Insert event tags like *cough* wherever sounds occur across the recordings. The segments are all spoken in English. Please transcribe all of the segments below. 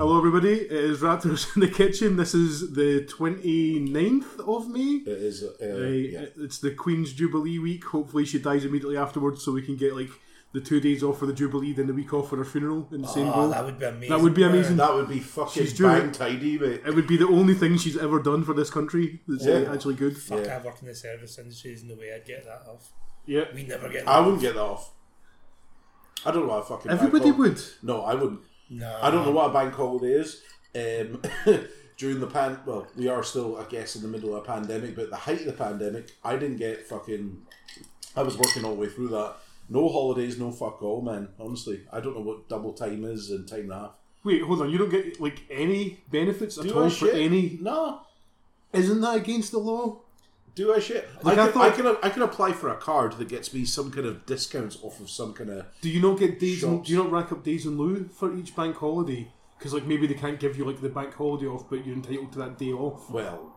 everybody. It is Raptors *laughs* in the Kitchen. This is the 29th of May. It is. Uh, Uh, yeah. It's the Queen's Jubilee week. Hopefully, she dies immediately afterwards so we can get like the two days off for the Jubilee, then the week off for her funeral Ah, in the same Oh, go. that would be amazing. That would be amazing. That would be fucking She's doing bang it. tidy, mate. It would be the only thing she's ever done for this country that's uh, Yeah. actually good. Fuck, Yeah. I work in the service industry. There's no way I'd get that off. Yeah. We never get. I That. wouldn't get that off. I don't know what a fucking bank Everybody hol- would. No, I wouldn't. No. I don't know what a bank holiday is. Um, *laughs* during the pan, well, we are still, I guess, in the middle of a pandemic. But at the height of the pandemic, I didn't get fucking. I was working all the way through that. No holidays, no fuck all, man. Honestly, I don't know what double time is and time and a half. Wait, hold on. You don't get like any benefits at Do all I for shit? any. No. Isn't that against the law? Do I shit? Like, I I, can, I, thought- can, I can apply for a card that gets me some kind of discounts off of some kind of Do you not get days? In, Shops. do you not rack up days in lieu for each bank holiday? Because like maybe they can't give you like the bank holiday off, but you're entitled to that day off. well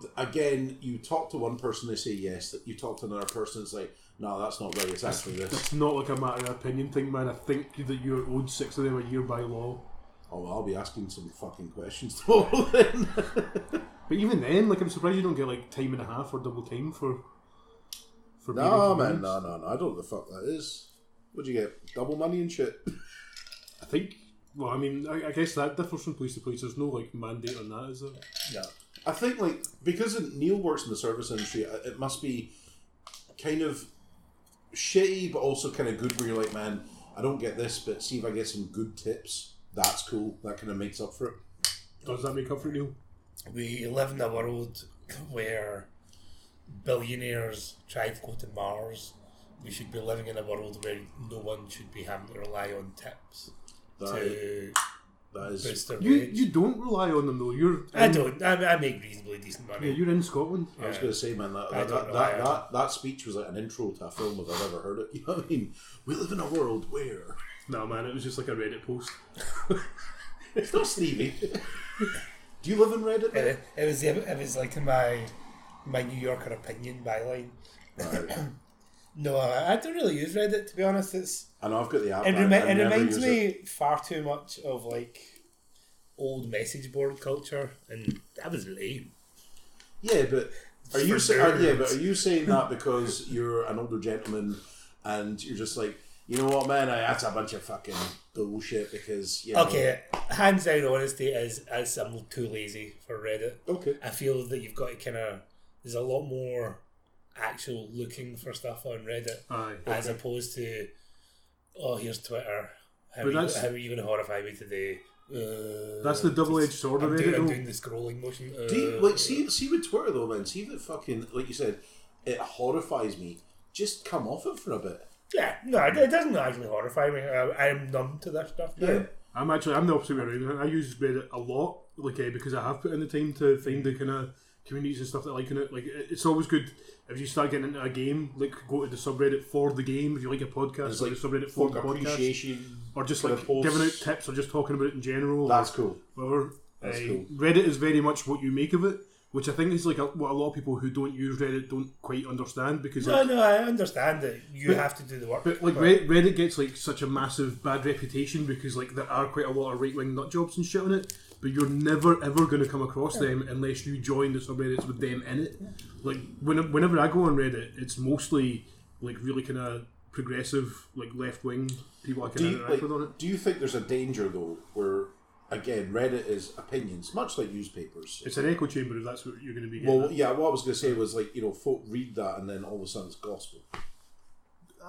th- again you talk to one person they say yes that you talk to another person it's like no that's not right it's actually *laughs* this It's not like a matter of opinion thing, man. I think that you're owed six of them a year by law. oh well, i'll be asking some fucking questions *laughs* tomorrow then But even then, like I'm surprised you don't get like time and a half or double time for. For being *laughs* no man inconvenienced. no no no i don't know what the fuck that is what do you get double money and shit I think. Well, I mean, I, I guess that differs from place to place. There's no like mandate on that, is there? yeah i think like because neil works in the service industry I- it must be kind of shitty but also kind of good where you're like man i don't get this but see if i get some good tips that's cool that kind of makes up for it Does that make up for it, Neil? We live in a world where billionaires try to go to Mars. We should be living in a world where no one should be having to rely on tips that, to that is boost their You wage. you don't rely on them though. You're I don't. I, I make reasonably decent money. Yeah, you're in Scotland. I was Yeah. going to say, man, that I that, that, don't know that, either. that that speech was like an intro to a film if I've ever heard it. *laughs* You know what I mean? We live in a world where No, man, it was just like a Reddit post. *laughs* it's not Stevie. *laughs* Do you live in Reddit? It, it was it was like my my New Yorker opinion byline. Right. *coughs* No, I, I don't really use Reddit to be honest. It's I know I've got the app. it, I- remi- I it never reminds use me it. far too much of like old message board culture, and that was lame. Yeah, but are you For say, are, yeah, nerds. but are you saying that because *laughs* you're an older gentleman and you're just like, you know what, man? I, that's a bunch of fucking bullshit because you know, Okay, hands down honesty is, is I'm too lazy for Reddit. okay, I feel that you've got to kind of there's a lot more actual looking for stuff on Reddit Aye. as opposed to oh here's Twitter. How, But are you, that's- how are you going to horrify me today? Uh, That's the double-edged just- sword of I'm, Reddit, doing, I'm though. doing the scrolling motion. Uh, Do you, like see see with Twitter though, man? See if it fucking like you said, it horrifies me. Just come off it for a bit. Yeah, no, it, it doesn't actually horrify me. I, I'm numb to that stuff now. Yeah. I'm actually I'm the opposite way around. I use Reddit a lot, like eh, because I have put in the time to find the kind of communities and stuff that I like in it. Like it- it's always good if you start getting into a game, like go to the subreddit for the game. If you like a podcast, It's like like the subreddit for Folk the podcast, appreciation or just kinda like posts. giving out tips or just talking about it in general. That's cool. Whatever. That's Eh, cool. Reddit is very much what you make of it, which I think is like a, what a lot of people who don't use Reddit don't quite understand because like, No, no, I understand that you have to do the work. But like Red, Reddit gets like such a massive bad reputation because like there are quite a lot of right wing nut jobs and shit on it. But you're never ever going to come across them unless you join the subreddits with them in it. Like when, whenever I go on Reddit, it's mostly like really kind of progressive, like left wing people I can Do you, interact like, with on it. do you think there's a danger though, where again Reddit is opinions, much like newspapers? It's an echo chamber if that's what you're going to be. Getting Well, yeah. What I was gonna say was like you know, folk read that and then all of a sudden it's gospel.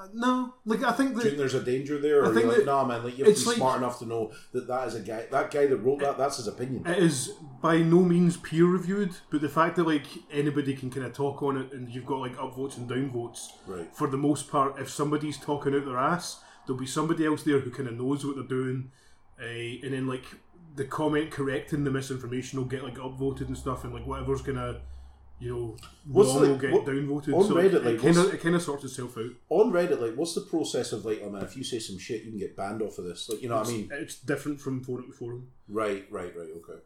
at. no, like I think Do you think that there's a danger there, I or think you're that like, nah, man, like you have to it's be like- smart enough to know that that is a guy. That guy that wrote that, that's his opinion. it is by no means peer reviewed, but the fact that like anybody can kind of talk on it and you've got like upvotes and downvotes. Right. For the most part, if somebody's talking out their ass, there'll be somebody else there who kind of knows what they're doing, uh, and then like the comment correcting the misinformation will get like upvoted and stuff, and like whatever's gonna, you know, What's wrong the- will get what- downvoted. on so Reddit, it like, kind of what's- it kind of sorts itself out. On Reddit, like, what's the process of like, oh man, if you say some shit, you can get banned off of this. Like, you know what I mean? It's different from forum to forum. Right, right, right. Okay,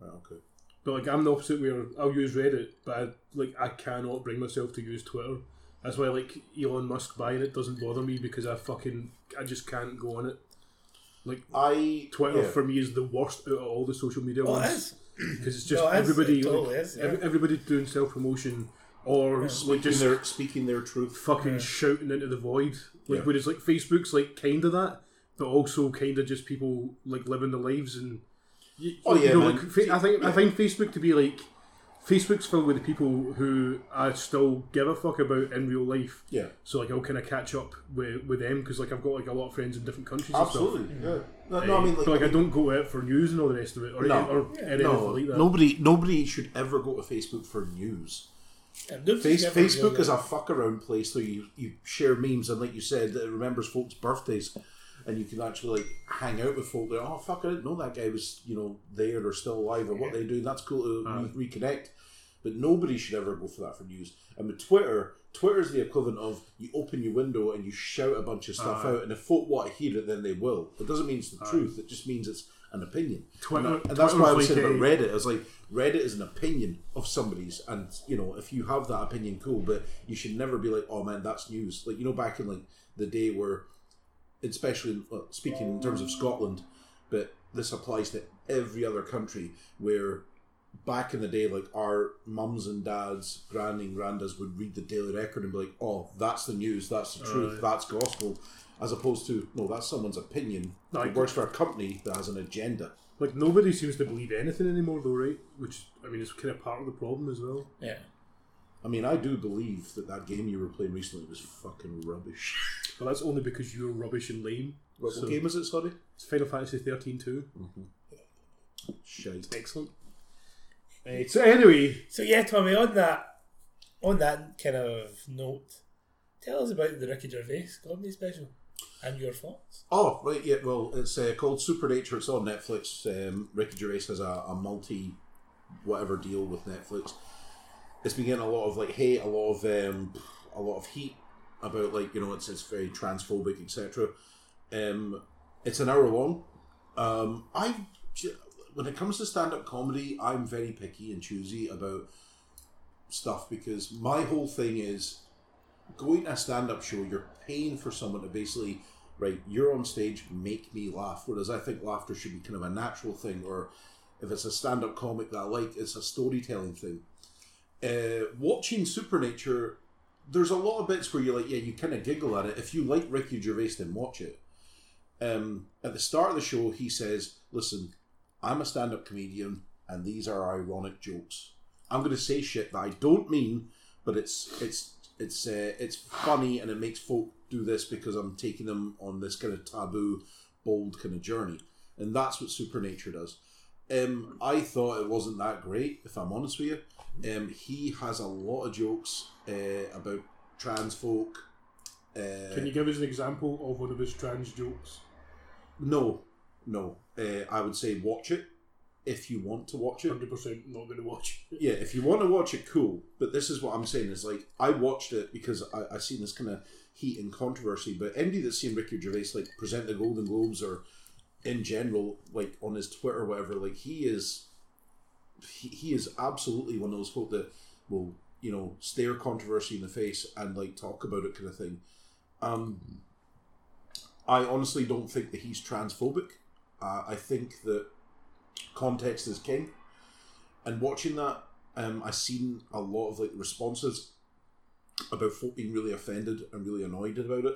right, okay. But like I'm the opposite where I'll use Reddit, but I, like I cannot bring myself to use Twitter. That's why like Elon Musk buying it doesn't bother me because I fucking I just can't go on it. Like I Twitter yeah. for me is the worst out of all the social media Oh, it ones is. because it's just No, it is. everybody It like, totally is, yeah. ev- everybody doing self promotion or like speaking just their speaking their truth. fucking shouting into the void. Like Yeah. whereas like Facebook's like kind of that, but also kind of just people like living their lives and. You, Oh, yeah, you know, man. like, fa- I think I find Facebook to be like Facebook's filled with people who I still give a fuck about in real life. Yeah, So like, I'll kind of catch up with with them because like I've got like a lot of friends in different countries. And stuff. absolutely. Yeah. No, no, I mean like, but like I don't go out for news and all the rest of it, or, No. or anything no, like that. nobody nobody should ever go to Facebook for news. And nobody's Face, ever really Facebook is a fuck around place where you, you share memes and like you said, it remembers folks' birthdays and you can actually like hang out with folk that oh fuck I didn't know that guy was, you know, there or still alive or what they do. That's cool to re- reconnect. But nobody should ever go for that for news. And with Twitter, Twitter is the equivalent of you open your window and you shout a bunch of stuff out and if folk want to hear it then they will. It doesn't mean it's the truth, it just means it's an opinion. Twitter- and, that- and that's Twitter's why I was like saying about a- Reddit. It was like Reddit is an opinion of somebody's, and you know if you have that opinion, cool. But you should never be like, oh man, that's news. Like you know back in like the day where, especially well, speaking in terms of Scotland, but this applies to every other country where. Back in the day, like our mums and dads, granny and grandas would read the Daily Record and be like, "Oh, that's the news, that's the truth, that's gospel," as opposed to, "No, that's someone's opinion." No, I- it works for a company that has an agenda. Like nobody seems to believe anything anymore, though, right? Which I mean, is kind of part of the problem as well. Yeah. I mean, I do believe that that game you were playing recently was fucking rubbish. *laughs* But that's only because you're rubbish and lame. What, So- what game is it, sorry? It's Final Fantasy 13 too. Shite. Excellent. Uh, so anyway, So yeah, Tommy. On that, on that kind of note, tell us about the Ricky Gervais comedy special and your thoughts. Oh, right, yeah, well, it's uh, called Supernature. It's on Netflix. Um, Ricky Gervais has a, a multi whatever deal with Netflix. It's been getting a lot of like hate, a lot of um, a lot of heat about like you know it's it's very transphobic, etc. Um, it's an hour long. Um, I when it comes to stand up comedy, I'm very picky and choosy about stuff because my whole thing is going to a stand up show. You're paying for someone to basically right. You're on stage, make me laugh. Whereas I think laughter should be kind of a natural thing, or if it's a stand up comic that I like, it's a storytelling thing. Uh, watching Supernature, there's a lot of bits where you're like, yeah, you kind of giggle at it. If you like Ricky Gervais, then watch it. Um, at the start of the show, he says, "Listen, I'm a stand-up comedian, and these are ironic jokes. I'm going to say shit that I don't mean, but it's it's it's uh, it's funny, and it makes folk do this because I'm taking them on this kind of taboo, bold kind of journey, and that's what Supernature does." Um, I thought it wasn't that great, if I'm honest with you. Um, he has a lot of jokes uh, about trans folk. Uh, can you give us an example of one of his trans jokes? no, no. Uh, I would say watch it if you want to watch it. 100% not going to watch. Yeah, if you want to watch it, cool. But this is what I'm saying is like I watched it because I, I seen this kind of heat and controversy. But anybody that's seen Ricky Gervais like present the Golden Globes or in general, like on his Twitter or whatever, like he is he, he is absolutely one of those folk that will, you know, stare controversy in the face and like talk about it kind of thing. Um I honestly don't think that he's transphobic. Uh, I think that context is king and watching that, um, I seen a lot of like responses about folk being really offended and really annoyed about it,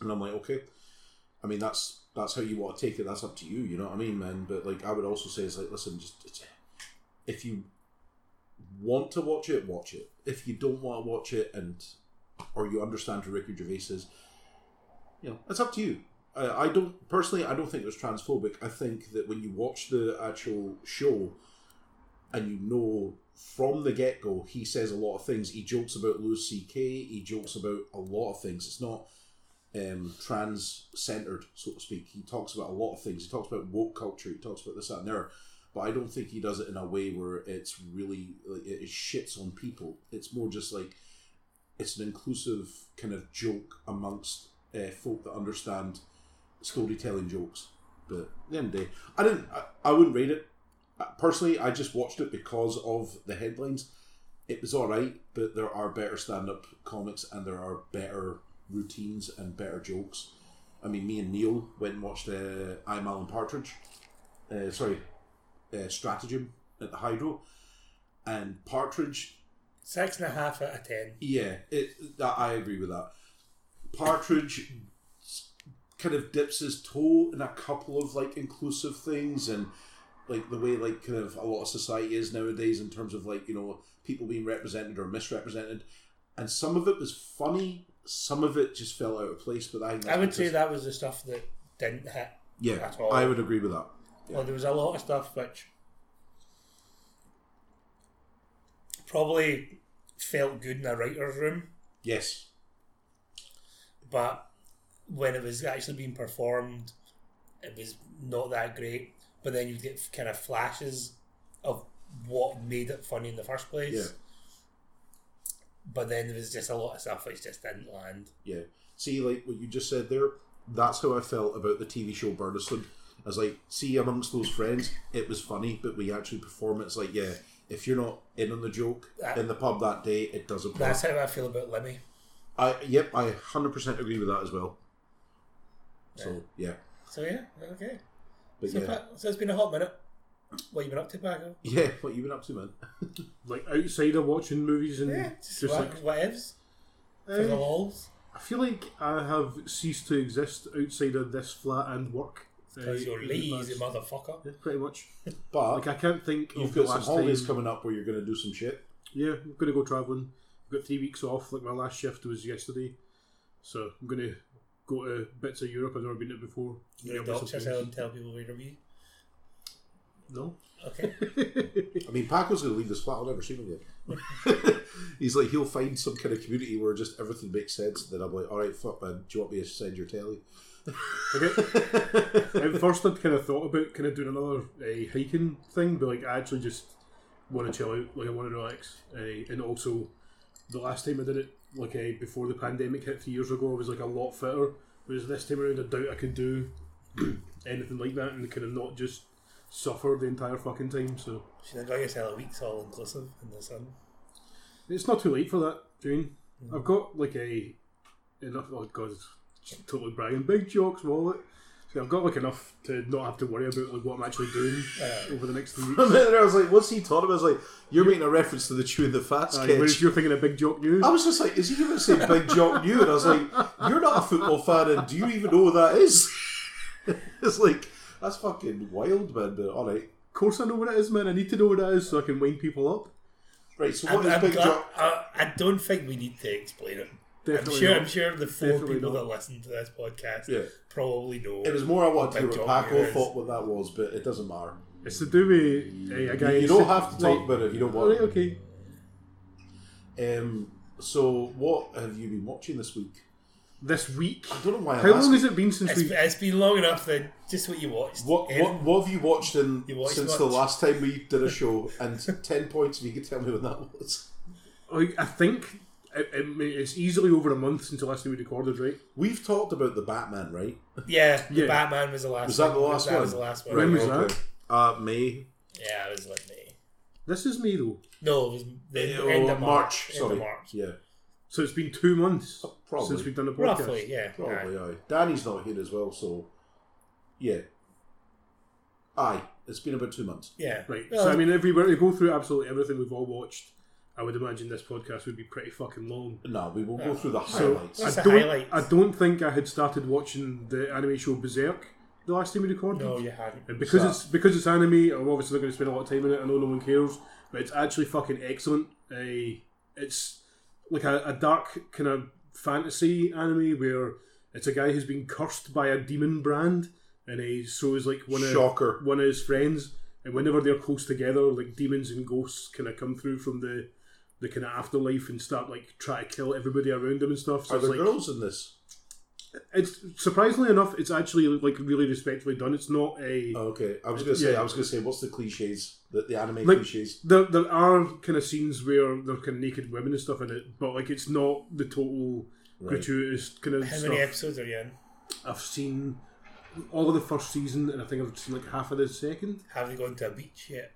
and I'm like, okay, I mean that's that's how you want to take it. That's up to you. You know what I mean, man. But like, I would also say it's like, listen, just it's- if you want to watch it, watch it. If you don't want to watch it, and or you understand who Ricky Gervais is, you know, it's up to you. I, I don't personally. I don't think it was transphobic. I think that when you watch the actual show, and you know from the get go he says a lot of things. He jokes about Louis C.K. He jokes about a lot of things. It's not um, trans centered, so to speak. He talks about a lot of things. He talks about woke culture. He talks about this, that, and there. But I don't think he does it in a way where it's really like, it it shits on people. It's more just like it's an inclusive kind of joke amongst uh, folk that understand storytelling jokes. But at the end of the day, I didn't. I, I wouldn't rate it uh, personally. I just watched it because of the headlines. It was all right, but there are better stand-up comics and there are better routines and better jokes. I mean, me and Neil went and watched uh, I'm Alan Partridge. Uh, sorry, uh, Stratagem at the Hydro, and Partridge. Six and a half out of ten. Yeah, it, that I agree with that. Partridge kind of dips his toe in a couple of like inclusive things and like the way like kind of a lot of society is nowadays in terms of like you know people being represented or misrepresented and some of it was funny some of it just fell out of place but i, think I that's would say because- that was the stuff that didn't hit. yeah at all. i would agree with that Well, there was a lot of stuff which probably felt good in a writer's room, yes but when it was actually being performed, it was not that great. But then you get kind of flashes of what made it funny in the first place. Yeah. But then there was just a lot of stuff which just didn't land. yeah see like what you just said there that's how i felt about the tv show Burnisland. i was like see amongst those friends it was funny but we actually perform it. it's like yeah if you're not in on the joke That- in the pub that day it doesn't work. That's how I feel about Lemmy. I yep, I hundred percent agree with that as well. So yeah, So yeah, okay. but So, yeah, Pa- so it's been a hot minute. What you been up to, Paco? *laughs* yeah. What you been up to, man? Like outside of watching movies Mm, and Yeah, just, just, what, like what ifs for eh, the lols. I feel like I have ceased to exist outside of this flat and work. Uh, Because you're in the lazy, past. motherfucker. Yeah, pretty much. But Like I can't think Ah. you've of the got some last holidays time. coming up where you're going to do some shit. Yeah, I'm gonna go travelling. I've got three weeks off. Like my last shift was yesterday, so I'm gonna go to bits of Europe I've never been to before. You Meet up adopt with some yourself friends. and tell people where to be. No. *laughs* Okay. I mean, Paco's going to leave this flat. I'll never see him again. *laughs* He's like he'll find some kind of community where just everything makes sense. Then I'm like, all right, fuck man, do you want me to send your telly? *laughs* Okay. At first, I'd kind of thought about kind of doing another uh, hiking thing, but like I actually just want to chill out. Like I want to relax, uh, and also the last time I did it, like uh, before the pandemic hit three years ago, I was like a lot fitter. Whereas this time around, I doubt I can do *clears throat* anything like that and kind of not just suffer the entire fucking time. So Should I got yourself a week's all inclusive in the sun? it's not too late for that, June. Mm. I've got like a enough. Oh god, it's totally bragging. Big jocks wallet. So I've got like enough to not have to worry about like what I'm actually *laughs* doing Uh, over the next three weeks. And then I was like, what's he talking about? I was like, you're making a reference to the chew and the fat Aye, sketch. whereas you're thinking of big jock news. I was just like, is he going to say Big Jock New? And I was like, you're not a football fan, and do you even know who that is? *laughs* it's like, that's fucking wild, man. But all right. Of course, I know what it is, man. I need to know what it is so I can wind people up. Right, so I'm, what is I'm Big glad- Jock? I, I don't think we need to explain it. Definitely I'm sure. not. I'm sure the four Definitely people not. that listen to this podcast Yeah. probably know. It was more I wanted to Big hear what Jock Paco is. thought what that was, but it doesn't matter. It's to do with uh, a guy. You don't have to talk about it if you don't All want right, to. okay. Um, so, what have you been watching this week? This week. I don't know why I'm How long asking. has it been since It's, we? it's been long enough that just what you watched. What, Em- what, what have you watched, in, You watched since much? the last time we did a show? And *laughs* 10 points if you could tell me when that was. I I think it, it, may- it's easily over a month since the last time we recorded, right? We've talked about the Batman, right? Yeah, the Yeah. Batman was the last. Was that the one. last that one? was the last one. When Right, was that? Uh, May. Yeah, it was like May. This is me though, No, it was the Oh, end of March. March. end sorry. of March. Yeah, so it's been two months Oh, probably. since we've done the podcast. Roughly, yeah. probably, Oh, aye. Danny's not here as well, so. Yeah. Aye. It's been about two months. Yeah. Right. Well, so I mean, if we were to go through absolutely everything we've all watched, I would imagine this podcast would be pretty fucking long. No, we will go through the So highlights. I What's the don't, highlights? I don't think I had started watching the anime show Berserk the last time we recorded. no, you hadn't. And because So- it's because it's anime, I'm obviously not going to spend a lot of time in it. I know no one cares, but it's actually fucking excellent. Uh, it's like a, a dark kind of fantasy anime where it's a guy who's been cursed by a demon brand, and he so is like one of Shocker. one of his friends, and whenever they're close together, like demons and ghosts kind of come through from the the kind of afterlife and start like try to kill everybody around them and stuff. So Are it's there like girls in this? it's surprisingly enough, it's actually like really respectfully done. It's not a Oh, okay, I was gonna say. Yeah. I was gonna say, what's the cliches? The, the anime Like- cliches. There, there are kind of scenes where there are kind of naked women and stuff in it, but like it's not the total Right. gratuitous kind of How stuff. many episodes are you in? I've seen all of the first season, and I think I've seen like half of the second. Have they gone to a beach yet?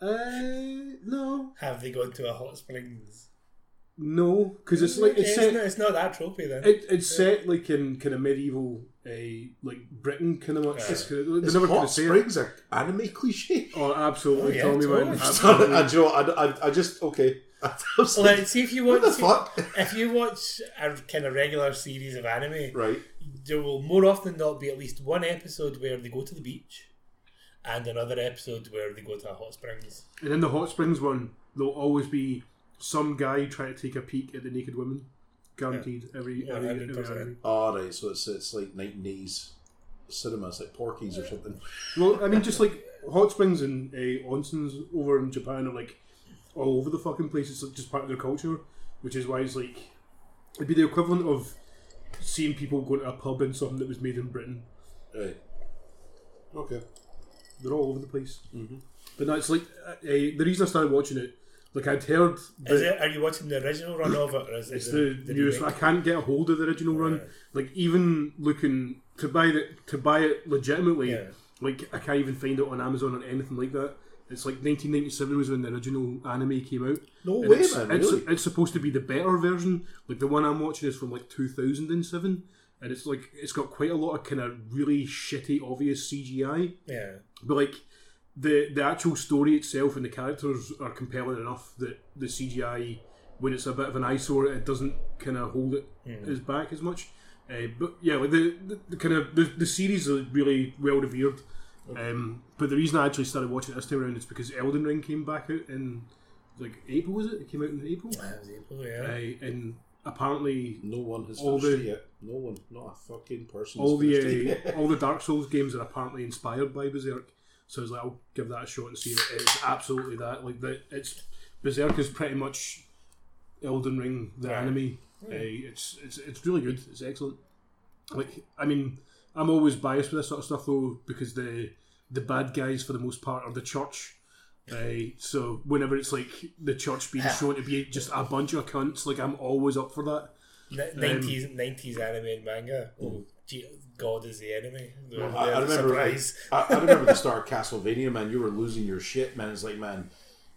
Uh, no, Uh, Have they gone to a hot springs? No, because it's like it's it's, set. not, it's not that tropey then. It, it's set like in kind of medieval, uh, like Britain, kind of much. It's kinda- they Is never kind Hot of say it. Springs an anime cliche? *laughs* *laughs* Oh, absolutely! yeah, Tell me totally. when. Absolutely. I, do you know, what, I, I, I just okay. *laughs* I was like, Like, see if you what watch the fuck? if you watch a kind of regular series of anime, right. there will more often not be at least one episode where they go to the beach, and another episode where they go to a hot springs. And in the hot springs one, there'll always be some guy trying to take a peek at the naked women. Guaranteed every Yeah, every, every, 100%. anime. All right. So it's it's like nineties cinema. It's like Porky's or something. Well, I mean, just like hot springs and uh, onsens over in Japan are like all over the fucking place. It's like just part of their culture, which is why it's like it'd be the equivalent of seeing people go to a pub and something that was made in Britain. Right. Okay. They're all over the place. Mm-hmm. But no, it's like uh, uh, the reason I started watching it. Like I'd heard that Is it? Are you watching the original run of it, or is it It's the, the newest. remake? I can't get a hold of the original run. Right. Like even looking to buy the to buy it legitimately, Yeah. like I can't even find it on Amazon or anything like that. It's like 1997 was when the original anime came out. No And way, it's, man, It's, really? it's supposed to be the better version. Like the one I'm watching is from like 2007, and it's like it's got quite a lot of kind of really shitty, obvious CGI. Yeah. But like the the actual story itself and the characters are compelling enough that the CGI, when it's a bit of an eyesore, it doesn't kind of hold it as back as much. Uh, but yeah, like the, the, the kind of the, the series is really well revered. Um, but the reason I actually started watching it this time around is because Elden Ring came back out in like April, was it? It came out in April, That was April, yeah. uh, and apparently No one has All all the- finished it yet. No one, not a fucking person. has all finished it the yet. uh, all the Dark Souls games are apparently inspired by Berserk. So I was like, I'll give that a shot and see if it's absolutely that. Like that, it's Berserk is pretty much Elden Ring the anime. Uh, it's it's it's really good. It's excellent. Like I mean, I'm always biased with this sort of stuff though because the the bad guys for the most part are the church. Uh, so whenever it's like the church being shown to be just a bunch of cunts, like I'm always up for that. Um, Nineties, nineties anime and manga. Oh, gee, God is the enemy. Mm. I, I remember. I, surprise. I remember the start of Castlevania, man. You were losing your shit, man. It's like, man,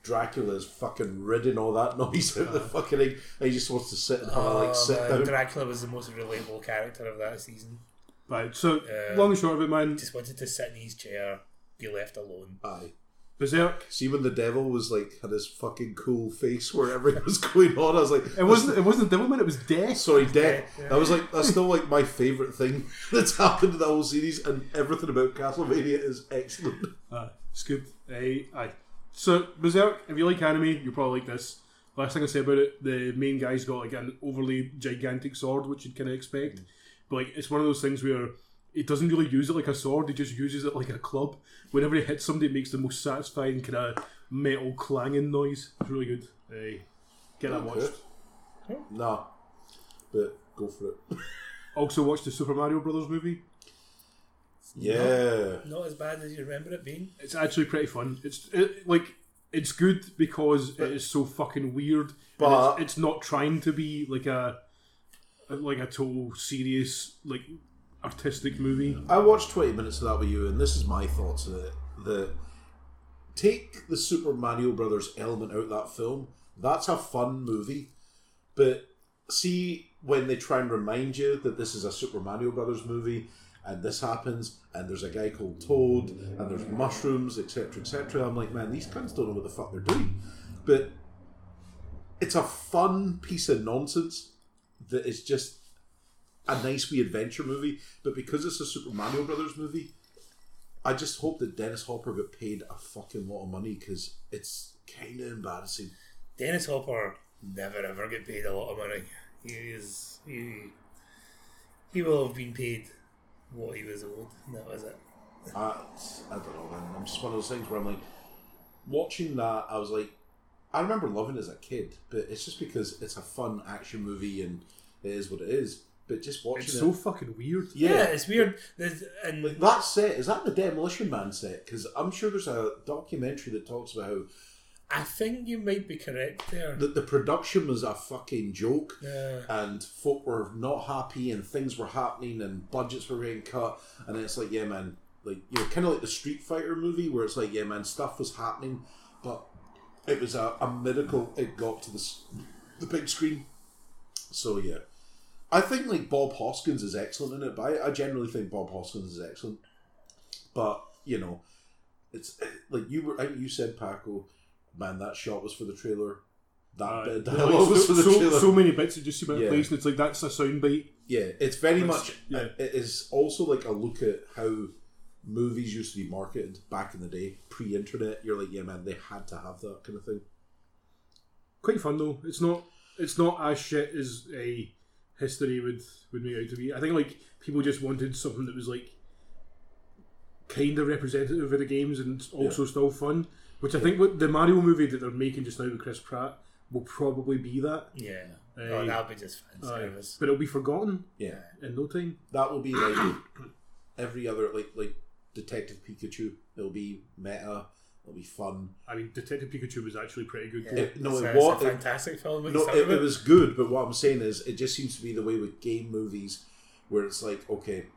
Dracula's fucking ridding all that *laughs* noise out of the fucking thing. And he just wants to sit and have a, like sit Uh, down. Dracula was the most relatable character of that season. Right. So long and short of it, man, Just wanted to sit in his chair, be left alone. Aye. Berserk See when the devil was like had his fucking cool face wherever it was going on. I was like, It wasn't. It wasn't Devilman. It was Death. sorry, death. That was like that's still like my favorite thing *laughs* that's happened to the whole series, and everything about Castlevania is excellent. *laughs* Uh, it's good. Aye, aye. So Berserk. If you like anime, you probably like this. Last thing I say about it, the main guy's got like an overly gigantic sword, which you'd kind of expect, but like it's one of those things where he doesn't really use it like a sword. He just uses it like a club. Whenever he hits somebody, it makes the most satisfying kind of metal clanging noise. It's really good. Aye. Get that watched. No, but go for it. Also watch the Super Mario Brothers movie. Yeah. Not as bad as you remember it being. It's actually pretty fun. It's it, like it's good because it is so fucking weird. But But- it's, it's not trying to be like a like a total serious like artistic movie. I watched 20 minutes of that with you, and this is my thoughts of it. The, take the Super Mario Brothers element out of that film. That's a fun movie. But see when they try and remind you that this is a Super Mario Brothers movie, and this happens, and there's a guy called Toad, and there's mushrooms, etc., etc. I'm like, man, these cunts don't know what the fuck they're doing. But it's a fun piece of nonsense that is just a nice wee adventure movie, but because it's a Super Mario Brothers movie, I just hope that Dennis Hopper got paid a fucking lot of money because it's kind of embarrassing. Dennis Hopper never ever get paid a lot of money. He is he. He will have been paid what he was owed. and That was it. I, I don't know, man. I'm just one of those things where I'm like, watching that, I was like, I remember loving it as a kid, but it's just because it's a fun action movie and it is what it is. But just watching It's it, so fucking weird. yeah, it's weird. There's, and Like that set is that the Demolition Man set? Because I'm sure there's a documentary that talks about how I think you might be correct there. the, the production was a fucking joke Yeah. and folk were not happy and things were happening and budgets were getting cut and it's like yeah man like you know kind of like the street fighter movie where it's like yeah man stuff was happening but it was a, a miracle it got to this the big screen. So yeah, I think like Bob Hoskins is excellent in it, but I, I generally think Bob Hoskins is excellent. But you know, it's like you were you said Paco, man, that shot was for the trailer. That Uh, bit of like, dialogue was for so, the so- trailer. so many bits that just seem out of Yeah. place, and it's like that's a soundbite. Yeah, it's very That's- much. uh, yeah. It is also like a look at how movies used to be marketed back in the day, pre-internet. You're like, yeah, man, they had to have that kind of thing. Quite fun though. It's not. It's not as shit as a history would would make out to be. I think like people just wanted something that was like kind of representative of the games and also still fun. Which I think what the Mario movie that they're making just now with Chris Pratt will probably be that, Yeah. Aye. oh, that'll be just fan Aye. service. but it'll be forgotten Yeah, in no time. that will be like every other like like Detective Pikachu. It'll be meta. It'll be fun. I mean, Detective Pikachu was actually pretty good. Yeah. It- no, it's, it a, was- it's a it- fantastic film. when you No, start it, with it was good, but what I'm saying is, it just seems to be the way with game movies, where it's like, okay,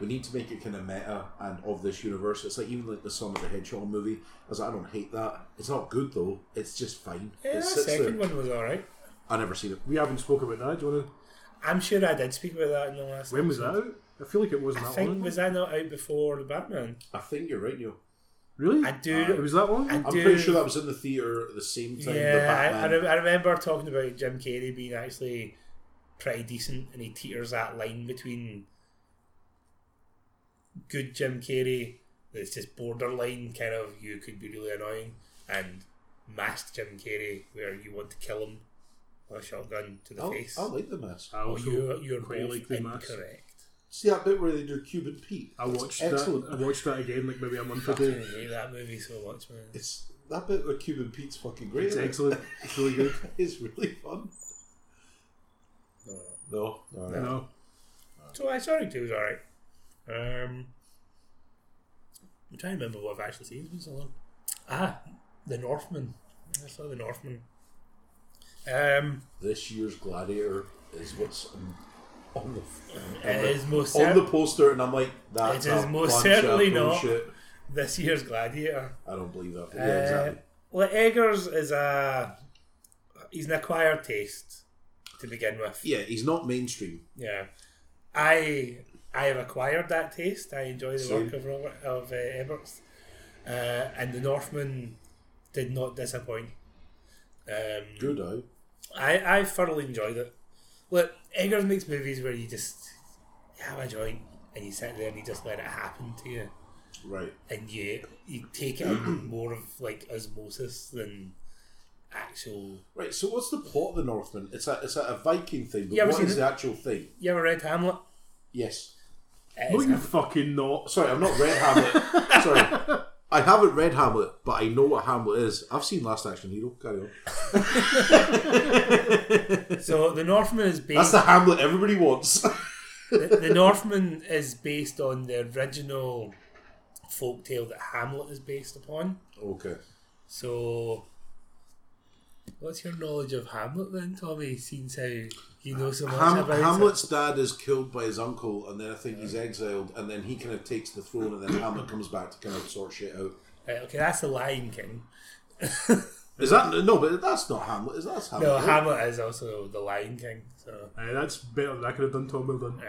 we need to make it kind of meta and of this universe. It's like even like the Sonic the Hedgehog movie. I was like, I don't hate that. It's not good though. It's just fine. Yeah, it the sits there. second one was alright. I never seen it. We haven't spoken about that. Do you want to? I'm sure I did speak about that in the last. When was that out? I feel like it wasn't I that think long. was that not out before the Batman? I think you're right, Neil. Really? I do. It was that long. I I'm do. pretty sure that was in the theater at the same time. the yeah, I, I, Batman. re- I remember talking about Jim Carrey being actually pretty decent, and he teeters that line between good Jim Carrey that's just borderline kind of you could be really annoying, and masked Jim Carrey where you want to kill him with a shotgun to the Oh, face. I like the mask. I Oh, also you're you're quite both like the mask. incorrect. See that bit where they do Cuban Pete? I It's watched excellent. that. I watched that again, like maybe a month I ago. hate that movie so much, man. It's that bit where Cuban Pete's fucking great. It's isn't it? excellent. It's really *laughs* good. it's really fun. No. No, no, You know, So I Sonic 2 was alright. Um, I'm trying to remember what I've actually seen. It's been so long. Ah, The Northman. I saw The Northman. Um, This year's Gladiator is what's on, on the on it the, is most on the cer- poster, and I'm like, that's It is a most bunch certainly of not. bullshit. this year's Gladiator. I don't believe that. Yeah, Uh, exactly. Well, Eggers is a he's an acquired taste to begin with. Yeah, he's not mainstream. Yeah, I I have acquired that taste. I enjoy the Same. work of Robert of uh, Eberts, uh, and the Northman did not disappoint. Um, Good eye. I I thoroughly enjoyed it. Look, Eggers makes movies where you just you have a joint and you sit there and you just let it happen to you, Right. and you you take it *clears throat* on more of like osmosis than actual. Right. So what's the plot of the Northman? It's a it's a, a Viking thing, but Yeah, what we've is seen the actual thing? You ever read Hamlet? Yes. It Oh, no, is you Hamlet. fucking not. Sorry, I've not read *laughs* Hamlet. Sorry. I haven't read Hamlet, but I know what Hamlet is. I've seen Last Action Hero. Carry on. so the Northman is based. That's the Hamlet everybody wants. *laughs* the, the Northman is based on the original folk tale that Hamlet is based upon. okay. So, what's your knowledge of Hamlet then, Tommy? Since how you know so much Ham- about Hamlet's dad is killed by his uncle, and then I think he's exiled, and then he kind of takes the throne, and *coughs* then Hamlet comes back to kind of sort shit out. it. Right, okay, that's the Lion King. Is that no? But that's not Hamlet. Is that's Hamlet? No, Hamlet is also the Lion King. So, Uh, that's better than I could have done. Tom Wilden.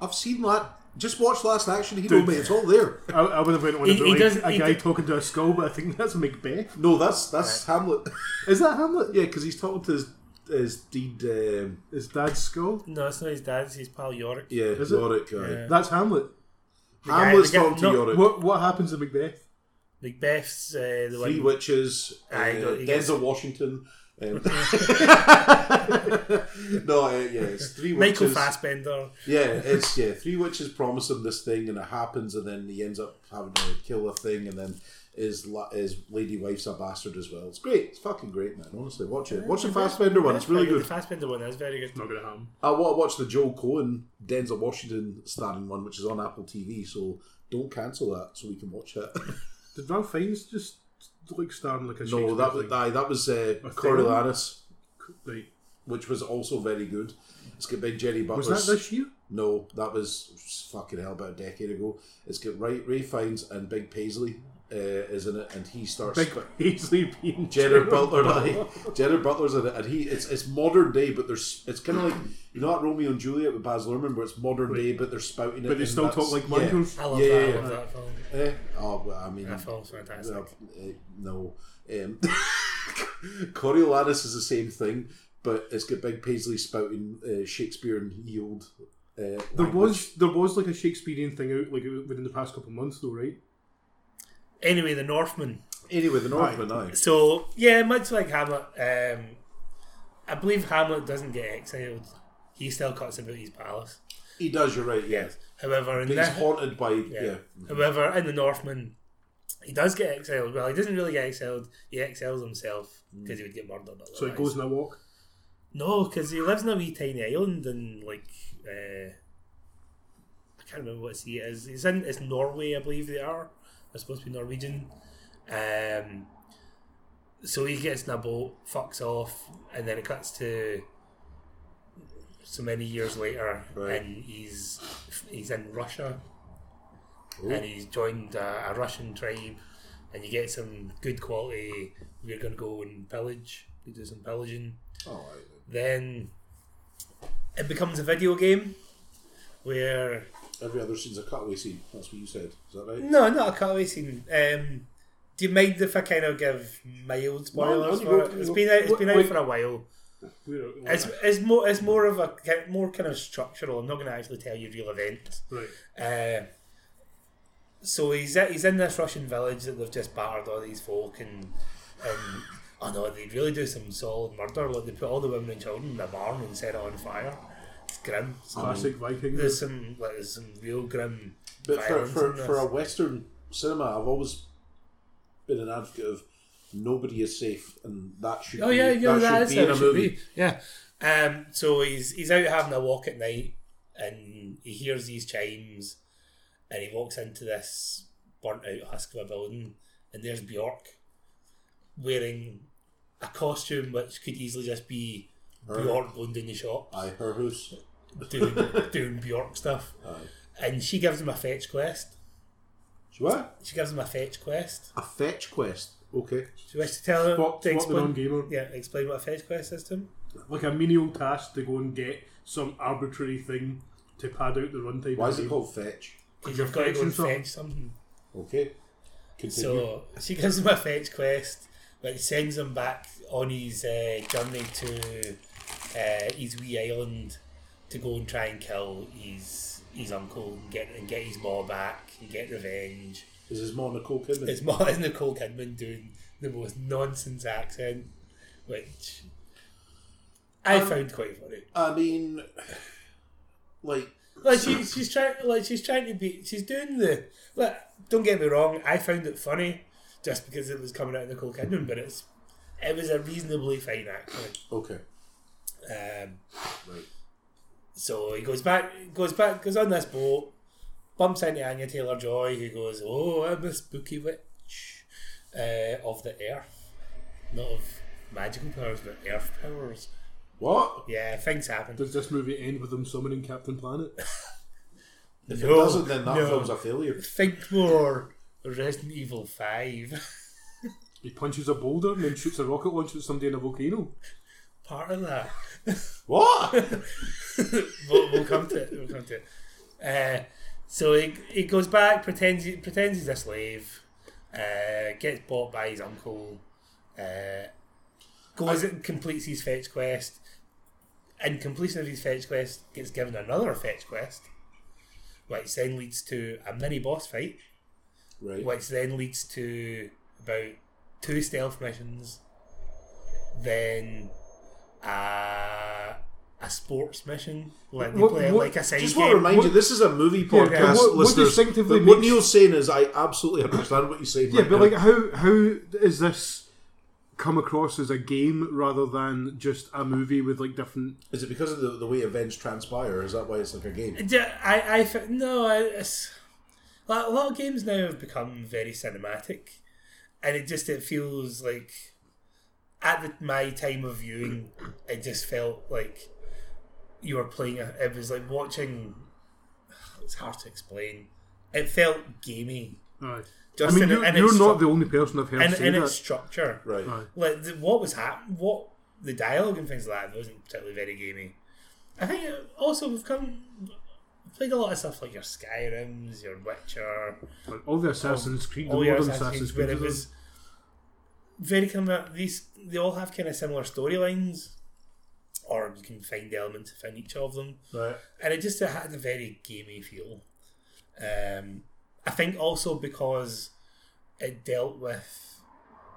I've seen that. Just watch Last Action Hero, mate. It's all there. I, I would have went on He- about he like, doesn't- a he guy d- talking to a skull, but I think that's Macbeth. No, that's that's Hamlet. *laughs* Is that Hamlet? yeah, because he's talking to his his deed. Um, His dad's skull. no, it's not his dad. It's his pal Yorick. yeah, it? Yorick. Guy. Yeah. That's Hamlet. guy- Hamlet's the guy- talking to no, Yorick. What what happens in Macbeth? Macbeth's uh, the Three one. witches. Uh, Aye, no, he Denzel gets- Washington. *laughs* Um, *laughs* no, uh, yeah, it's three Michael witches. Fassbender. Yeah, it's yeah. Three witches promise him this thing, and it happens, and then he ends up having to kill a thing, and then his la- his lady wife's a bastard as well. It's great. It's fucking great, man. Honestly, watch it. Watch the Fassbender one. It's really The good. Fassbender one is very good. Not gonna happen. I want to watch the Joe Cohen Denzel Washington starring one, which is on Apple TV. So don't cancel that, so we can *laughs* watch it. Did Ralph Fiennes just like starring like a no, Shakespeare that was thing? aye, that was uh, A Coriolanus, Right. which was also very good. It's got big Jerry Butler. Was that this year? No, that was fucking hell about a decade ago. It's got right Ray Fiennes and Big Paisley uh, is in it, and he starts. Big *laughs* Paisley being Jenner Gerard Butler, *laughs* like Jenner Butler's in it, and he it's it's modern day, but there's it's kind of like you know that Romeo and Juliet with Baz Luhrmann, where it's modern day, but they're spouting it, But they and still talk that's- like yeah. Michaels. I love Yeah, that. yeah, I love yeah. that film. Eh, oh, well, I mean, That film's fantastic. well, eh, no, um, *laughs* Coriolanus is the same thing, but it's got Big Paisley spouting uh, Shakespeare and yield. Uh, There language. was there was like a Shakespearean thing out like within the past couple of months though, right? Anyway, The Northman. anyway the Northman now. So yeah, much like Hamlet, um, I believe Hamlet doesn't get exiled. He still cuts about his palace. He does. You're right. Yeah, However, in but the, he's haunted by yeah. yeah. However, in the Northman, he does get exiled. Well, he doesn't really get exiled. He exiles himself because he would get murdered. So it otherwise. goes in a walk. No, because he lives in a wee tiny island and like uh, I can't remember what sea it is. It's in it's Norway, I believe they are. They're supposed to be Norwegian. Um, so he gets in a boat, fucks off, and then it cuts to so many years later, Right. and he's he's in Russia, and he's joined a, a Russian tribe, and you get some good quality. We're gonna go and pillage. We do some pillaging Oh, I- then it becomes a video game where every other scene's a cutaway scene. That's what you said. Is that right? no, not a cutaway scene. Um, do you mind if I kind of give mild spoilers you for go, it? you It's go. been out, it's been Wait, out wait. for a while. We're, It's it's more it's more of a ki- more kind of structural. I'm not going to actually tell you real events. right. Uh, so he's at, he's in this Russian village that they've just battered all these folk and and oh no, they really do some solid murder. Like they put all the women and children in the barn and set it on fire. It's grim. Classic Viking. There's some like there's some real grim. But for, violence for, in this. for a Western cinema, I've always been an advocate of nobody is safe, and that should oh be, yeah, yeah, that should is be in how a it should movie. be. Yeah. Um. So he's he's out having a walk at night, and he hears these chimes, and he walks into this burnt out husk of a building, and there's Bjork, wearing a costume which could easily just be Her- Bjork going down the shop, Aye, her house. *laughs* doing doing Bjork stuff, Aye. and she gives him a fetch quest. She what? She gives him a fetch quest. A fetch quest. Okay. She wants to tell him Spot, to spot the explain- non-gamer. Yeah, explain what a fetch quest is to him. Like a menial task to go and get some arbitrary thing to pad out the runtime. Why is of the game. it called fetch? Because you've got to go and Fetching fetch something. Okay. Continue. So *laughs* she gives him a fetch quest, which sends him back on his uh, journey to uh, his wee island to go and try and kill his his uncle and get and get his maw back and get revenge. is his mom Nicole Kidman? His *laughs* maw is Nicole Kidman doing the most nonsense accent, which I found quite funny. I mean, like, Like she, she's trying, like she's trying to be, she's doing the. Like, don't get me wrong, I found it funny just because it was coming out of Nicole Kidman, but it's it was a reasonably fine accent. okay, Um, right. so he goes back, goes back, goes on this boat, bumps into Anya Taylor Joy, who goes, "Oh, I'm a spooky witch uh, of the earth, not of magical powers, but earth powers." What? Yeah, things happen. Does this movie end with them summoning Captain Planet? If No, it doesn't, then that no. film's a failure. Think more. Resident Evil Five. *laughs* He punches a boulder and then shoots a rocket launcher at somebody in a volcano. part of that. *laughs* What? we'll, we'll come to it. We'll come to it. Uh, so he, he goes back, pretends he, pretends he's a slave, uh, gets bought by his uncle, uh, goes and completes his fetch quest. In completion of his fetch quest, gets given another fetch quest, which then leads to a mini boss fight, right. which then leads to about two stealth missions, then uh, a sports mission. Like they What- play it what- like a side Just game. want to remind What- you, this is a movie yeah, podcast, what- what listeners. distinctively but what makes- Neil's saying is, I absolutely understand what you're saying. Yeah, right but now. like, how how is this come across as a game rather than just a movie with like different? is it because of the, the way events transpire? Is that why it's like a game? Yeah, I, I, fe- no, I, it's, like, a lot of games now have become very cinematic, and it just it feels like at the, my time of viewing, it just felt like you were playing. a- It was like watching. It's hard to explain. It felt gamey. Aye. I Just mean, in- you're, in you're its not the stru- only person I've heard in, say in that. its structure. Right. Aye. Like the, what was happening, what the dialogue and things like that wasn't particularly very gamey. I think it, also we've come we've played a lot of stuff like your Skyrim's, your Witcher, Like, all the Assassin's Creed, the all your modern Assassin's Assassin's Creed, Creed, where it was very kind of these. They all have kind of similar storylines, or you can find elements within each of them Right. and it just it had a very gamey feel. Um, I think also because it dealt with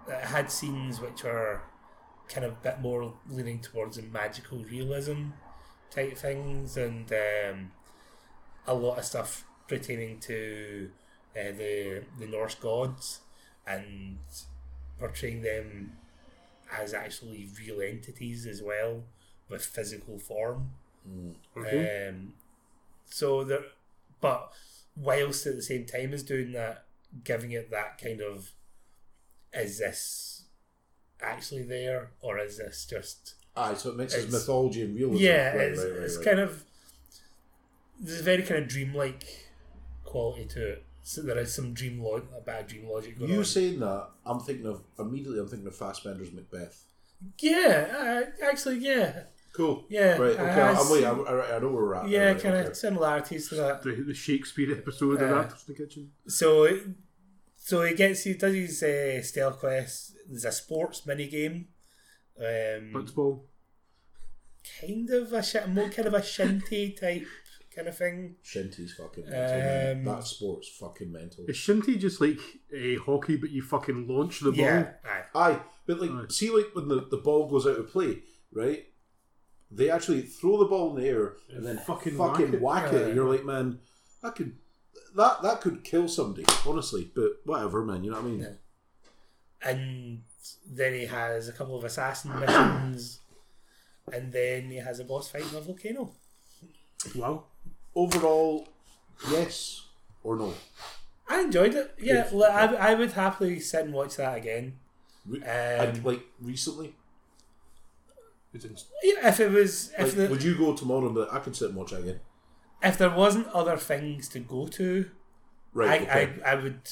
it had scenes which were kind of a bit more leaning towards a magical realism type things and um, a lot of stuff pertaining to uh, the the Norse gods and portraying them as actually real entities as well with physical form. okay. Um, so there, but whilst at the same time as doing that, giving it that kind of, is this actually there or is this just? Aye, so it mixes It's- mythology and realism. yeah, right, it's, right, right, it's right. kind of there's a very kind of dreamlike quality to it. So there is some dream logic, a bad dream logic going You on. saying that, I'm thinking of immediately. I'm thinking of Fassbender's Macbeth. yeah, uh, actually, yeah, Cool. Yeah, Right. Okay. I- I I, am wait. see- I, I, I know where we're at. yeah, now, Ah, right, kind of okay. similarities to that. the, the Shakespeare episode of uh, Actors in the Kitchen. So, it- so he gets he does his uh, stealth quest. There's a sports mini game, um, Blitzball. kind of a shi- more kind of a shinty type kind of thing. Shinty's fucking mental. man. Um, that sport's fucking mental. Is Shinty just like a hockey, but you fucking launch the ball? Yeah, aye. Aye, but like, Aye. see, like when the, the ball goes out of play, right? They actually throw the ball in the air and then Fucking fucking whack fucking it. whack it. Aye. And you're like, man, that could that that could kill somebody, honestly. But whatever, man. You know what I mean? Yeah. and then he has a couple of assassin missions, and then he has a boss fight in a volcano. Wow. Overall, yes or no? I enjoyed it. Yeah, Good. li- I, I would happily sit and watch that again. Re- Um, and, like recently, It's ins- Yeah, if it was if like, the, would you go tomorrow? And be like, I could sit and watch that again. if there wasn't other things to go to, Right. I, okay. I, I would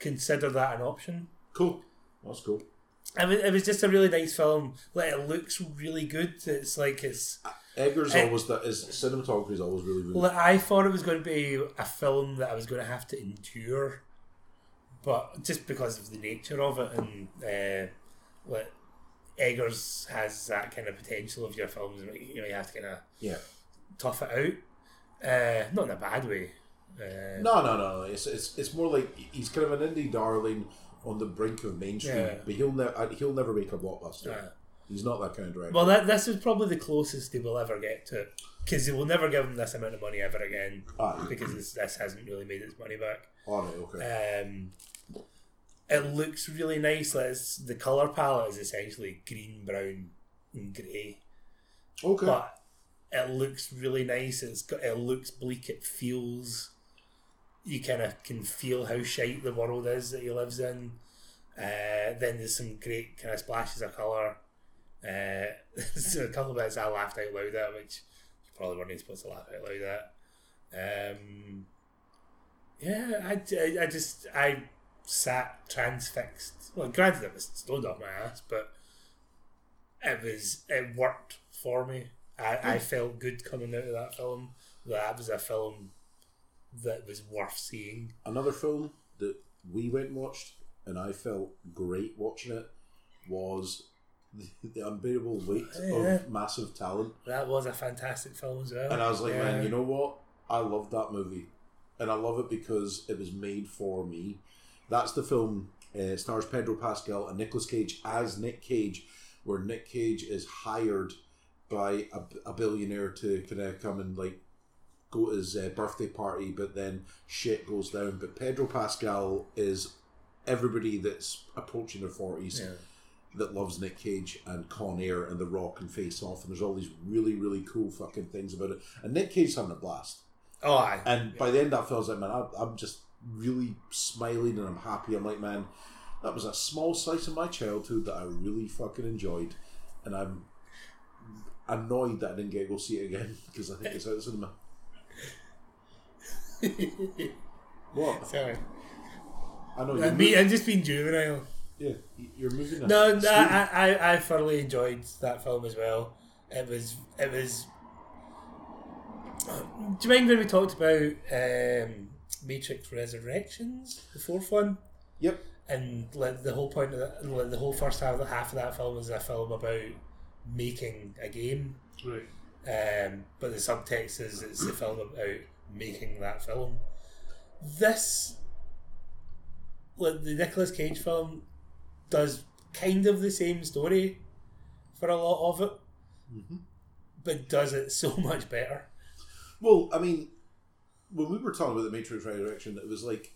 consider that an option. cool. That's cool. I mean, it was just a really nice film. Like it looks really good. It's like it's. Edgar's Eh. always that. His cinematography is always really really. Like, I thought it was going to be a film that I was going to have to endure, but just because of the nature of it and uh, like Eggers has that kind of potential of your films. You know, you have to kind of yeah. tough it out. Uh, not in a bad way. Uh, No, no, no. It's it's it's more like he's kind of an indie darling on the brink of mainstream, Yeah. but he'll never he'll never make a blockbuster. uh, He's not that kind of director. Well, that this is probably the closest they will ever get to it because they will never give them this amount of money ever again Aye. because this, this hasn't really made its money back. All right, okay. Um, it looks really nice. Like it's, the color palette is essentially green, brown, and grey, okay. but it looks really nice. It's got it looks bleak. It feels you kind of can feel how shite the world is that he lives in. Uh, then there's some great kind of splashes of color. Uh, *laughs* so a couple of bits I laughed out loud at, which you probably weren't supposed to laugh out loud at. Um, yeah, I, I, I just I sat transfixed. Well, granted, it was stoned off my ass, but it was it worked for me. I, Hmm. I felt good coming out of that film. That was a film that was worth seeing. Another film that we went and watched, and I felt great watching it, was *laughs* the, the unbearable weight Yeah. of massive talent. That was a fantastic film as well. And I was like, Yeah. man, you know what? I love that movie, and I love it because it was made for me. That's the film. Uh, stars Pedro Pascal and Nicolas Cage as Nick Cage, where Nick Cage is hired by a, a billionaire to kind of come and like go to his uh, birthday party, but then shit goes down. But Pedro Pascal is everybody that's approaching their forties Yeah. that loves Nick Cage and Con Air and The Rock and Face Off, and there's all these really, really cool fucking things about it. And Nick Cage's having a blast. Oh, aye. *laughs* And by the end, that feels like, man, I'm, I'm just really smiling and I'm happy. I'm like, man, that was a small slice of my childhood that I really fucking enjoyed, and I'm annoyed that I didn't get to go see it again *laughs* because I think it's out of the cinema. What? Sorry. I know Uh, you're Me, moving. I'm just being juvenile. Yeah, you're moving. Now. No, no Sweet. I, I, I thoroughly enjoyed that film as well. It was, it was. Do you mind when we talked about um, Matrix Resurrections, the fourth one, Yep. and like the whole point of that, like, the whole first half, half of that film was a film about making a game, Right. um, but the subtext is it's a film about making that film. This, like the Nicolas Cage film, does kind of the same story for a lot of it, but does it so *laughs* much better. Well, I mean, when we were talking about the Matrix Resurrection, it was like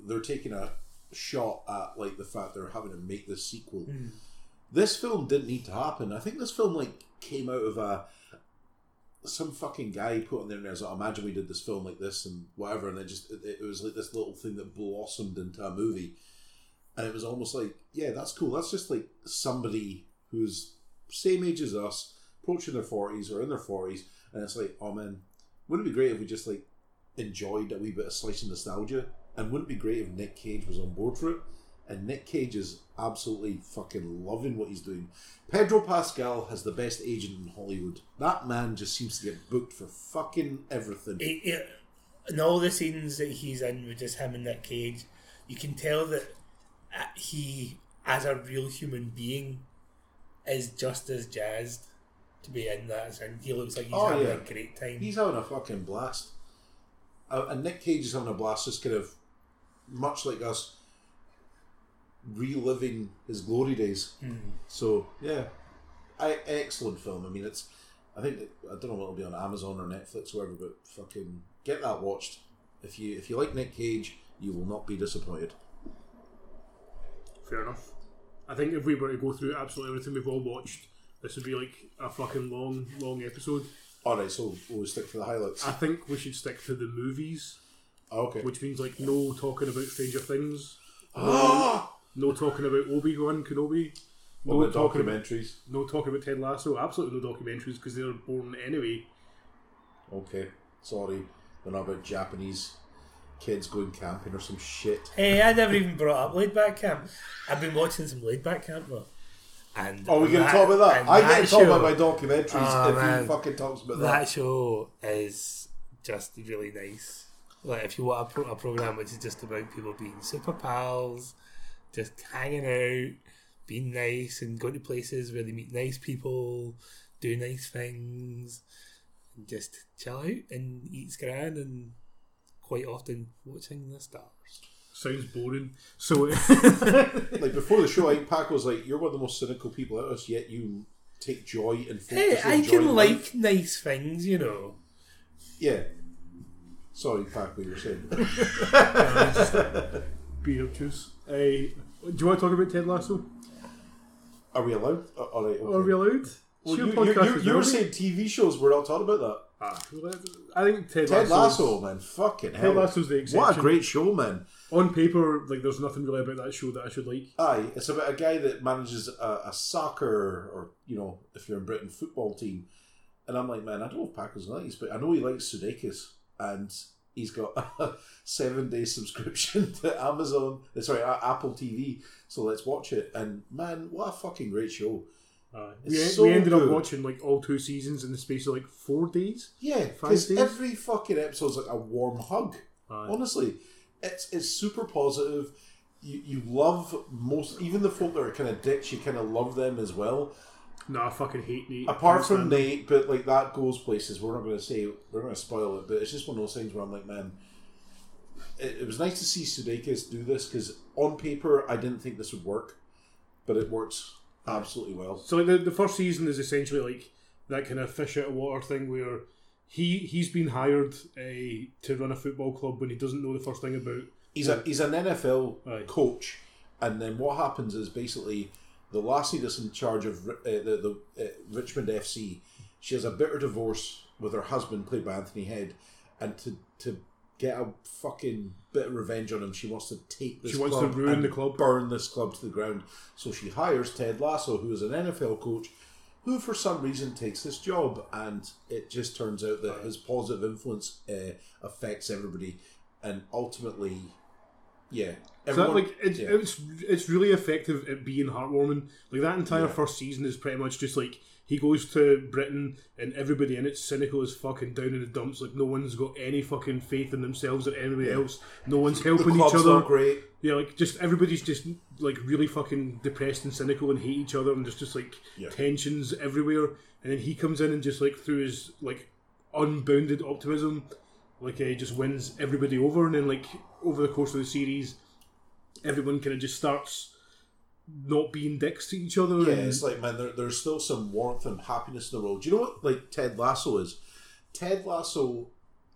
they're taking a shot at like the fact they're having to make this sequel. This film didn't need to happen. I think this film like came out of a some fucking guy put on there and was like, imagine we did this film like this and whatever, and it just it, it was like this little thing that blossomed into a movie, and it was almost like yeah, that's cool. That's just like somebody who's same age as us, approaching their forties or in their forties, and it's like oh man, wouldn't it be great if we just like enjoyed a wee bit of slice of nostalgia? And wouldn't it be great if Nick Cage was on board for it? And Nick Cage is absolutely fucking loving what he's doing. Pedro Pascal has the best agent in Hollywood. That man just seems to get booked for fucking everything. It, it, in all the scenes that he's in with just him and Nick Cage, you can tell that uh, he, as a real human being, is just as jazzed to be in that. And he looks like he's Oh, having yeah. a great time. He's having a fucking blast. Uh, and Nick Cage is having a blast, just kind of, much like us, reliving his glory days. Mm-hmm. So, yeah. I, excellent film. I mean, it's. I think it- I don't know what it'll be on Amazon or Netflix, wherever. But fucking get that watched. If you if you like Nick Cage, you will not be disappointed. Fair enough. I think if we were to go through absolutely everything we've all watched, this would be like a fucking long, long episode. All right, so we'll stick to the highlights. Ah, I think we should stick to the movies, Okay. Ah, *gasps* which means like no talking about Stranger Things, Oh, Ah! no talking about Obi Wan Kenobi, no Well, the talking about documentaries. no talking about Ted Lasso. Absolutely no documentaries because they're born anyway. Okay, sorry, they're not about Japanese kids going camping or some shit. Hey, I never even brought up laid back camp. I've been watching some laid back camp though. And Oh, we can that- talk about that. and I get to talk show- about my documentaries Oh, if man. you fucking talks about that. That show is just really nice. Like if you want a, pro- a program which is just about people being super pals, just hanging out, being nice, and going to places where they meet nice people, do nice things, and just chill out and eat grand and quite often watching the stars. Sounds boring. So *laughs* Like before the show, I think Paco was like, "You're one of the most cynical people out of us, yet you take joy and Hey, focus Eh, I on joy can in like life." nice things, you know. Yeah. Sorry, Paco, you were saying. be obtuse. Uh, do you want to talk about Ted Lasso? Are we allowed? Uh, all right. Okay. Are we allowed? Well, It's your you, you, podcast, you, it's you were yours. saying TV shows. We're not talking about that. Ah, well, I think Ted, Ted Lasso. Lasso, man, fucking hell. Ted Lasso's the exception. What a great show, man. On paper, like there's nothing really about that show that I should like. Aye, it's about a guy that manages a, a soccer or, you know, if you're in Britain, football team. And I'm like, man, I don't know if Paco's nice, but I know he likes Sudeikis. And he's got *laughs* a seven day subscription *laughs* to Amazon, uh, sorry, A- Apple TV. So let's watch it. And man, what a fucking great show. Uh, It's we, so we ended good. up watching like all two seasons in the space of like four days. Yeah, Five because days? every fucking episode's like a warm hug. Aye. Honestly, it's it's super positive. You, you love most, even the folk that are kind of dicks, you kind of love them as well. No, I fucking hate Nate. Apart Can't from stand Nate, but like that goes places. We're not going to say we're not going to spoil it, but it's just one of those things where I'm like, man, it, it was nice to see Sudeikis do this because on paper I didn't think this would work, but it works absolutely well. him. So like the, the first season is essentially like that kind of fish out of water thing where he he's been hired uh, to run a football club when he doesn't know the first thing about. He's a he's an NFL Aye. coach, and then what happens is basically the lassie that's in charge of Ri- uh, the, the uh, Richmond FC, she has a bitter divorce with her husband, played by Anthony Head, and to to get a fucking bit of revenge on him, she wants to take this. She wants to club ruin and the club. burn this club to the ground. So she hires Ted Lasso, who is an NFL coach, who for some reason takes this job, and it just turns out that his positive influence uh, affects everybody, and ultimately, yeah, So that, everyone, like it's, yeah. it's it's really effective at being heartwarming. Like that entire first season is pretty much just like he goes to Britain and everybody in it's cynical as fuck and down in the dumps. Like no one's got any fucking faith in themselves or anybody else. No one's the helping each club's other. not great. Yeah, like just everybody's just like really fucking depressed and cynical and hate each other and there's just like Yeah. tensions everywhere. And then he comes in and just like through his like unbounded optimism, like uh, just wins everybody over. And then like over the course of the series, everyone kind of just starts not being dicks to each other. Yeah, and- it's like man, there, there's still some warmth and happiness in the world. Do you know what like Ted Lasso is? Ted Lasso,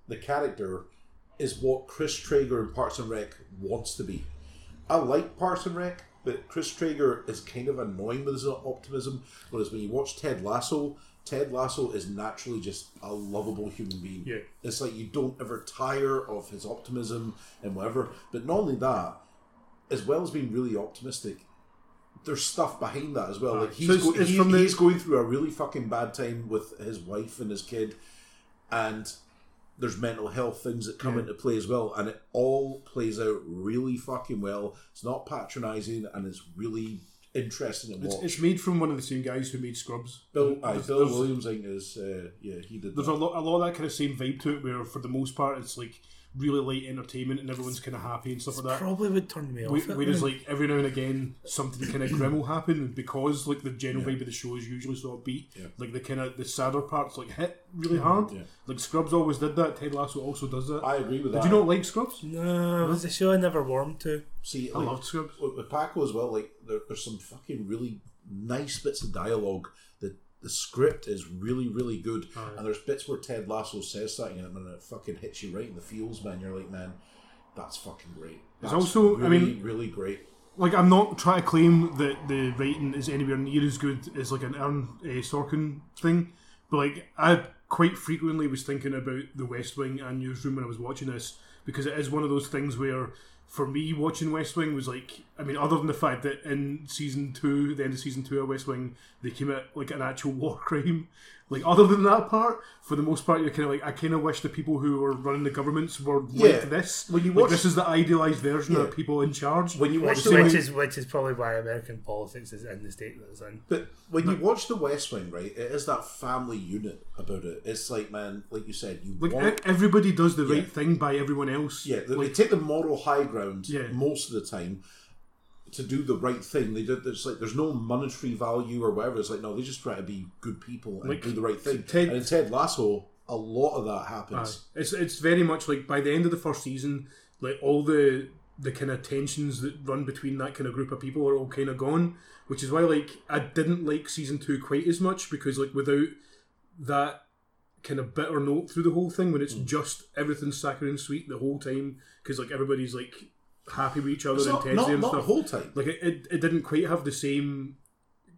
the character, is what Chris Traeger in Parks and Rec wants to be. I like Parks and Rec, but Chris Traeger is kind of annoying with his optimism. Whereas when you watch Ted Lasso, Ted Lasso is naturally just a lovable human being. Yeah. It's like you don't ever tire of his optimism and whatever. But not only that, as well as being really optimistic, there's stuff behind that as well. Like he's, So it's- go- it's he- from the- he's going through a really fucking bad time with his wife and his kid, and there's mental health things that come into play as well, and it all plays out really fucking well. It's not patronising, and it's really interesting to it's, watch. it's made from one of the same guys who made Scrubs. Bill, aye, There's- Bill there's- Williams, I think, is uh, yeah, he did. there's a that. lot, a lot of that kind of same vibe to it, where for the most part it's like really light entertainment and everyone's kind of happy and stuff like that. Probably would turn me off. We, it, whereas, man. like every now and again, something kind of grim will happen, and because like the general vibe of the show is usually sort of beat, like the kind of the sadder parts like hit really hard. yeah. Like Scrubs always did that. Ted Lasso also does that. I agree with that. Did you not like Scrubs? no, it was a show I never warmed to. See, I like, loved Scrubs. with, with Paco as well, like there, there's some fucking really nice bits of dialogue. The the script is really really good, Oh, and there's bits where Ted Lasso says something and it fucking hits you right in the feels, man. You're like, man, that's fucking great. That's also- I really, mean- really great. Like I'm not trying to claim that the writing is anywhere near as good as like an Aaron uh, Sorkin thing, but like I quite frequently was thinking about The West Wing and Newsroom when I was watching this because it is one of those things where. For me, watching West Wing was like, I mean, other than the fact that in season two, the end of season two of West Wing, they commit like an actual *laughs* war crime. Like, other than that part, for the most part, you're kind of like, I kind of wish the people who were running the governments were Yeah. like this. When you Like, watch- this is the idealized version Yeah. of people in charge. When you watch Which, the which West, is which is probably why American politics is in the state that it's in. but when you watch the West Wing, right, it is that family unit about it. It's like, man, like you said, you Like want e- everybody does the Yeah. right thing by everyone else. Yeah, they, like, they take the moral high ground Yeah. most of the time to do the right thing. They do, there's like there's no monetary value or whatever. It's like no, they just try to be good people and Like, do the right thing. Ted- and in Ted Lasso, a lot of that happens. it's it's very much like by the end of the first season, like all the the kind of tensions that run between that kind of group of people are all kind of gone, which is why like I didn't like season two quite as much because like without that kind of bitter note through the whole thing when Mm. it's just everything's saccharine sweet the whole time because like everybody's like happy with each other It's and not tensy not, and not the stuff. whole time. like it, it, it didn't quite have the same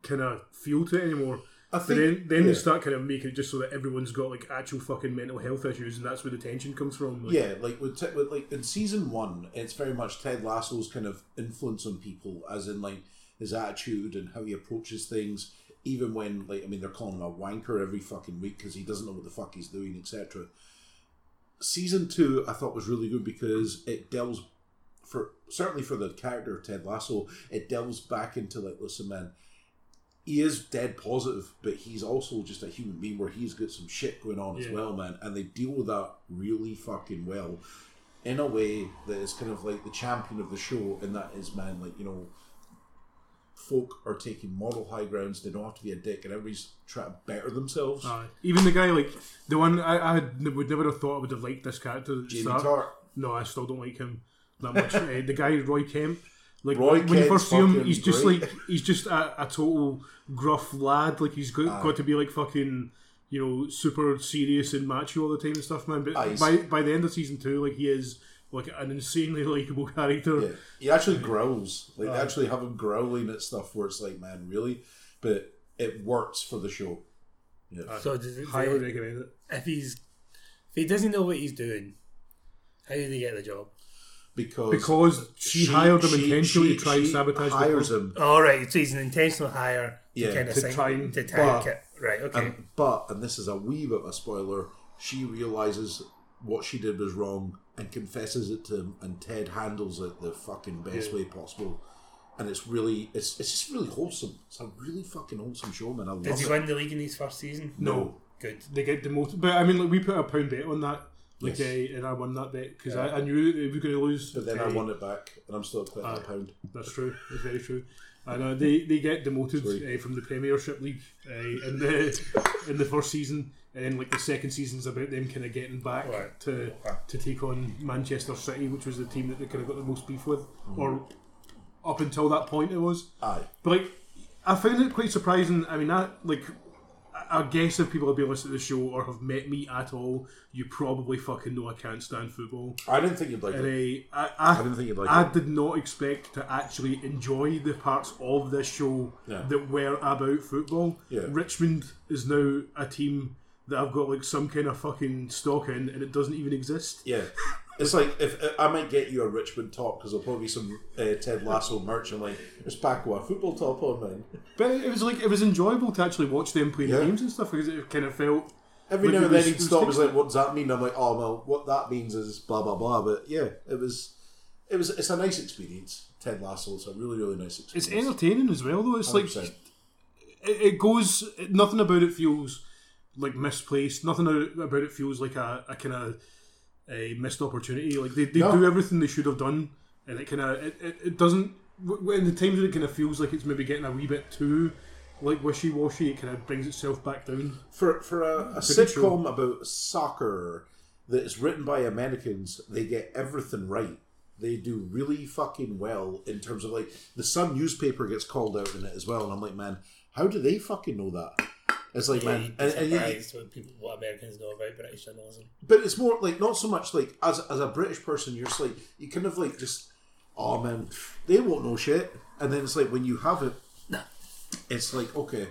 kind of feel to it anymore. I But think then, then yeah. they start kind of making it just so that everyone's got like actual fucking mental health issues, and that's where the tension comes from. Like, Yeah, like with, Ted- with like in season one, it's very much Ted Lasso's kind of influence on people, as in like his attitude and how he approaches things. Even when like I mean, they're calling him a wanker every fucking week because he doesn't know what the fuck he's doing, etc. Season two, I thought was really good because it delves for certainly for the character of Ted Lasso, it delves back into like listen, man. He is dead positive, but he's also just a human being where he's got some shit going on as Yeah. well, man. And they deal with that really fucking well in a way that is kind of like the champion of the show, and that is, man, like, you know, folk are taking moral high grounds, they don't have to be a dick, and everybody's trying to better themselves. Aye. even the guy like the one I, I had- would never have thought I would have liked this character. At the Jamie start. Tart. No, I still don't like him that much. *laughs* uh, the guy Roy Kemp. Like Roy when you Kent's first see him, fucking he's just great. like he's just a, a total gruff lad. Like he's got, got to be like fucking you know super serious and macho all the time and stuff, man. But Aye, he's- by by the end of season two, like he is like an insanely *laughs* likable character. Yeah. He actually growls. Like, they actually have him growling at stuff where it's like, man, really? But it works for the show. So does it, Highly recommend it. if he's if he doesn't know what he's doing, how did he get the job? Because. Because she, hired him intentionally to try and she sabotage the hires him. him All right, so he's an intentional hire yeah, kind of to thing try and- to tank but- it. Right, okay. And, but, and this is a wee bit of a spoiler, she realizes what she did was wrong and confesses it to him, and Ted handles it the fucking best way possible. And it's really, it's it's just really wholesome. It's a really fucking wholesome show, man. I love Did he it. win the league in his first season? No, Good. they get demoted. But I mean, like we put a pound bet on that, like, Yes. uh, and I won that bet because I, I knew that we were going to lose. but then I Uh, won it back, and I'm still at a pound. That's true. That's very true. I know they, they get demoted Sorry. uh, from the Premiership League uh, in the in the first season, and then like the second season's about them kind of getting back Right. to to take on Manchester City, which was the team that they kind of got the most beef with, Mm-hmm. or up until that point it was. Aye, But like, I find it quite surprising. I mean, that like, I- I guess if people have been listening to the show or have met me at all, you probably fucking know I can't stand football. I didn't think you'd like And it. I, I, I, I didn't think you'd like I did not expect to actually enjoy the parts of this show Yeah. that were about football. Yeah. Richmond is now a team that I've got like some kind of fucking stock in, and it doesn't even exist. Yeah. It's like if I might get you a Richmond top because there'll probably be some uh, Ted Lasso merch and like there's Paco a football top on man. But it was like it was enjoyable to actually watch them play Yeah. the games and stuff because it kind of felt. Every Like, now it and then was- it he'd was stop. He's different. like, "What does that mean?" I'm like, "Oh well, what that means is blah blah blah." But yeah, it was, it was. It's a nice experience. Ted Lasso is a really really nice It's experience. entertaining as well, though. It's like 100%. it, it goes. Nothing about it feels like misplaced. Nothing a- about it feels like a, a kind of a missed opportunity. Like they, they No. do everything they should have done, and it kind of it, it, it doesn't. w- w- In the times when it kind of feels like it's maybe getting a wee bit too like wishy washy, it kind of brings itself back down. for for a, a Pretty true. sitcom about soccer that is written by Americans, they get everything right. They do really fucking well in terms of like the Sun newspaper gets called out in it as well, and I'm like, man, how do they fucking know that? It's like, Yeah, man, you'd be and, and you- surprised what people, what Americans know about British journalism. but it's more like not so much like as as a British person, you're just like you kind of like just, oh man, they won't know shit, and then it's like when you have it, it's like okay,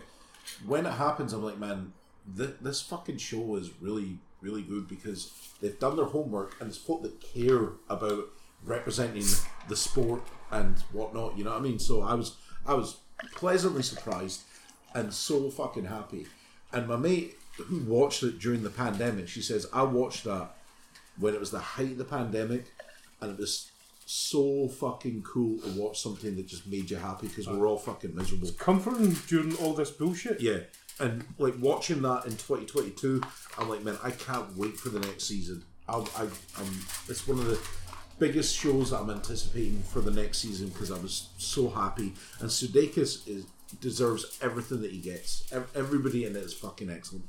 when it happens, I'm like man, th- this fucking show is really really good because they've done their homework and it's folk that care about representing the sport and whatnot. You know what I mean? So I was I was pleasantly surprised and so fucking happy. And my mate who watched it during the pandemic, she says, I watched that when it was the height of the pandemic and it was so fucking cool to watch something that just made you happy because we're all fucking miserable. Comforting during all this bullshit. Yeah. And like watching that in 2022, I'm like, man, I can't wait for the next season. I'll, I, I'm, it's one of the biggest shows that I'm anticipating for the next season because I was so happy. And Sudeikis is deserves everything that he gets. Ev- Everybody in it is fucking excellent.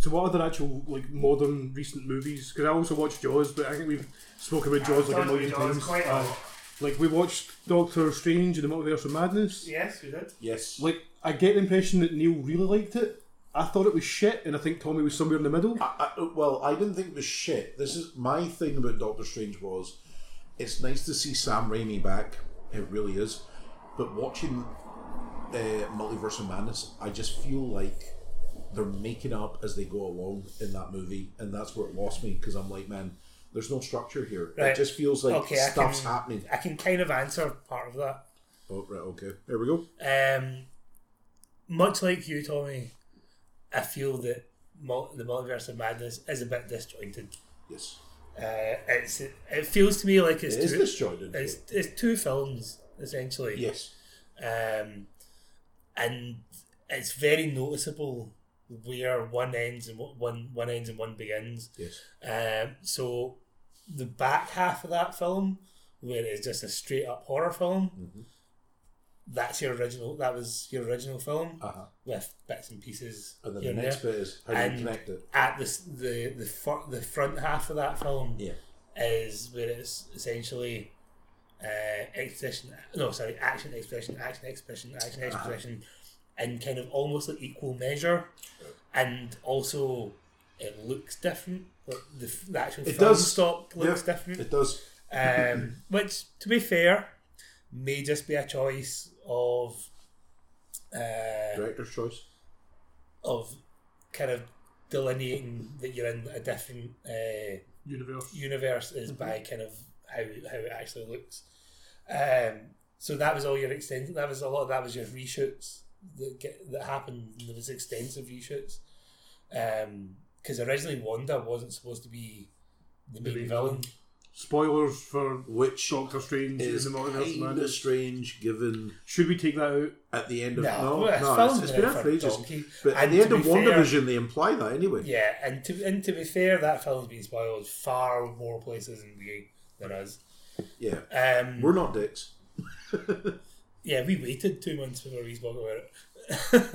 So what other actual like modern recent movies? Because I also watched Jaws, but I think we've spoken about Jaws like a million times. Uh, like we watched Doctor Strange and the Multiverse of Madness. Yes, we did. Yes. Like I get the impression that Neil really liked it. I thought it was shit, and I think Tommy was somewhere in the middle. I, I- well, I didn't think it was shit. This is my thing about Doctor Strange was, it's nice to see Sam Raimi back. It really is. But watching uh, Multiverse of Madness, I just feel like they're making up as they go along in that movie, and that's where it lost me because I'm like, man, there's no structure here. It Right. just feels like Okay, I stuff's can- happening. I can kind of answer part of that. Oh right, okay, there we go. Um, much like you, Tommy, I feel that mul- the multiverse of madness is a bit disjointed. Yes, Uh, it's it feels to me like it's it is two, disjointed. it's, it's two films essentially. Yes, Um, and it's very noticeable where one ends and what one one ends and one begins. yes, Um, so the back half of that film, where it's just a straight up horror film, Mm-hmm. that's your original. That was your original film Uh-huh. with bits and pieces. and then here the next there. bit is how do you And connect it? At the s- the the, fir- the front half of that film Yeah, is where it's essentially uh, expression. No, sorry, action expression, action expression, Ah. action expression, in kind of almost like equal measure, and also it looks different. Like the, f- the actual It film does. stock looks Yeah, different. It does. Um, which, to be fair, may just be a choice of uh, Director's choice. of kind of delineating that you're in a different uh, Universe. universe is by kind of how how it actually looks. Um, so that was all your extension. That was a lot of that was your reshoots that get, that happened in those extensive reshoots. Because originally Wanda wasn't supposed to be the main main villain. Spoilers for Which Doctor Strange in is the Multiverse of kind of Madness. strange given Should we take that out? at the end of Oh, No, no, no, it's it's, filmed it's been there out for for ages. donkey. But at And the end to of be fair- WandaVision, they imply that anyway. Yeah, and to and to be fair, that film's been spoiled far more places in the game than us. Yeah. Um, We're not dicks. yeah, we waited two months before we spoke about it.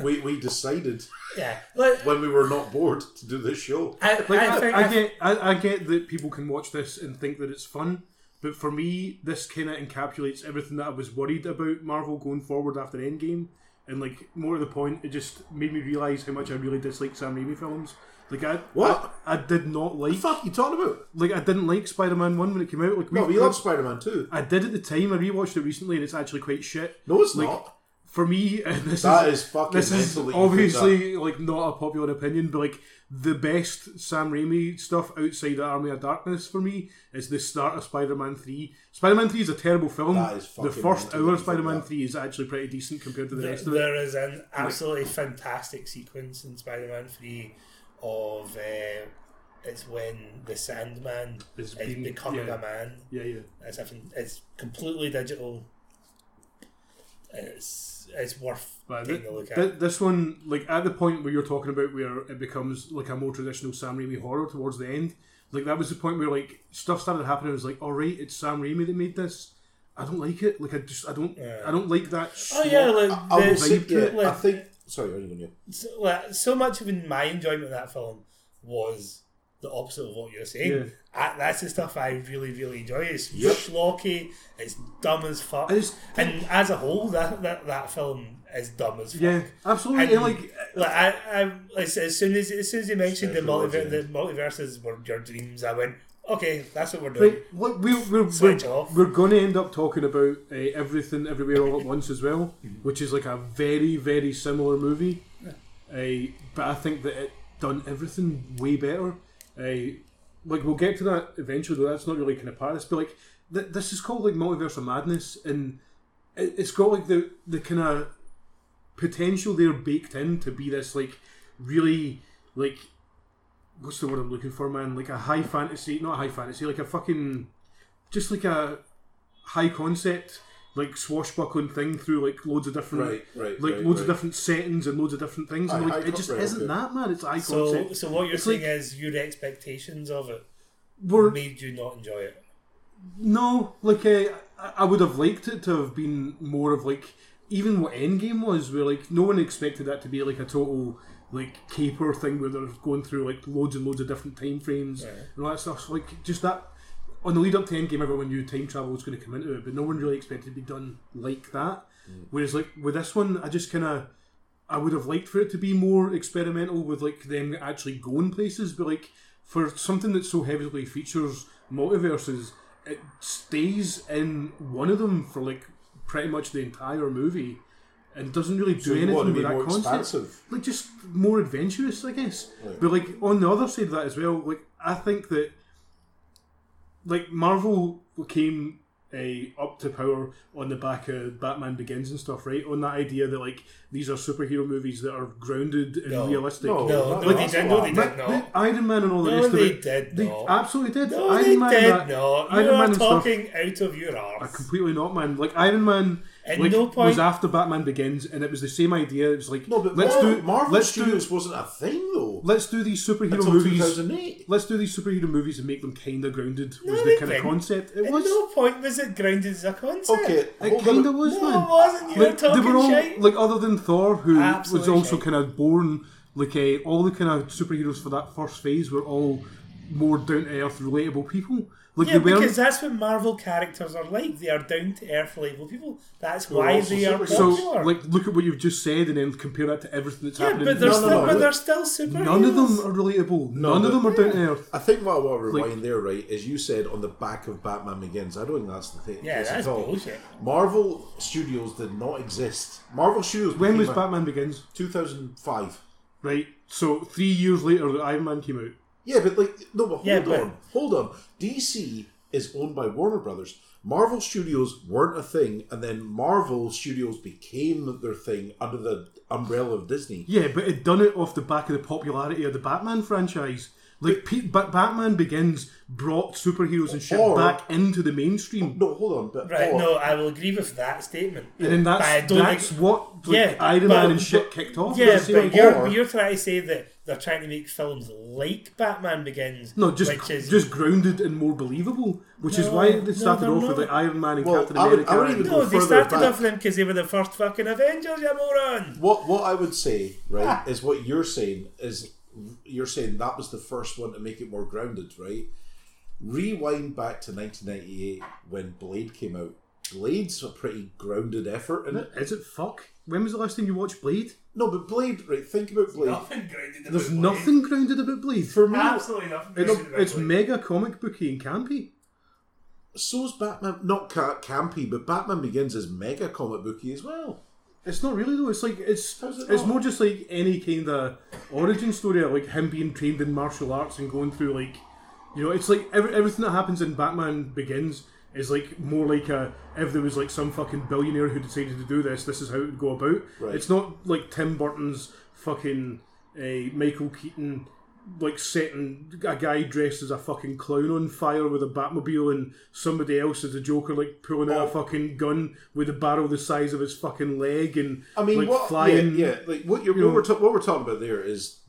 We, we decided yeah, like, when we were not bored to do this show. I, Like, I, I, think, I get, I, I get that people can watch this and think that it's fun, but for me, this kind of encapsulates everything that I was worried about Marvel going forward after Endgame, and like more to the point, it just made me realize how much I really dislike Sam Raimi films. Like I, What? I, I did not like, The fuck you talking about? like I didn't like Spider Man One when it came out. Like we, No, we love Spider Man too. I did at the time. I rewatched it recently, and it's actually quite shit. No, it's Like, not. For me, *laughs* and this That is is fucking this is mental that you put that. obviously like not a popular opinion, but like the best Sam Raimi stuff outside of Army of Darkness for me is the start of Spider-Man Three. Spider-Man Three is a terrible film. That is the fucking first hour mental that of you put Spider-Man that. Three is actually pretty decent compared to the there, rest of it. there is an absolutely fantastic sequence in Spider-Man Three of uh, it's when the Sandman Is is, being- becoming yeah. a man. Yeah, yeah. It's a, fan- it's completely digital. And it's it's worth But taking thi- a look at. thi- this one, like at the point where you're talking about where it becomes like a more traditional Sam Raimi horror towards the end, like that was the point where like stuff started happening. It was like, all right, it's Sam Raimi that made this. I don't like it. Like I just, I don't, I don't like that. oh yeah, like, I, I will the- say, yeah, like, I think. Sorry, are you going to? so, like, so much of in my enjoyment of that film was the opposite of what you're saying. Yeah. I, that's the stuff I really, really enjoy. It's Yep. schlocky. It's dumb as fuck. I just- and as a whole, that, that that film is dumb as fuck. Yeah, absolutely. And, and like, like I, I as, as soon as as soon as you mentioned the, Special multiver- legend. the multiverses were your dreams, I went, okay, that's what we're doing. Right, what we, we're, Switch we're, off. we're going to end up talking about uh, everything, everywhere, all at once as well, Mm-hmm. which is like a very, very similar movie. Uh, but I think that it done everything way better. Uh, like we'll get to that eventually, though. That's not really kind of part of this. But like th- this is called like Multiverse of Madness, and it, it's got like the the kind of potential there baked in to be this like really like what's the word I'm looking for, man? Like a high fantasy, not high fantasy, like a fucking, just like a high concept, like swashbuckling thing through like loads of different, Right, right, like right, loads of right. different settings and loads of different things. And Aye, like, high it just concept, isn't okay. that, man. It's high so, concept. so what you're It's saying like- is your expectations of it We're made you not enjoy it. no, like uh, I I would have liked it to have been more of like even what Endgame was, where like no one expected that to be like a total like caper thing where they're going through like loads and loads of different time frames and all that stuff. So, like just that on the lead up to Endgame, everyone knew time travel was going to come into it, but no one really expected it to be done like that. Mm. Whereas like with this one, I just kind of I would have liked for it to be more experimental with like them actually going places, but like for something that so heavily features multiverses, it stays in one of them for like pretty much the entire movie, and doesn't really do you anything want to with be that more concept. expansive? Like just more adventurous, I guess. But like on the other side of that as well, like I think that like Marvel came uh, up to power on the back of Batman Begins and stuff, right? On that idea that like these are superhero movies that are grounded and No. realistic. No. No, Oh, no, they that's did. a No, lie. they But did not. the Iron Man and all the No, rest of they it. did they not. absolutely did. No, Iron they Man did and that- not. Iron You Man are and stuff. talking out of your arse. Completely not, man. Like Iron Man, At like, no point- was after Batman Begins, and it was the same idea. It was like, No, but let's Marvel, do Marvel let's Studios do wasn't a thing though let's do these superhero until movies. 2008. Let's do these superhero movies and make them kind of grounded. No, was they the kind of didn't. concept it At was? no point was it grounded as a concept. Okay, It hold on a- kind of was, No, man. it wasn't. You were Like, talking they were all shite. like, other than Thor, who Absolute was also shite. kind of born. Like eh, all the kind of superheroes for that first phase were all more down to earth, relatable people. Like yeah, they weren't. because that's what Marvel characters are like. They are down to earth label people. That's are why also they are superheroes. so, popular. like, look at what you've just said, and then compare that to everything that's yeah, happening. but they're No, no, still, no, but look. they're still superheroes. None of them are relatable. None of but- them are down to earth. I think what I want to rewind there, right, is you said on the back of Batman Begins. I don't think that's the thing. Yeah, case that's at all. bullshit. Marvel Studios did not exist. Marvel Studios. When was became a- Batman Begins? 2005. Right. So three years later, the Iron Man came out. Yeah, but like no, but hold Yeah, but- on, hold on. DC is owned by Warner Brothers. Marvel Studios weren't a thing, and then Marvel Studios became their thing under the umbrella of Disney. Yeah, but it done it off the back of the popularity of the Batman franchise. Like Pete, ba- Batman Begins brought superheroes and shit Or- back into the mainstream, No, hold on, but Right, or- no, I will agree with that statement. and then that's But I don't that's think- what like, Yeah, Iron but- Man and shit kicked off. Yeah, See what but I'm- you're, or- you're trying to say that they're trying to make films like Batman Begins. No, just which is, just grounded and more believable, which is why No, they started no, off no. with like Iron Man and Well, Captain I would- America. I would and- even- no, they further started back. off them because they were the first fucking Avengers, you moron. What what I would say, right, is what you're saying is you're saying that was the first one to make it more grounded, right? Rewind back to 1998 when Blade came out. Blade's a pretty grounded effort in it. Is it fuck? When was the last time you watched Blade? No, but Blade, right? Think about Blade. Nothing grounded. There's nothing grounded about Blade. For me, Absolutely nothing. It's, grounded about it's Blade. mega comic booky and campy. so's Batman. Not ca- campy, but Batman Begins is mega comic booky as well. It's not really though. It's like it's How's it it's not? more just like any kind of origin story, like him being trained in martial arts and going through like, you know, it's like every, everything that happens in Batman Begins is like more like a if there was like some fucking billionaire who decided to do this, this is how it would go about. Right. It's not like Tim Burton's fucking uh, Michael Keaton like setting a guy dressed as a fucking clown on fire with a Batmobile and somebody else as a Joker like pulling out a fucking gun with a barrel the size of his fucking leg and I mean, like what? flying yeah, yeah, like what you're you what we're, know- ta- what we're talking about there is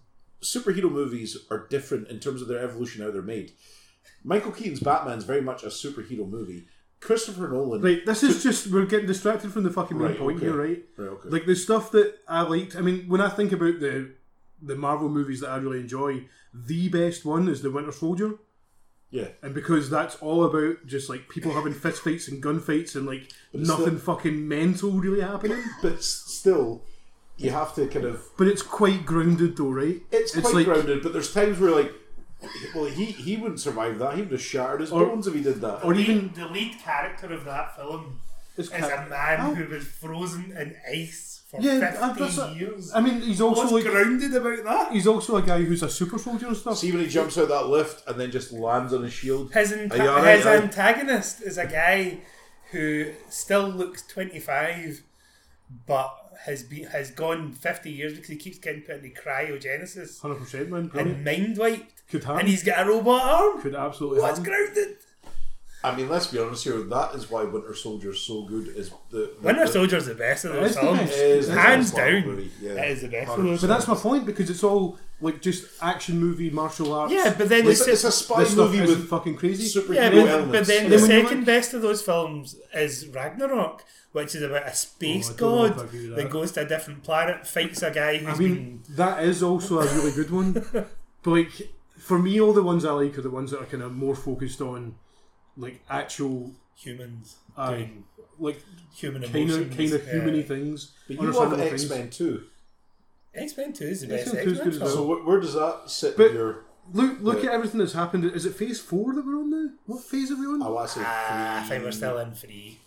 superhero movies are different in terms of their evolution how they're made. Michael Keaton's Batman's very much a superhero movie. Christopher Nolan, Right, this is just we're getting distracted from the fucking main Right, point okay. here, right? Right, okay. Like the stuff that I liked. I mean, when I think about the the Marvel movies that I really enjoy, the best one is the Winter Soldier, yeah, and because that's all about just like people having fistfights and gunfights and like it's nothing the- fucking mental really happening. *laughs* but s- still, you have to kind of But it's quite grounded though, right? it's, quite like grounded. But there's times where like, well, he he wouldn't survive that. He would have shattered his bones if he did that. or even the lead character of that film it's is a ca- man How- who was frozen in ice for yeah, that's 15 a- years. I mean, he's also What's like grounded about that? he's also a guy who's a super soldier and stuff. See when he jumps out that lift and then just lands on his shield. His, Are you anta- all right? his Aye. antagonist is a guy who still looks 25, but has be- has gone 50 years because he keeps getting put into cryogenesis Hundred percent, man. Brilliant. and mind wiped, Could happen. and he's got a robot arm. Could absolutely. What's happen. grounded? I mean, let's be honest here. That is why Winter Soldier's so good. Is the, the Winter the- Soldier's the best of those It's the films. best. is the Hands best Marvel down. movie, Yeah. That is the best. But that's my point because it's all like just action movie, martial arts. Yeah, but then It's, the it's se- a spy this stuff movie isn't with fucking crazy. superhero yeah, but, elements. but then And the then when you second look- best of those films is Ragnarok, which is about a space Oh, I don't know if I god agree with that that. goes to a different planet, fights a guy who's I mean, that is also a really good *laughs* one. but like for me, all the ones I like are the ones that are kind of more focused on like actual, been humans uh, doing like human kind emotions. of kind of humany things. But you love understandable things. X Men too. X Men Two is the best X-Men X 2 is Men good as film. So where, where does that sit But- in your? Look, look Yeah. at everything that's happened. Is it Phase Four that we're on now? What phase are we on? I want to say three. Ah, I think we're still in three.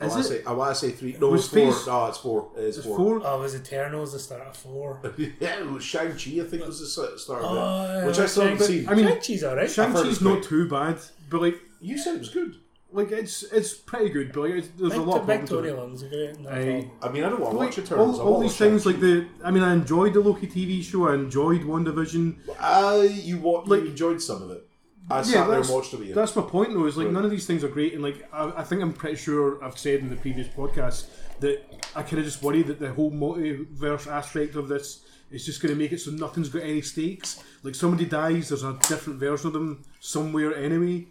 I Is want to it? say I want to say three. No, Was it's four. Phase- No, it's four. It's It's four. Uh, four. Oh, it was Eternals the start of four. *laughs* yeah, it was Shang Chi. I think was the s- start of Oh, it, which I still haven't Shang- seen. I mean, Shang-Chi's alright. Shang heard it's Chi's not great. too bad, but like You said it was good. like it's it's pretty good. But like it's, there's a lot of problems. with it. Victoria Long's a great. in that Aye. film. I mean, I don't want to Like, watch Eternals. all, I all wanna these watch things Shang-Chi. like the I mean I enjoyed the Loki TV show I enjoyed WandaVision Uh, you wa- Like- you enjoyed some of it. I Yeah, sat there and that's- watched it with you. that's my point though is like none of these things are great and like I, I think I'm pretty sure I've said in the previous podcast that I kind of just worry that the whole multiverse aspect of this is just going to make it so nothing's got any stakes like somebody dies there's a different version of them somewhere anyway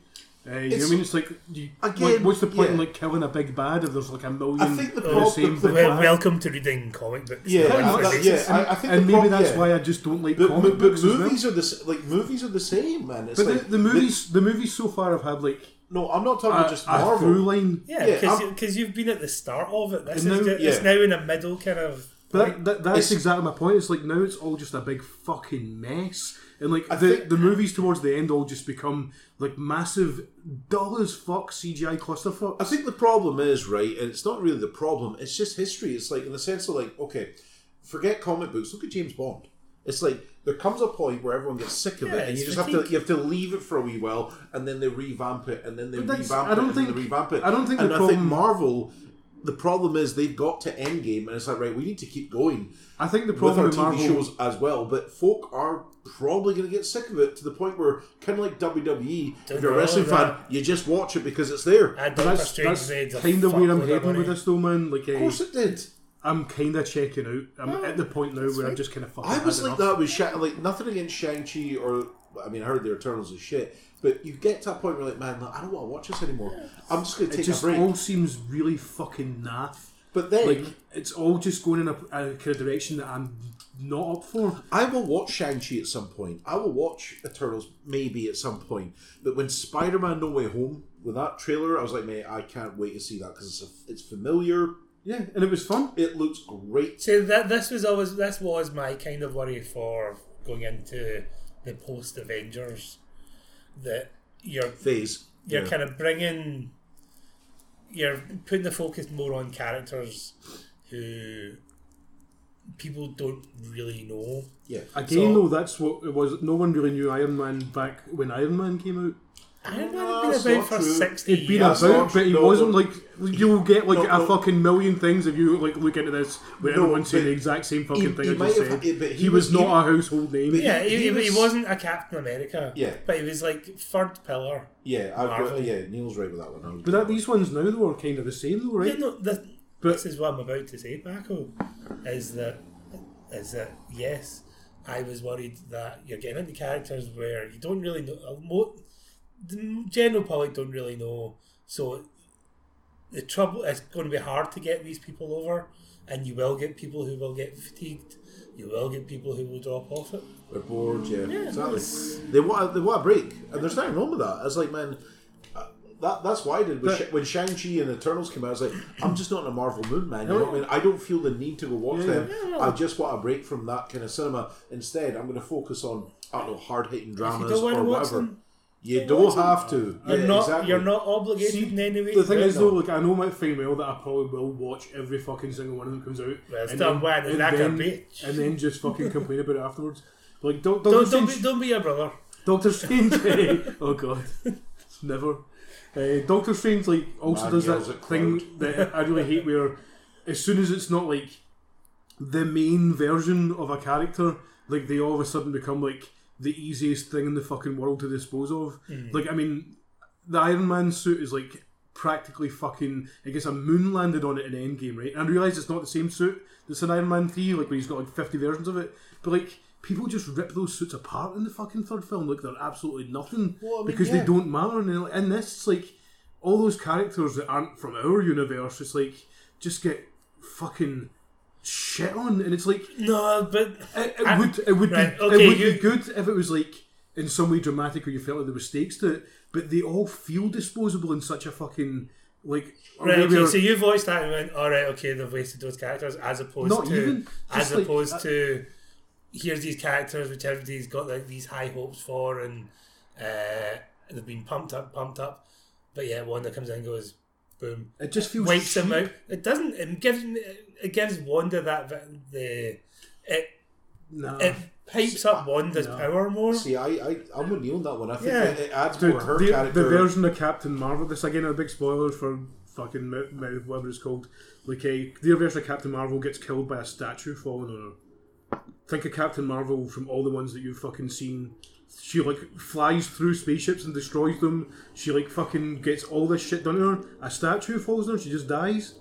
uh, you know what I mean? It's like, you, Again, like, what's the point in yeah. like killing a big bad if there's like a million? I think the of prob- same the- big Well, bad? welcome to reading comic books. Yeah, Like, I- that- this yeah, is- I, I think and the maybe prob- that's yeah. why I just don't like But, comic but, books. as well. movies are the s- like movies are the same, man. It's But like the, the movies, the movies so far have had like no, I'm not talking a, about just a through Marvel. Uh, line. Yeah, Yeah, because I'm- because you've been at the start of it. This is And now- ju- it's yeah. now in a middle kind of. But that, that, It's- that's exactly my point. It's like now it's all just a big fucking mess, and like I the, think- the movies towards the end all just become like massive dull as fuck CGI clusterfucks. I think the problem is right, and it's not really the problem. It's just history. It's like in the sense of like, okay, forget comic books. Look at James Bond. It's like there comes a point where everyone gets sick of Yeah, it, and it's you just have fatigue. to you have to leave it for a wee while, and then they revamp it, and then they But that's- revamp I it, don't and then think- they revamp it. I don't think And the I problem- think Marvel. The problem is they've got to Endgame, and it's like right, we need to keep going I think the with problem our with, TV Marvel shows as well. But folk are probably going to get sick of it to the point where, kind of like WWE, if you're a really wrestling fan, that. you just watch it because it's there. And But Doctor that's, Strange that's made a kind of where I'm fuckload of heading money. with this, though, man. Like, Of eh, course, it did. I'm kind of checking out. I'm at the point now where I'm just kind of fucking. I was had like enough. that with Sha- like nothing against Shang Chi or I mean I heard the Eternals is shit, but you get to a point where you're like, man, look, I don't want to watch this anymore. I'm just going to It take just a break. all seems really fucking naff. but then Like, it's all just going in a, a kind of direction that I'm not up for. I will watch Shang Chi at some point. I will watch Eternals maybe at some point. But when Spider Man No Way Home with that trailer, I was like, mate, I can't wait to see that because it's a, it's familiar. Yeah, and it was fun. It looks great. See that this was always this was my kind of worry for going into the post Avengers that you're Phase. you're Yeah. kind of bringing you're putting the focus more on characters who people don't really know. yeah. Again, So- though, that's what it was. No one really knew Iron Man back when Iron Man came out. Iron No, Man had that's been Ah, not about for true. sixty It'd been That's years. about, not- but he no, wasn't no. like you'll get like No, a no. fucking million things if you like look into this where No, everyone's saying but the exact same fucking he- thing he I might just have- said. yeah, but he, he was, was- not he- a household name. but yeah, he, He he, was- wasn't a Captain America. Yeah. But he was like third pillar. Yeah, I've Marvel. got, yeah, Neil's right with that one. I would- But that, these ones now though are kind of the same though, right? Yeah, no, the, But- this is what I'm about to say, Marco. Is that is that yes? I was worried that you're getting into characters where you don't really know. uh, Mo, the general public don't really know, so the trouble it's going to be hard to get these people over, and you will get people who will get fatigued. You will get people who will drop off it. We're bored, yeah. exactly. it's- They want a, they want a break, and there's nothing wrong with that. It's like, man, uh, that that's what I did But- with Sha- when Shang Chi and Eternals came out. I was like, I'm just not in a Marvel mood, man. You know what I mean? I don't feel the need to go watch them. I just want a break from that kind of cinema. Instead, I'm going to focus on I don't know hard hitting dramas don't wanna or watch whatever. them, You don't have to. You're yeah, not exactly. you're not obligated in any way. The thing to is do though, it. like I know my fine well that I probably will watch every fucking single one of them comes out. Well, stop whining like a bitch. and then just fucking complain about it afterwards. Like don't don't don't be, don't be a brother. Doctor Strange. *laughs* oh god, never. Uh, Doctor Strange like also Man does yells that at thing that I really hate, where as soon as it's not like the main version of a character, like they all of a sudden become like the easiest thing in the fucking world to dispose of. Like I mean, the Iron Man suit is like practically fucking. I guess a moon landed on it in Endgame, right? And I realise it's not the same suit that's in Iron Man three, like where he's got like fifty versions of it. But like people just rip those suits apart in the fucking third film, like they're absolutely nothing Well, I mean, because yeah. they don't matter. And, then, like, in this, it's like all those characters that aren't from our universe, it's like just get fucking shit on, and it's like No, but it, it I- would it would right, be okay, it would you- be good if it was like in some way dramatic or you felt like there were stakes to it, but they all feel disposable in such a fucking like Right, where- okay, so you've watched that and went, all right, okay, they've wasted those characters, as opposed Not to, even, as just like uh, opposed that- to, here's these characters which everybody's got like these high hopes for, and uh, they've been pumped up, pumped up, but yeah, one that comes in and goes, boom, it just feels wipes them cheap. out. It doesn't. It gives it gives Wanda that vi- the it Nah. it pipes up Wanda's power more. See, I, I I'm with Neil on that one. I think Yeah. it, it adds Dude, more her the, character. the version of Captain Marvel. This again, a big spoiler for fucking mouth, mouth whatever it's called. Like, a, their version of Captain Marvel gets killed by a statue falling on her. Think of Captain Marvel from all the ones that you've fucking seen. She like flies through spaceships and destroys them. She like fucking gets all this shit done to her. A statue falls on her. She just dies.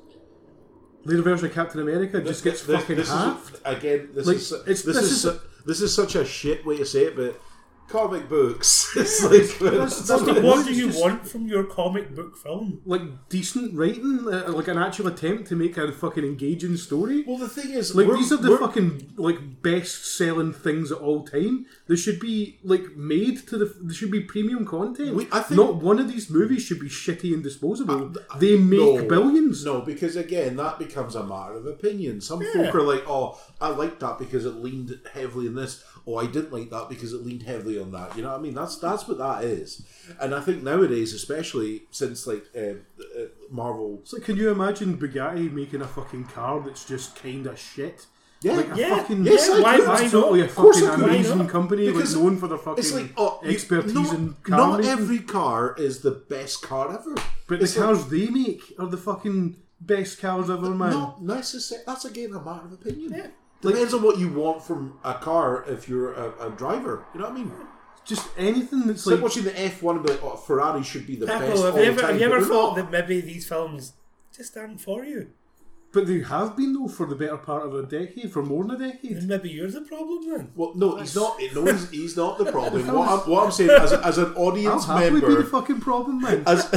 Later version of Captain America just gets This- fucking this halved. Is, again, this Like, is su- it's- this, this is, is- su- this is such a shit way to say it, but comic books. *laughs* It's like that's- *laughs* that's *laughs* But the what do it's you just- want from your comic book film? like decent writing, uh, like an actual attempt to make a fucking engaging story. well, the thing is, Like we're- these are the we're- fucking like best selling things at all time. They should be like made to the. They should be premium content. We- I think- Uh, Not one of these movies should be shitty and disposable. they make No. billions. No, because again, that becomes a matter of opinion. Some folk are like, "Oh, I liked that because it leaned heavily on this. Oh, I didn't like that because it leaned heavily on that." You know what I mean? That's that's what that is. And I think nowadays, especially since like uh, uh, Marvel It's like, can you imagine Bugatti making a fucking car that's just kind of shit? Yeah. Like a Yeah. fucking Yes, I why- could. why that's totally a Of course fucking I could. Why amazing not? company, like Because known for their fucking It's like oh, you- expertise not, in car not making. every car is the best car ever. But the It's like- cars they make are the fucking best cars ever, man. Not necessarily. That's again a matter of opinion. Depends on what you want from a car if you're a, a driver. You know what I mean? Just anything that's It's like like watching the F1 and be like, oh, Ferrari should be the best. Peppo, have all you the ever, time, have you but ever they're thought not. that maybe these films just aren't for you? But they have been though for the better part of a decade, for more than a decade. Then maybe you're the problem then. Well, no, he's not. No, he's, he's not the *laughs* problem. what, I'm, what I'm saying, as, a- as an I'll audience happily be member, the fucking problem, man. as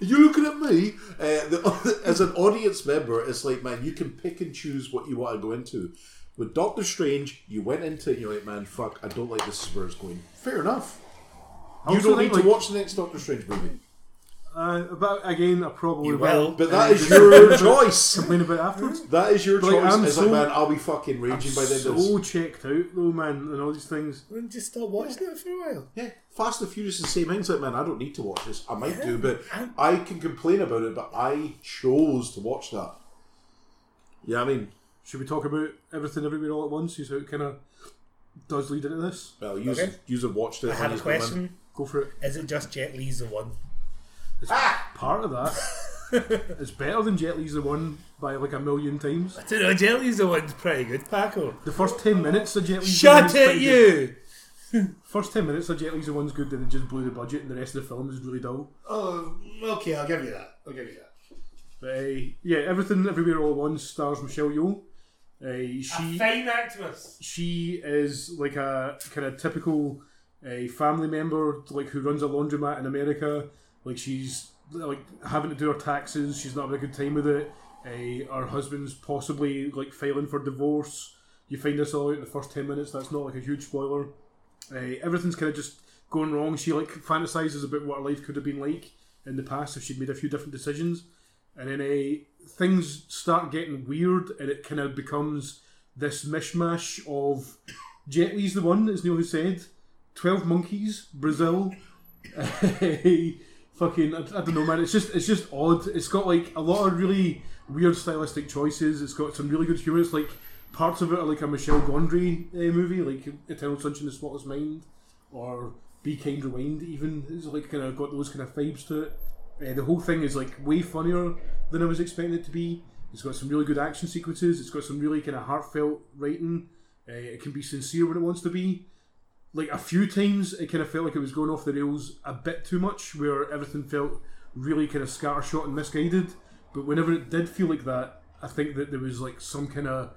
you're looking at me, uh, the, *laughs* as an audience member, it's like, man, you can pick and choose what you want to go into. With Doctor Strange, you went into it, and you're like, man, fuck, I don't like this is where it's going. Fair enough. You also don't think, need to like- watch the next Doctor Strange movie. Uh, but again, I probably You will. But Uh, that is your choice. complain about it afterwards. That is your Like, choice. I'm it's so- like, man, I'll be fucking raging by the end of this. So checked out though, man, and all these things. Then just stop watching it for a while. Yeah, Fast and Furious is the same thing. It's like, man, I don't need to watch this. I might do, but I'm- I can complain about it, but I chose to watch that. Yeah, I mean, Should we talk about everything everywhere all at once? See how it kind of does lead into this. well, you Okay. you have watched it. I had a question. Go for it. Is it just Jet Li's the one? Part of that. *laughs* it's better than Jet Li's the one by like a million times. I don't know, Jet Li's the one's pretty good, Paco. The first ten minutes of Jet Li's the One Shut is it, pretty good. you! First ten minutes of Jet Li's the one's good. Then it just blew the budget, and the rest of the film is really dull. Oh, okay, I'll give you that. I'll give you that. But uh, yeah, everything everywhere all at once stars Michelle Yeoh. Uh, she fine actress. she is like a kind of typical a family member like who runs a laundromat in America. Like she's like having to do her taxes. She's not having a good time with it. Uh, her husband's possibly like filing for divorce. You find this all out in the first ten minutes. That's not like a huge spoiler. Uh, everything's kind of just going wrong. She like fantasizes about what her life could have been like in the past if she'd made a few different decisions. And then uh, things start getting weird, and it kind of becomes this mishmash of Jet Li's the one, as Neil has said, 12 Monkeys, Brazil, *laughs* eh, fucking, I, I don't know, man. It's just, it's just odd. It's got like a lot of really weird stylistic choices. It's got some really good humour. It's like parts of it are like a Michelle Gondry uh, movie, like Eternal Sunshine of the Spotless Mind, or Be Kind Rewind. Even it's like kind of got those kind of vibes to it. Uh, the whole thing is like way funnier than I was expecting it to be. It's got some really good action sequences. It's got some really kind of heartfelt writing. Uh, it can be sincere when it wants to be. Like a few times, it kind of felt like it was going off the rails a bit too much, where everything felt really kind of scattershot and misguided. But whenever it did feel like that, I think that there was like some kind of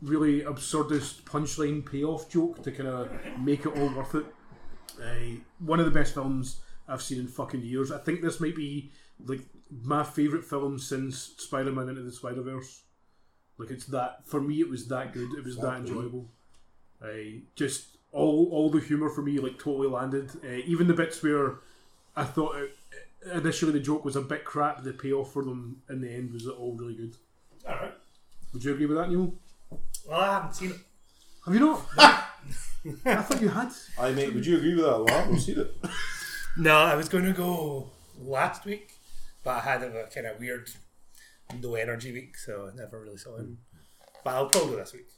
really absurdist punchline payoff joke to kind of make it all worth it. Uh, one of the best films I've seen in fucking years. I think this might be like my favorite film since Spider Man Into the Spider Verse. Like it's that for me, it was that good. It was that enjoyable. I just all all the humor for me like totally landed. Uh, even the bits where I thought it, initially the joke was a bit crap, the payoff for them in the end was all really good. Alright. Would you agree with that, Neil? Well, I haven't seen it. Have you not? *laughs* I thought you had. I mate, would you agree with that? Well, I've seen it. No, I was going to go last week, but I had a kind of weird no energy week, so I never really saw it. But I'll probably go this week.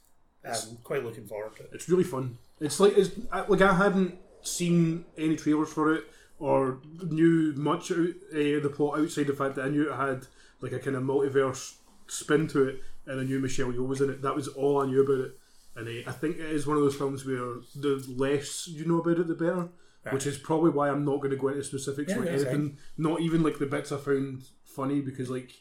I'm quite looking forward to it. It's really fun. It's like it's I- like I hadn't seen any trailers for it or knew much out, uh, the plot outside the fact that I knew it had like a kind of multiverse spin to it, and I knew Michelle Yeoh was in it. That was all I knew about it. And uh, I think it is one of those films where the less you know about it, the better. Which is probably why I'm not going to go into specifics Yeah, or that's anything. Not even like the bits I found funny because like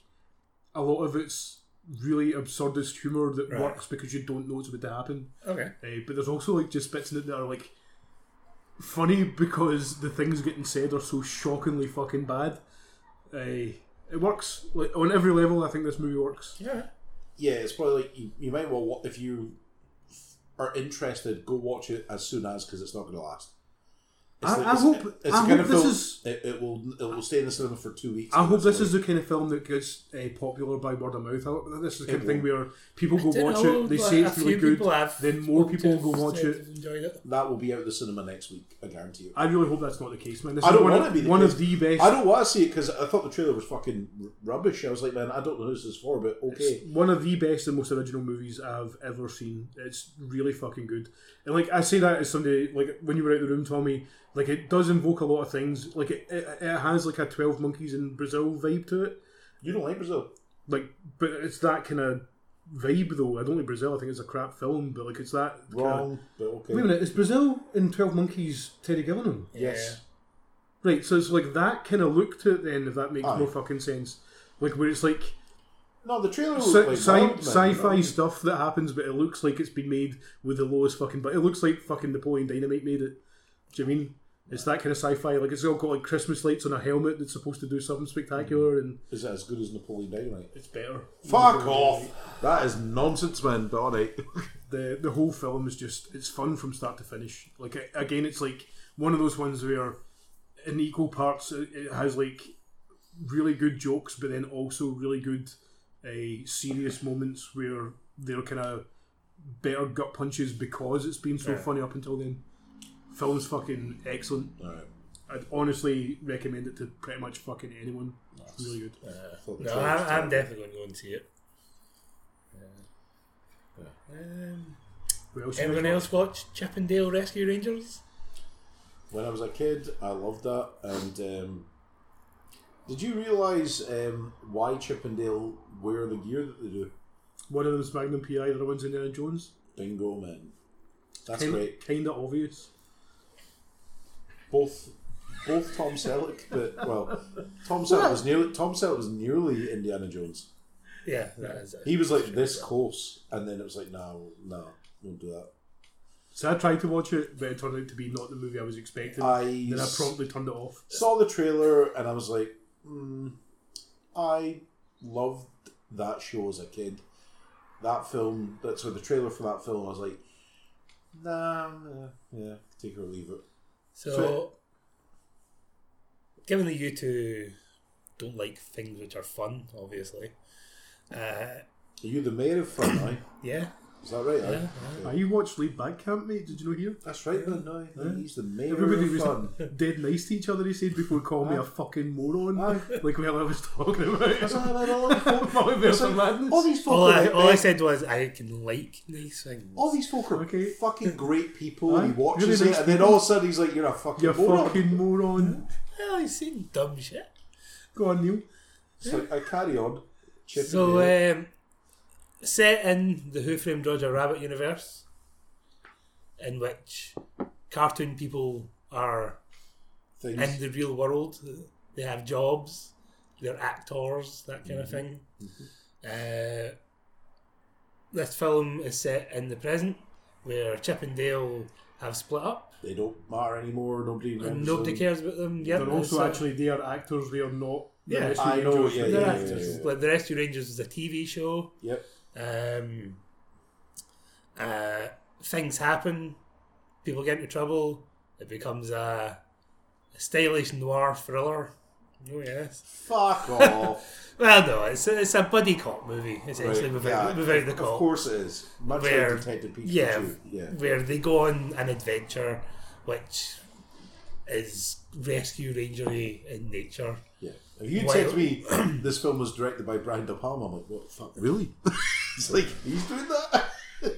a lot of it's really absurdist humor that Right. works because you don't know it's about to happen. Okay. Uh, but there's also like just bits in it that are like funny because the things getting said are so shockingly fucking bad. Uh, it works like on every level. I think this movie works. Yeah. Yeah, it's probably like you, you might well wa- if you are interested, go watch it as soon as because it's not going to last. I, I it's- hope. it's I the kind hope of this film- is. It, it will. It will stay in the cinema for two weeks. I hope this Like, is the kind of film that gets uh, popular by word of mouth. I hope that this is the kind of will. thing where people go don't watch know, it, they like, say a it's really few good, people I've then more spoken people to will go watch said it. they've Enjoyed it. that will be out of the cinema next week. I guarantee you. I really hope that's not the case, man. This I is don't one, want of, to be the one case. of the best. I don't want to see it because I thought the trailer was fucking r- rubbish. I was like, man, I don't know who this is for, but okay. one of the best and most original movies I've ever seen. It's really fucking good. And like I say that as somebody like when you were out of the room, Tommy, like it does invoke a lot of things. Like it, it, it has like a Twelve Monkeys in Brazil vibe to it. You don't like Brazil? Like, but it's that kind of vibe though. I don't like Brazil. I think it's a crap film, but like it's that kinda- Wrong, but okay. Wait a minute, is Brazil in Twelve Monkeys Terry Gillingham? Yes. Right, so it's like that kind of look to it then, if that makes Aye. no fucking sense. Like where it's like No, the trailer was sci- like sci- wild, man, you sci-fi know? stuff that happens, but it looks like it's been made with the lowest fucking. But it looks like fucking Napoleon Dynamite made it. Do you mean? It's that kind of sci-fi. Like it's all got like Christmas lights on a helmet that's supposed to do something spectacular, and Is it as good as Napoleon Dynamite? it's better. Fuck off! That is nonsense, man. But all right. the the whole film is just it's fun from start to finish. Like a- again, it's like one of those ones where in equal parts it, it has like really good jokes, but then also really good uh, serious moments where they're kind of better gut punches because it's been so funny up until then. Film's fucking excellent. all right. I'd honestly recommend it to pretty much fucking anyone. It's really good. I thought the No, trailer was I'm, I'm terrible. definitely going to go and see it. Um, What else? anyone else watch Chippendale Rescue Rangers? When I was a kid, I loved that. And um, did you realise um, why Chippendale wear the gear that they do? One of them's Magnum PI, the other one's Indiana Jones. Bingo, man. That's great. Kind of obvious. both both Tom Selleck, *laughs* but well, Tom Selleck was nearly Tom Selleck was nearly Indiana Jones. Yeah, that is it. He was like this close, and then it was like, no, no, won't do that. So I tried to watch it, but it turned out to be not the movie I was expecting. I then I s- promptly turned it off. saw the trailer, and I was like, mm, I loved that show as a kid. That film, that's with the trailer for that film. I was like, nah, yeah, yeah take it or leave it. So, given that you two don't like things which are fun, obviously, uh, Are you the mayor of Fun Eye? yeah, Is that right? aye? yeah, Are Ah, you watched Lead Back Camp, mate? Did you know here? That's right, then. No, he's the mayor Everybody of was *laughs* Fun. Ah. dead nice to each other, he said, before calling me a fucking moron. Aye. Like what I was talking about. Ah, *laughs* all Molly Bears and Madness. these folk all are I, like, all I said was I can like nice things. all these folk are Okay. fucking great people. Aye, he watches really it, nice and then people. all of a sudden he's like, "You're a fucking you moron." fucking moron. Well, I've seen dumb shit. Go on, Neil. It's like, I carry on. Chip So, and Dale. um, set in the Who Framed Roger Rabbit universe, in which cartoon people are things. in the real world, they have jobs, they're actors, that kind Mm-hmm. of thing. Uh, this film is set in the present, where Chip and Dale have split up, they don't matter anymore. Nobody and remembers. nobody them. cares about them. Yet, They're also So- actually they are actors, they are not the Yeah. Rescue I know, Rangers. yeah, they're yeah, yeah, actors. yeah. Like the Rescue Rangers is a TV show. Yep. Um, uh, things happen. People get into trouble. It becomes a, a stylish noir thriller. Oh yes. *laughs* Fuck off. Well, no, it's a, it's a buddy cop movie essentially Right, without, yeah, without the Of cop. course it is. Much Where- like Detective Pikachu. yeah, yeah. where they go on an adventure, which is rescue rangery in nature. Yeah. If you Why- said to me *clears throat* this film was directed by Brian De Palma, I'm like, what the fuck? Really? *laughs* it's like he's doing that.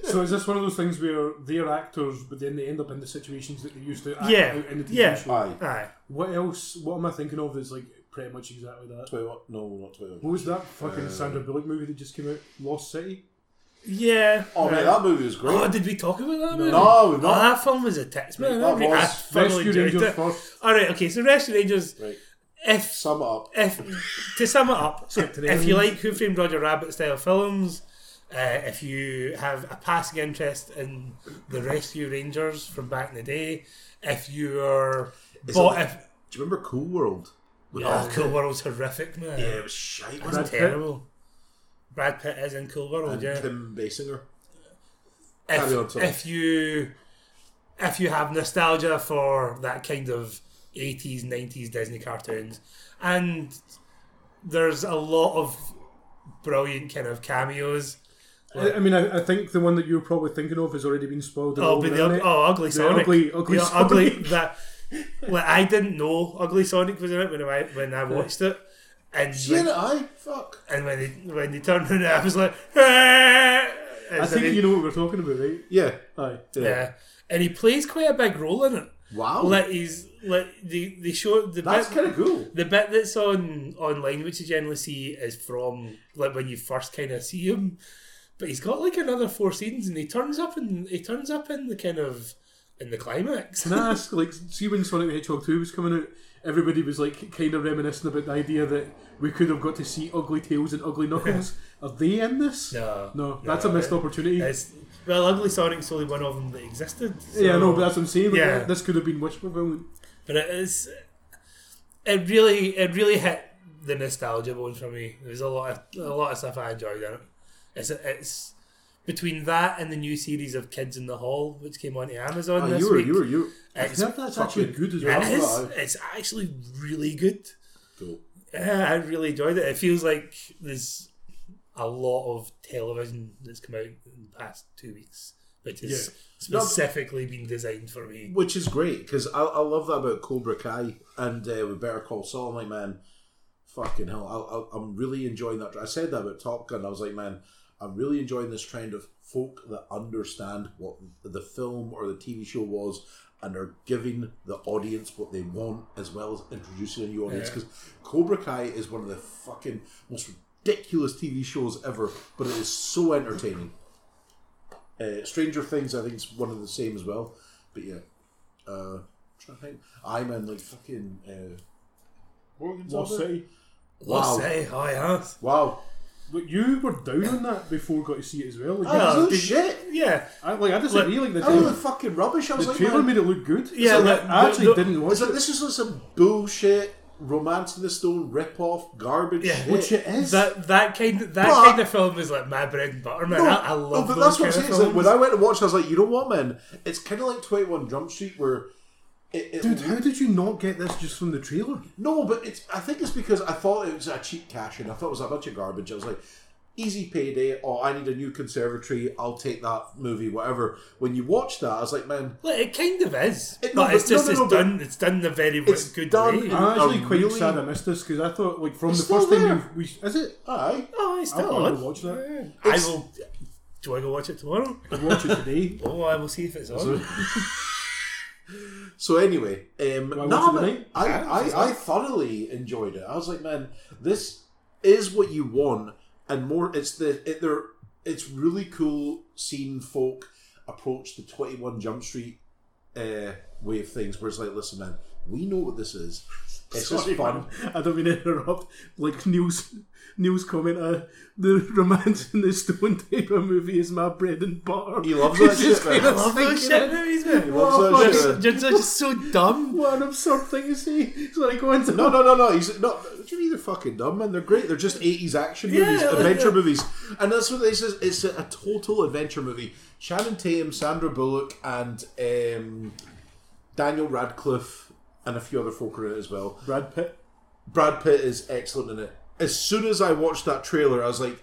So is this one of those things where they're actors but then they end up in the situations that they used to act Yeah, out in the TV yeah. show? Aye. Aye. What else what am I thinking of that's like pretty much exactly that? Twenty one. No, not twenty one. What was that fucking Sandra Bullock movie that just came out? Lost City? Yeah. Oh man, right. that movie was great. Oh, did we talk about that? movie? No, we've Oh, not. that film was a tits, man. That I, re- I was thoroughly Rescue enjoyed Rangers it. first. All right, okay. So Rescue Rangers. Right. If Sum it up. if to sum it up, Captain if you Evans. like Who Framed Roger Rabbit style films, uh, if you have a passing interest in the Rescue Rangers from back in the day, if you're It's bought, like- if Do you remember Cool World? oh, Cool World's horrific, man. Yeah, it was shite. It's wasn't Brad Pitt. terrible. Brad Pitt is in Cool it? World, yeah. Kim Basinger. Carry on, if, sorry. if you if you have nostalgia for that kind of 80s, 90s Disney cartoons, and there's a lot of brilliant kind of cameos. I, I mean, I, I think the one that you're probably thinking of has already been spoiled. a Oh, little but bit, the ug- hasn't it? oh, ugly The Sonic, ugly- ugly The ugly- Sonic. *laughs* that. Like I didn't know Ugly Sonic was in it when I when I watched it, and Shit, when, I fuck. and when they when they turned around, *laughs* I was like, "Ah!" And I so think they- you know what we're talking about, right? Yeah. Aye. yeah, and he plays quite a big role in it. Wow. Like he's like they, they show the Oh. That's bit, kind of cool. the bit that's on online, which you generally see, is from like when you first kind of see him. But he's got like another four scenes, and he turns up in he turns up in the kind of in the climax. Can I ask, like, see when Sonic the Hedgehog 2 was coming out, everybody was, like, kind of reminiscing about the idea that we could have got to see Ugly Tails and Ugly Knuckles. Are they in this? No. No, that's a missed opportunity. It's, well, Ugly Sonic's only one of them that existed. so- yeah, no, but that's what I'm saying. like, uh, Yeah. This could have been much more brilliant. but it is. It really, it really hit the nostalgia bone for me. There's a lot of a lot of stuff I enjoyed in it. It's it's between that and the new series of Kids in the Hall, which came onto Amazon Oh, this you were, week. you were, you were. It's, Yeah, that's actually fucking- good as yeah. well. it is. Wow. It's actually really good. Cool. Yeah, I really enjoyed it. It feels like there's a lot of television that's come out in the past two weeks, which is Yeah. specifically been designed for me. Which is great because I, I love that about Cobra Kai and uh, with Better Call Saul. I'm like, man, fucking hell, I, I, I'm really enjoying that. I said that about Top Gun. I was like, man, I'm really enjoying this trend of folk that understand what the film or the TV show was and are giving the audience what they want as well as introducing a new audience. Yeah. Because Cobra Kai is one of the fucking most ridiculous TV shows ever, but it is so entertaining. Uh, Stranger Things, I think, is one of the same as well. But yeah, uh, trying to think. I'm in like fucking. Uh, what were we Lost talking about? City. Wow. What's that? Oh, yeah. Wow. But you were down on that before we got to see it as well. Like, That was Oh, no did- shit. Yeah. I, like, I disagree. Like, the, That was trailer, the fucking rubbish. I was the like, trailer man, made it look good. Yeah, Like, like, I actually the- the- didn't I was watch like, it. this is like some bullshit romance in the stone rip-off garbage Yeah. shit. Which it is. That that kind that But- kind of film is like my bread and butter, man. No, I, I love no, but those that's what I'm kind saying. of It's like, films. when I went to watch, it, I was like, you know what, man? It's kind of like 21 Jump Street, where it, it Dude, how did you not get this just from the trailer? No, but it's. I think it's because I thought it was a cheap cash in. I thought it was a bunch of garbage. I was like, easy payday. Oh, I need a new conservatory. I'll take that movie, whatever. When you watch that, I was like, man, Like, it kind of is, It- no, but but- it's no, just no, it's no, but- done. It's done the very It's good done way. in- I'm actually a quite really- sad I missed this because I thought, like, from It's the first still time there. we, we is it? aye. Oh, it's I'll still probably on. watch that. I will. Do I go watch it tomorrow? Watch it today. Oh, I will see if it's on. *laughs* Oh, So anyway, um, I no, watch it but tonight? I, I, I thoroughly enjoyed it. I was like, man, this is what you want, and more. It's the it, they're, it's really cool seeing folk approach the Twenty One Jump Street uh, way of things, where it's like, listen, man, we know what this is. It's just Sorry, fun. man. I don't mean to interrupt. Like Neil's Neil's comment, uh, the *laughs* romance in the Stone Taper movie is my bread and butter. He loves He's that just shit, man. kinda I love those thinking shit it. movies, man. loves Oh, that fuck. shit, man. They're just so dumb. What an absurd thing to say. Sorry, go on to No, no, no, no. He's not. You're either fucking dumb, man. They're great. They're just eighties action movies, like adventure movies, and that's what this is. It's a, a total adventure movie. Shannon Tatum, Sandra Bullock, and um, Daniel Radcliffe, and a few other folk are in it as well. Brad Pitt. Brad Pitt is excellent in it. As soon as I watched that trailer, I was like,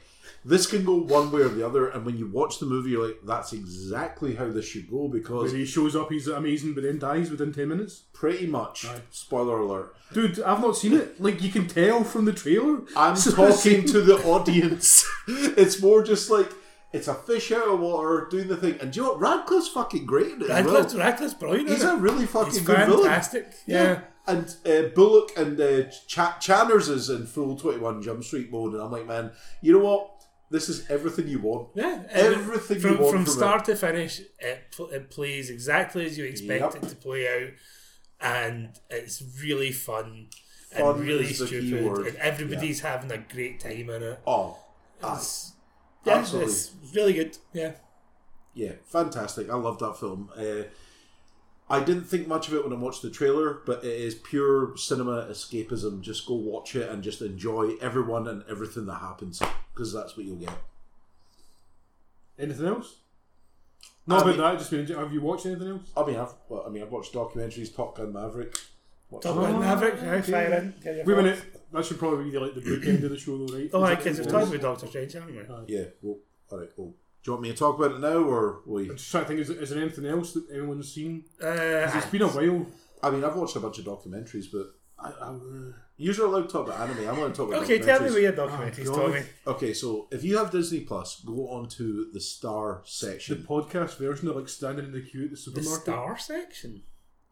"This can go one way or the other." And when you watch the movie, you're like, "That's exactly how this should go." Because He shows up, he's amazing, but then dies within 10 minutes. pretty much, spoiler alert, Dude, I've not seen it. Like, you can tell from the trailer. *laughs* I'm So- *laughs* talking to the audience. it's more just like it's a fish out of water doing the thing. And do you know what? Radcliffe's fucking great in it. as well. Radcliffe's, Radcliffe's brilliant. He's isn't a really fucking he? He's good villain. fantastic. Yeah. And uh, Bullock and uh, Ch- Channers is in full 21 Jump Street mode. And I'm like, man, you know what? This is everything you want. Yeah, Everything from, you want from from start to finish, it, pl- it plays exactly as you expect Yep. it to play out, and it's really fun, Fun and really is the key stupid, word. and everybody's having a great time in it. Oh, aye. It's, yeah, absolutely. it's really good. Yeah, yeah, fantastic. I love that film. Uh, I didn't think much of it when I watched the trailer, but it is pure cinema escapism. Just go watch it and just enjoy everyone and everything that happens because that's what you'll get. Anything else? Not I about mean- that. Just mean, have you watched anything else? I mean, I've well, I mean, I've watched documentaries, Top Gun Maverick. Watched- Top Gun Oh, Maverick, okay. yeah, fire in. get your Wait a thoughts. minute. That should probably be like the book end of the show, though, right? Oh, Is hi, that kids. We've what talked it about Doctor Strange, haven't we? Yeah. Well, all right. Well, do you want me to talk about it now, or we? is? Just trying to think. Is, is there anything else that anyone's seen? Uh, 'Cause it's been a while. I mean, I've watched a bunch of documentaries, but I, I, uh, you're allowed to talk about anime. I want to talk about. okay, tell me documentaries. where your document is, Ah, God. Tommy. Okay, so if you have Disney Plus, go on to the star The section. podcast version of like standing in the queue at the The supermarket. star section.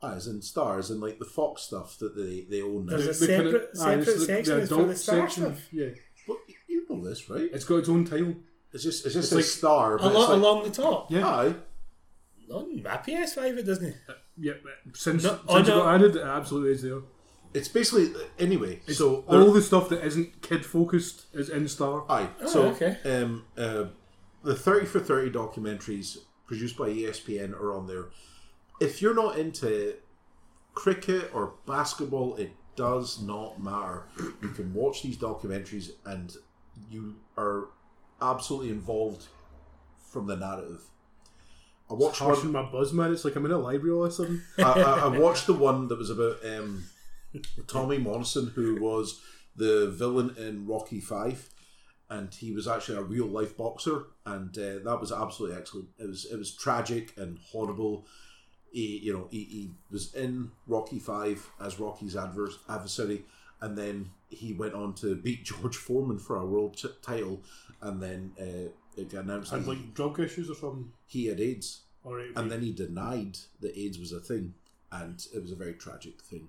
Ah, as in stars and like the Fox stuff that they they own now. There's a The kinda- separate- aye, it's separate the- section is for adult the star section. stuff. Yeah, Well, you know this, right? it's got its own title. It's just it's just It's a like- star. But Along, it's like, along the top. Yeah. aye, On my PS5, it doesn't. Yeah, since, No- since oh, it no. got added, it absolutely is there. it's basically anyway. It's so all there- the stuff that isn't kid focused is in Star. aye. Oh, so okay. um, uh, the thirty for thirty documentaries produced by E ESPN are on there. If you're not into cricket or basketball, it does not matter. You can watch these documentaries and you are absolutely involved from the narrative. I watched one. Harshing my buzz, man. It's like I'm in a library all of a *laughs* sudden. I, I, I watched the one that was about um, Tommy Monson, who was the villain in Rocky Five, and he was actually a real life boxer, and uh, that was absolutely excellent. It was it was tragic and horrible. He you know he, he was in Rocky Five as Rocky's adverse adversary, and then he went on to beat *laughs* George Foreman for a world t- title, and then uh, it got announced I that had he, like drug issues or something. he had AIDS All right, and then he denied that AIDS was a thing, and it was a very tragic thing.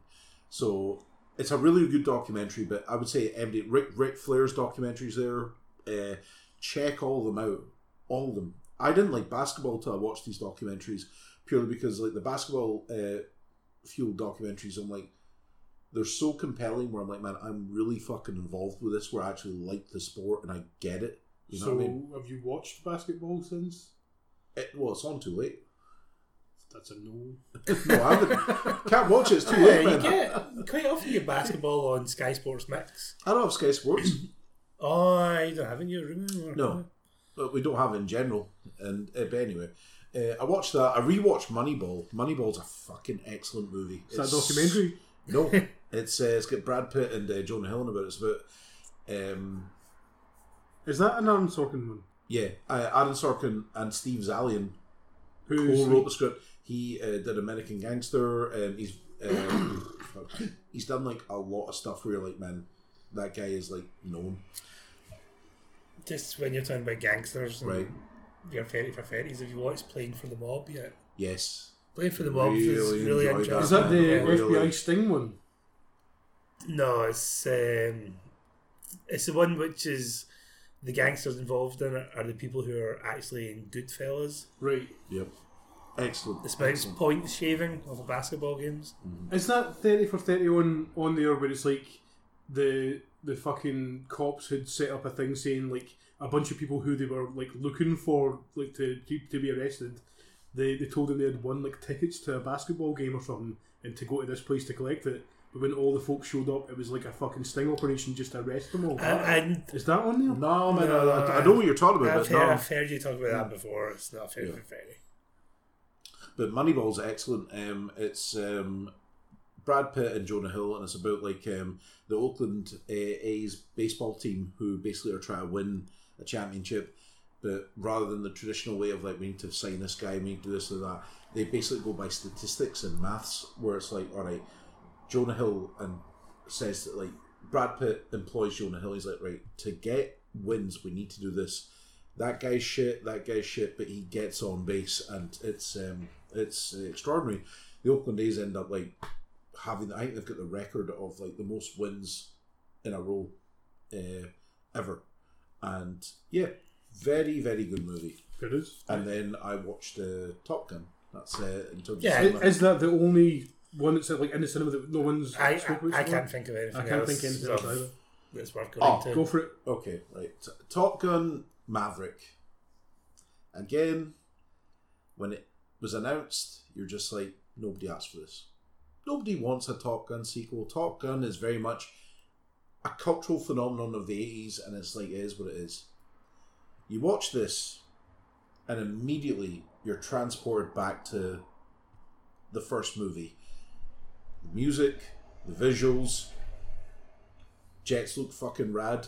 So it's a really good documentary, but I would say MD Rick Rick Flair's documentaries there. Uh, check all them out, all of them. I didn't like basketball till I watched these documentaries purely because like the basketball uh, fuel documentaries, I'm like. They're so compelling where I'm like, man, I'm really fucking involved with this. Where I actually like the sport and I get it. You know so what I mean? have you watched basketball since? It, well, it's on too late. *laughs* That's a no. No, I haven't- can't watch it. It's too late, Yeah, you man. get quite often your basketball on Sky Sports Mix. I don't have Sky Sports. *clears throat* Oh, I don't have it in your room. anymore. No, but we don't have it in general. And uh, but anyway, uh, I watched that. I rewatched Moneyball. Moneyball's a fucking excellent movie. Is that a documentary? *laughs* *laughs* No, it's uh, it's got Brad Pitt and uh, Jonah Hill in about. it. It's about um, Is that an Aaron Sorkin one? yeah, uh, Aaron Sorkin and Steve Zalian Who's co-wrote the script. He uh, did American Gangster, and he's um, *coughs* fuck. he's done like a lot of stuff where you're like, man, that guy is like known, Just when you're talking about gangsters and Hmm. right? your 30 for 30s, if you watch Playing for the Mob yet? Yes. Playing for the Mob Really is really enjoyed interesting. that. is that the Yeah, really. FBI Sting one? No, it's um, it's the one which is the gangsters involved in it are the people who are actually in Goodfellas. Right. Yep. Excellent. It's about point shaving of basketball games. Is that thirty for thirty on on there where it's like the the fucking cops had set up a thing saying like a bunch of people who they were like looking for like to to, to be arrested. They, they told them they had won like tickets to a basketball game or something and to go to this place to collect it. But when all the folks showed up, it was like a fucking sting operation just to arrest them all. And, Is that on there? No, man, No, I, I know what you're talking and about, I've, but, heard, no. I've heard you talk about that before. It's not fair Yeah. for Freddy. but Moneyball's excellent. Um, it's um, Brad Pitt and Jonah Hill, and it's about like um, the Oakland uh, A's baseball team who basically are trying to win a championship, but rather than the traditional way of like we need to sign this guy, we need to do this and that, they basically go by statistics and maths, where it's like, all right, Jonah Hill and says that like Brad Pitt employs Jonah Hill. He's like, right, to get wins, we need to do this. That guy's shit. That guy's shit. But he gets on base, and it's um, it's extraordinary. The Oakland A's end up like having. I think they've got the record of like the most wins in a row uh, ever, and yeah, very very good movie. There is. And then I watched uh, Top Gun. That's uh, in terms Yeah, of cinema. I- Is that the only one that's like in the cinema that no one's I, spoken I, I about? can't think of anything I can't else think anything of else either. that's worth going Oh, to. Go for it. Okay, right. T- Top Gun Maverick. Again, when it was announced, you're just like, nobody asked for this. Nobody wants a Top Gun sequel. Top Gun is very much a cultural phenomenon of the 80s, and it's like, it is what it is. You watch this, and immediately you're transported back to the first movie. The music, the visuals, jets look fucking rad.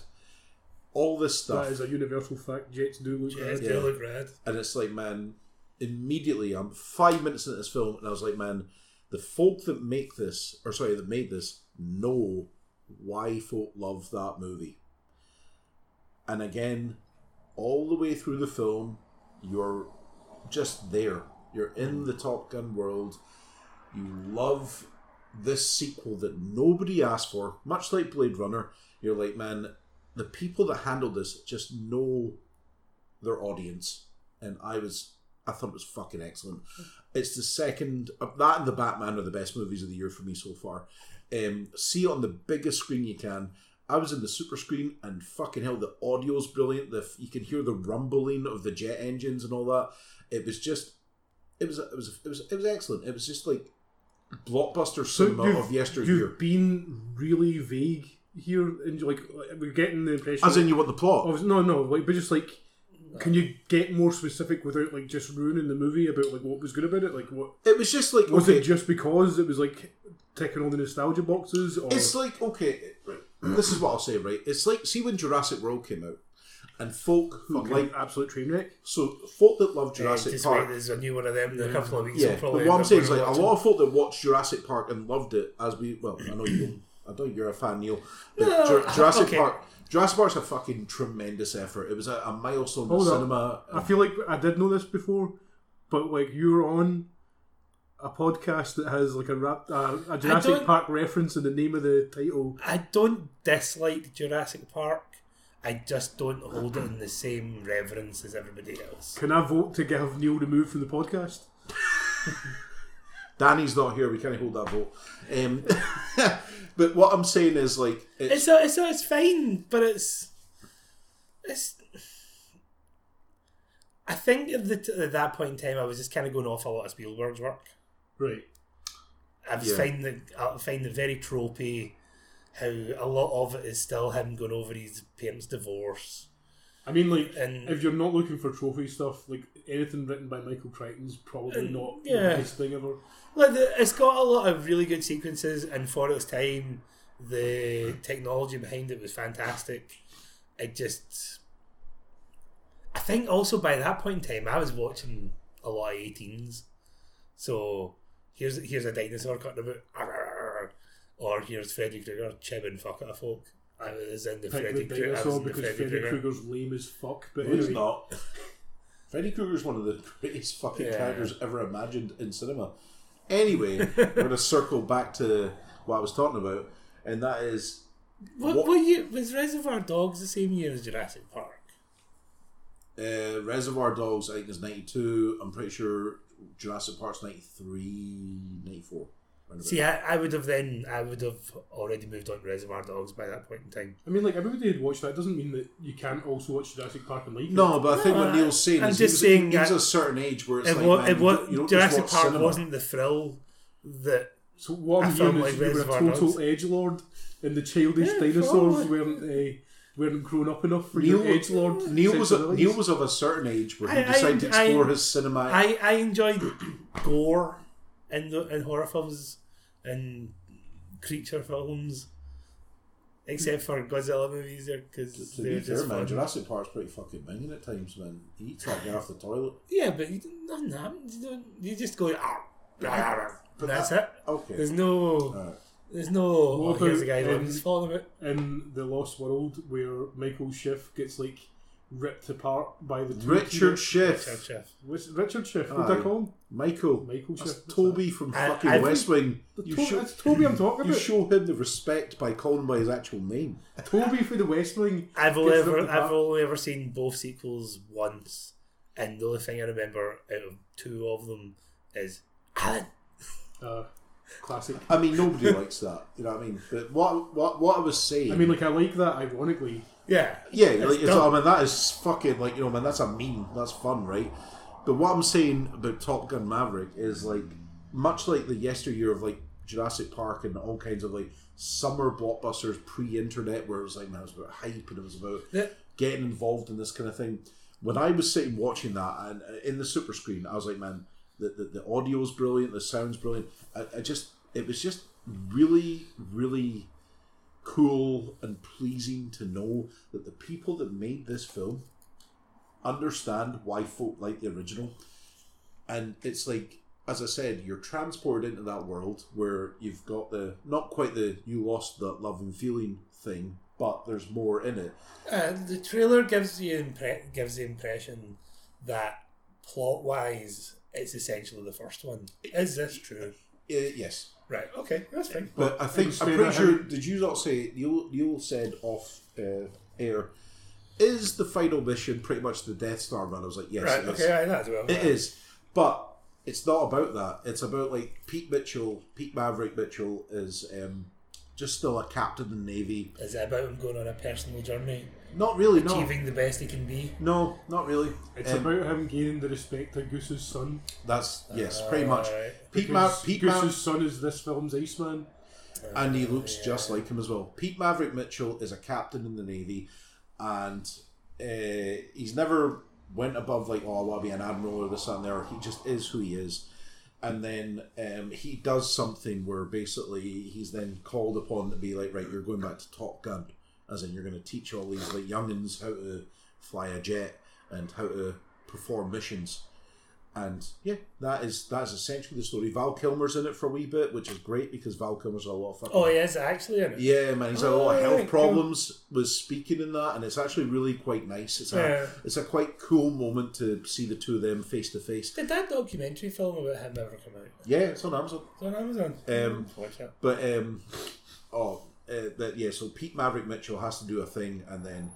All this stuff. That is a universal fact. Jets do look Yeah, bad. they look rad. And it's like, man, immediately I'm five minutes into this film, and I was like, man, the folk that make this, or sorry, that made this, know why folk love that movie. And again, all the way through the film, you're just there. You're in the Top Gun world. You love this sequel that nobody asked for, much like Blade Runner. You're like, man, the people that handled this just know their audience, and I was I thought it was fucking excellent. It's the second uh, that and the Batman are the best movies of the year for me so far. Um, see it on the biggest screen you can. I was in the super screen and fucking hell, the audio's brilliant. The you can hear the rumbling of the jet engines and all that. It was just, it was, it was, it was, it was excellent. It was just like blockbuster cinema of yesteryear. You've been really vague here, and like we're getting the impression. As in, you want the plot? Obviously- no, no, like, but just like, can you get more specific without like just ruining the movie about like what was good about it? Like, what It was just like was okay, it just because it was like ticking all the nostalgia boxes, or It's like okay, right. this is what I'll say. Right, it's like see when Jurassic World came out, and folk who fucking like absolute train wreck? so folk that love Yeah, Jurassic Uh, just wait, Park. there's a new one of them in a couple of weeks. Yeah, I'll but probably what end I'm up saying is going like a to lot of folk that watched Jurassic Park and loved it as we well, I know you, I know you're a fan, Neil. But No, *laughs* Jur- Jurassic okay. Park, Jurassic Park's a fucking tremendous effort. It was a, a milestone in Hold on. cinema. I feel like I did know this before, but like you're on a podcast that has like a rap, uh, a Jurassic don't- Park reference in the name of the title. I don't dislike Jurassic Park. I just don't hold it in the same reverence as everybody else. Can I vote to have Neil removed from the podcast? Danny's not here. We can't hold that vote. Um, *laughs* but what I'm saying is like it's It's a, it's a, it's fine, but it's it's. I think at, the, at that point in time, I was just kind of going off a lot of Spielberg's work. Right. I was Yeah. find the I find the very tropey. How a lot of it is still him going over his parents' divorce. I mean, like, And- if you're not looking for trophy stuff, like anything written by Michael Crichton's probably not yeah. the best thing ever. Like the, it's got a lot of really good sequences, and for its time, the technology behind it was fantastic. It just, I think, also by that point in time, I was watching a lot of 18s. So here's here's a dinosaur cutting about, or here's Freddy Krueger chibbing fuck at a folk. I was in the Pick Freddy the Krueger. I was dinosaur in the because Freddy Freddy Krueger. Krueger's lame as fuck. But No, he's anyway, not. *laughs* Freddy Krueger's one of the greatest fucking Yeah. characters ever imagined in cinema. Anyway, *laughs* we're going to circle back to what I was talking about, and that is What, What- what year was Reservoir Dogs the same year as Jurassic Park? uh, Reservoir Dogs, I think, is 92. I'm pretty sure Jurassic Park's 93, 94. around about. See, I, I would have then, I would have already moved on to Reservoir Dogs by that point in time. I mean, like everybody had watched that doesn't mean that you can't also watch Jurassic Park and like it. No, but I think what No, Neil's saying I'm is just he's, saying he's that- a certain age where it's It like, was, man, it you was don't- you don't just Jurassic watch Park cinema. wasn't the thrill that So what I I'm felt hearing like is you were a Reservoir total Dogs. edge lord, and the childish Yeah, dinosaurs probably. weren't uh, weren't grown up enough for Neil, your edge lord. Neil was a, Neil was of a certain age where he I- I- decided to I- explore his cinematic I, I enjoyed *clears throat* gore in the, in horror films and creature films, except for Godzilla movies, because To they were be fair, just man, fun. Jurassic Park's pretty fucking minging at times, man. He eats that guy off the toilet. Yeah, but you don't, nothing happens. You don't. You just go. "Ah, "Arr, arr, arr," and that's it. Okay. There's no. Alright. There's no. Oh, What here's a about, guy um, that's falling about. in the Lost World where Michael Schiff gets like ripped apart by the two Richard teenage- Chef, Schiff. chef. Which- Richard Schiff. What did Aye. I call him? Michael. Michael That's Schiff. Toby from I- fucking I- West Wing. You, Toby, show, that's Toby I'm talking you about. show him the respect by calling him by his actual name. Toby for the West Wing. I've only gets ever, ripped apart. I've only ever seen both sequels once, and the only thing I remember out of two of them is Alan. Uh, classic. I *laughs* mean, nobody likes that. You know what I mean? But what what what I was saying. I mean, like I like that. Ironically, Yeah, yeah, like, it's, I dumb. mean, that is fucking like you know, man. That's a meme. That's fun, right? But what I'm saying about Top Gun Maverick is like much like the yesteryear of like Jurassic Park and all kinds of like summer blockbusters pre-internet, where it was like man, it was about hype and it was about The- getting involved in this kind of thing. when I was sitting watching that and uh, in the super screen, I was like, man, the, the, the audio's brilliant, the sound's brilliant. I, I just, it was just really, really cool and pleasing to know that the people that made this film understand why folk like the original. And it's like, as I said, you're transported into that world where you've got the, not quite the, you lost that love and feeling thing, but there's more in it. Uh, the trailer gives you impre- gives the impression that plot wise, it's essentially the first one. Is this true? Uh, yes. Right. Okay, that's fine. But I think I'm Understand pretty that, sure. Did you not say you? You said off uh, air. Is the final mission pretty much the Death Star run? I was like, yes, Right. it is. Okay. I know as well. It is, but it's not about that. It's about like Pete Mitchell. Pete Maverick Mitchell is um, just still a captain in the navy. Is it about him going on a personal journey, Not really. No, achieving the best he can be? no, not really. It's Um, about him gaining the respect of Goose's son. that's yes, pretty much. Alright. Pete, Ma- Because Pete, Ma- Goose's son is this film's Iceman. and he looks just like him as well. Pete Maverick Mitchell is a captain in the navy, and uh, he's never went above like, "Oh, I want to be an admiral" or this that, and there. He just is who he is. And then um, he does something where basically he's then called upon to be like, "Right, you're going back to Top Gun, as in you're going to teach all these like youngins how to fly a jet and how to perform missions." And yeah, that is that is essentially the story. Val Kilmer's in it for a wee bit, which is great because Val Kilmer's a lot of fun. Oh, he is actually. In it. Yeah, man, he's had a lot of Oh, health right, problems. Was speaking in that, and it's actually really quite nice. It's a Yeah. it's a quite cool moment to see the two of them face to face. Did that documentary film about him ever come out? Yeah, it's on Amazon. It's on Amazon. Um, Watch it. But um, oh, uh, that yeah. So Pete Maverick Mitchell has to do a thing, and then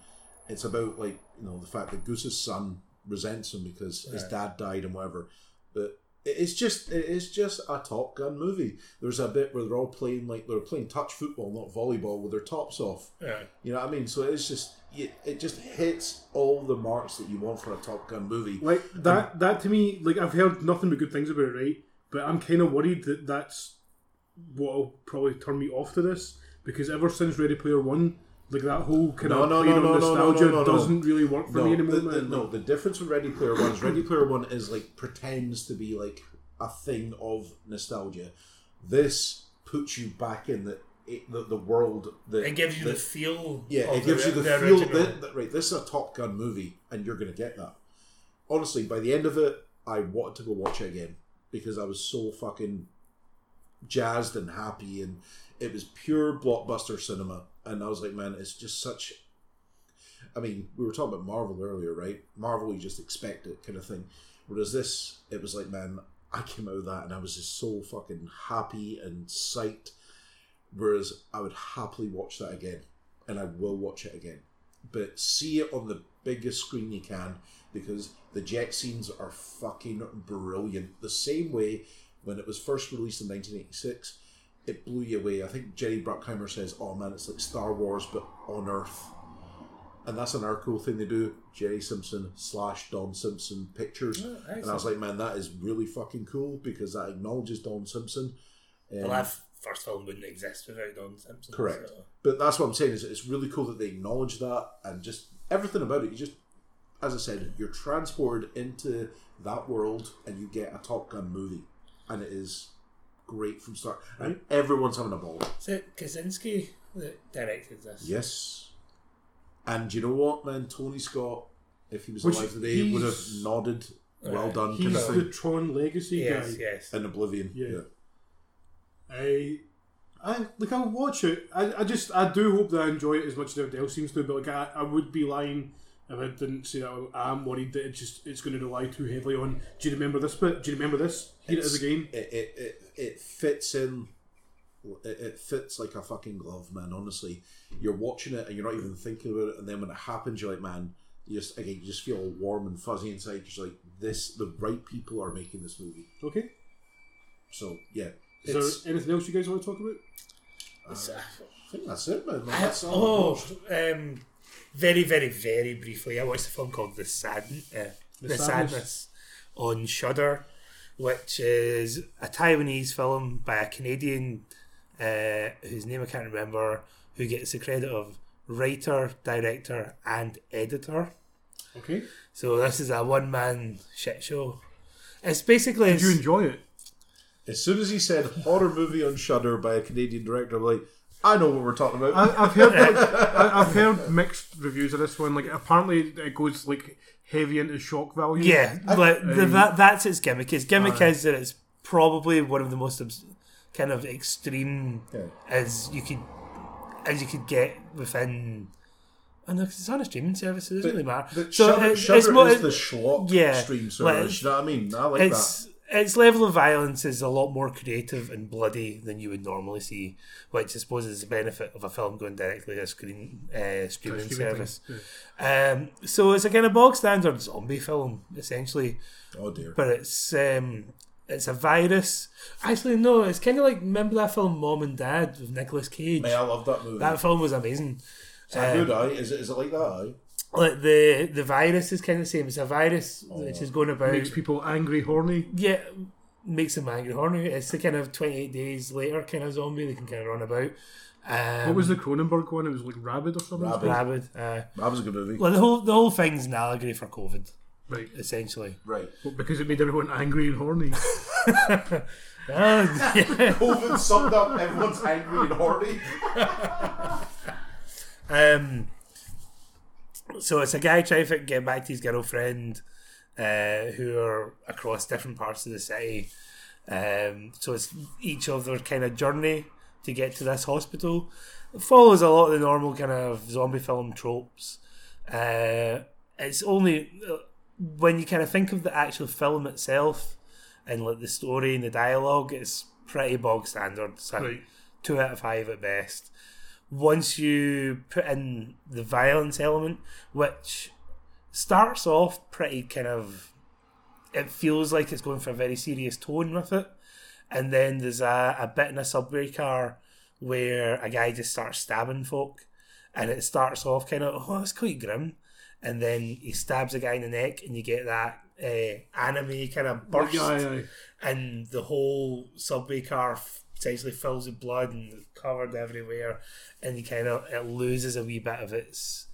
it's about like you know the fact that Goose's son resents him because his dad died and whatever. But it- it's just it is just a Top Gun movie. There's a bit where they're all playing like they're playing touch football, not volleyball, with their tops off. Yeah. You know what I mean? So it's just it it just hits all the marks that you want for a Top Gun movie. Like that. That to me, like I've heard nothing but good things about it, right? But I'm kind of worried that that's what will probably turn me off to this because ever since Ready Player One, like that whole kind No, of no, play no, on no, no, no, nostalgia no, no. doesn't really work for me no, anymore. the, the, no, the difference with Ready Player One is Ready Player One is like pretends to be like a thing of nostalgia. This puts you back in the it, the, the world that It gives you the, that- feel. yeah, of it gives you the, feel original. that, that- right. This is a Top Gun movie, and you're going to get that. Honestly, by the end of it, I wanted to go watch it again because I was so fucking jazzed and happy, and it was pure blockbuster cinema. And I was like, man, it's just such. I mean, we were talking about Marvel earlier, right? Marvel, you just expect it kind of thing. Whereas this, it was like, man, I came out of that and I was just so fucking happy and psyched. Whereas I would happily watch that again and I will watch it again. But see it on the biggest screen you can because the jet scenes are fucking brilliant. The same way when it was first released in 1986, it blew you away. I think Jerry Bruckheimer says, "Oh man, it's like Star Wars but on Earth," and that's another cool thing they do. Jerry Simpson slash Don Simpson pictures, Oh, and I was like, man, that is really fucking cool because that acknowledges Don Simpson. Um, Well, that first film wouldn't exist without Don Simpson. Correct. so- But that's what I'm saying is it's really cool that they acknowledge that and just everything about it. You just, as I said, you're transported into that world and you get a Top Gun movie, and it is great from start. And everyone's having a ball. Is it Kaczynski that directed this? Yes. And you know what, man? Tony Scott, if he was Which alive today, would have he's- nodded. Well Right. done, kind of He's the thing. Tron Legacy Yes, guy. yes. In Oblivion. Yeah. yeah. I, I like I'll watch it. I, I just I do hope that I enjoy it as much as everybody else seems to. But like I, I would be lying if I didn't say that I'm worried that it just it's going to rely too heavily on. Do you remember this bit? Do you remember this? Here it is It's- again. It, it, it, it fits in. It, it fits like a fucking glove, man. Honestly, you're watching it and you're not even thinking about it, and then when it happens, you're like, man, you just again, you just feel all warm and fuzzy inside. You're just like, this, the right people are making this movie. Okay. So yeah, Is it's, there anything else you guys want to talk about? It's, uh, I think that's it, man. Like, I- that's all. oh, um, very, very, very briefly. I watched a film called The Sad, uh, the, Sadness. Sadness. on Shudder, which is a Taiwanese film by a Canadian uh, whose name I can't remember, who gets the credit of writer, director, and editor. Okay. So this is a one man shit show. It's basically Did you enjoy it? As soon as he said horror movie on Shudder by a Canadian director, I'm like, I know what we're talking about. Uh, I, I've heard like, I, I've heard mixed reviews of this one. Like apparently it goes like heavy into shock value. yeah, like the, that, that's its gimmick. Its gimmick is that it's probably one of the most obs- kind of extreme Yeah. as you could as you could get within. And because it's on a streaming service, it doesn't really matter. But Shudder, it- Shudder uh, more- is the schlock yeah, stream like, service. you know what I mean? I like that. it's its level of violence is a lot more creative and bloody than you would normally see, which I suppose is the benefit of a film going directly to a screen uh, streaming streaming service. Um, so it's a kind of bog standard zombie film essentially, Oh dear. but it's um, it's a virus. Actually, no, it's kind of like remember that film Mom and Dad with Nicolas Cage. Man, I love that movie. That film was amazing. Is that good, aye? Is it, is it like that, eh? aye? Like the the virus is kind of the same. It's a virus which is going about Makes people angry, horny. yeah, makes them angry, horny. It's the kind of twenty eight days later kind of zombie they can kind of run about. Um, What was the Cronenberg one? It was like rabid or something. Rabid. rabid? Uh, That was a good movie. well, the whole the whole thing's an allegory for COVID, Right. essentially. Right. *laughs* Well, because it made everyone angry and horny. Ah, yeah. COVID summed up everyone's angry and horny. um, so it's a guy trying to get back to his girlfriend, uh, who are across different parts of the city. Um, so it's each of their kind of journey to get to this hospital. It follows a lot of the normal kind of zombie film tropes. Uh, it's only uh, when you kind of think of the actual film itself and like the story and the dialogue, it's pretty bog standard. So Right. two out of five at best. Once you put in the violence element, which starts off pretty kind of it feels like it's going for a very serious tone with it. And then there's a, a bit in a subway car where a guy just starts stabbing folk. And it starts off kind of, oh, that's quite grim. And then he stabs a guy in the neck, and you get that uh, anime kind of burst. Yeah, aye, aye. And the whole subway car f- essentially fills with blood and it's covered everywhere. And you kind of, it loses a wee bit of its,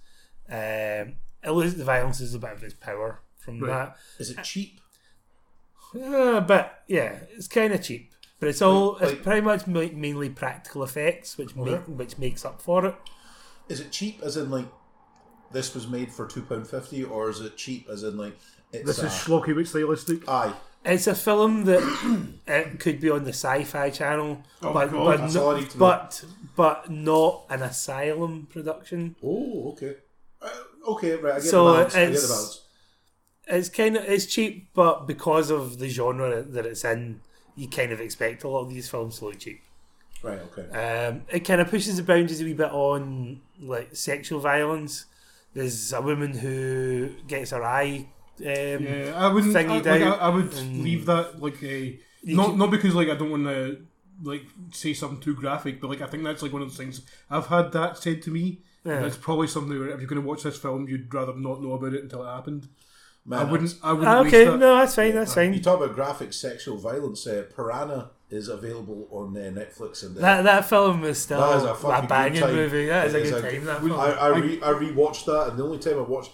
um, it loses, the violence is a bit of its power from Right. that. Is it cheap? Uh, but yeah, it's kind of cheap. But it's all like- it's pretty much ma- mainly practical effects, which make, which makes up for it. Is it cheap as in like this was made for two pound fifty, or is it cheap as in like it's This a, is schlocky but stylistic. aye? It's a *clears throat* film that it could be on the Sci-Fi Channel, but God, but, Oh that's no- all I need to know. but but not an asylum production. Oh, okay. Uh, okay, right. I get So the balance. I get it's- the balance. It's kind of it's cheap, but because of the genre that it's in, you kind of expect a lot of these films to look cheap. Right. Okay. Uh, Um, it kind of pushes the boundaries a wee bit on like sexual violence. There's a woman who gets her eye. Um, Yeah, I wouldn't. I, Thingy like, down I, I would and- leave that like a You not can- not because like I don't want to like say something too graphic, but like I think that's like one of those things I've had that said to me. Yeah. And it's probably something where if you're going to watch this film, you'd rather not know about it until it happened. Man, I wouldn't. I wouldn't. Ah, waste okay, that. no, that's fine. That's You fine. talk about graphic sexual violence. Uh, Piranha is available on uh, Netflix, and uh, That that film is still that is a a, fucking good Oh, banging time. movie. That is a It good time. That I, film. I, re, I rewatched that, and the only time I watched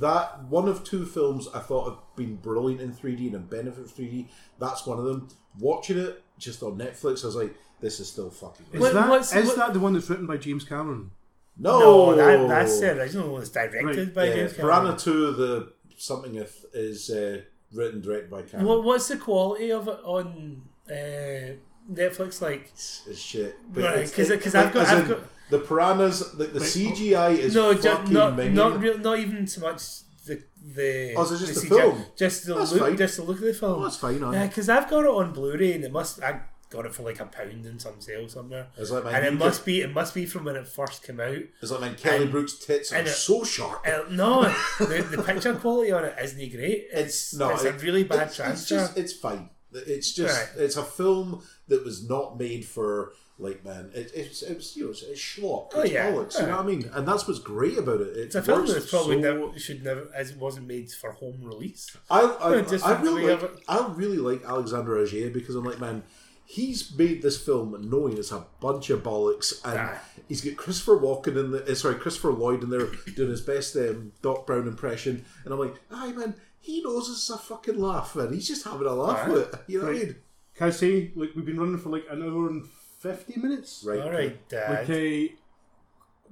that one of two films I thought had been brilliant in 3D and a benefit from 3D. That's one of them. Watching it just on Netflix, I was like, "This is still fucking." Is, What- that, what's- is what- that the one that's written by James Cameron? No, no, Oh, that, that's the original. It was directed Right, by Oh. Yeah, James Piranha Cameron. Two, the something if is uh, written directed by Cameron. What, what's the quality of it on uh, Netflix like? It's, it's shit. Right, it's- 'cause- it- 'cause I've it- got- as I've in, got- the piranhas. The, the CGI is No, ju- fucking not mean. not real, not even so much the the. Oh, so just the CGI, film? just the That's look, fine. just the look of the film. Oh, that's fine. Yeah, I, because I've got it on Blu-ray, and it must. I got it for like a pound in some sale somewhere, it's like and it man, must be. It must be from when it first came out. it's like man, Kelly and- Brook's tits are and it- so sharp. Uh, *laughs* no, the, the picture quality on it isn't great. It's, it's, no, a it- really it's, bad it's transfer. just it's fine. It's just Right. it's a film that was not made for like man. It, it's it's you know it's, it's schlock. Oh, it's yeah. bollocks, You know what I mean? And that's what's great about it. It it's a film works that's probably so never, should never as wasn't made for home release. I, I, Just I the really way like, of it. I really like Alexander Agier because I'm like, man, He's made this film knowing it's a bunch of bollocks, and Aye. he's got Christopher Walken in the uh, sorry Christopher Lloyd in there doing his best um, Doc Brown impression, and I'm like, aye man, he knows it's a fucking laugh, man. He's just having a laugh Aye. with it. You know what I Right. mean? Can I say, like, we've been running for like an hour and 50 minutes? Right. All right, Dad. Okay.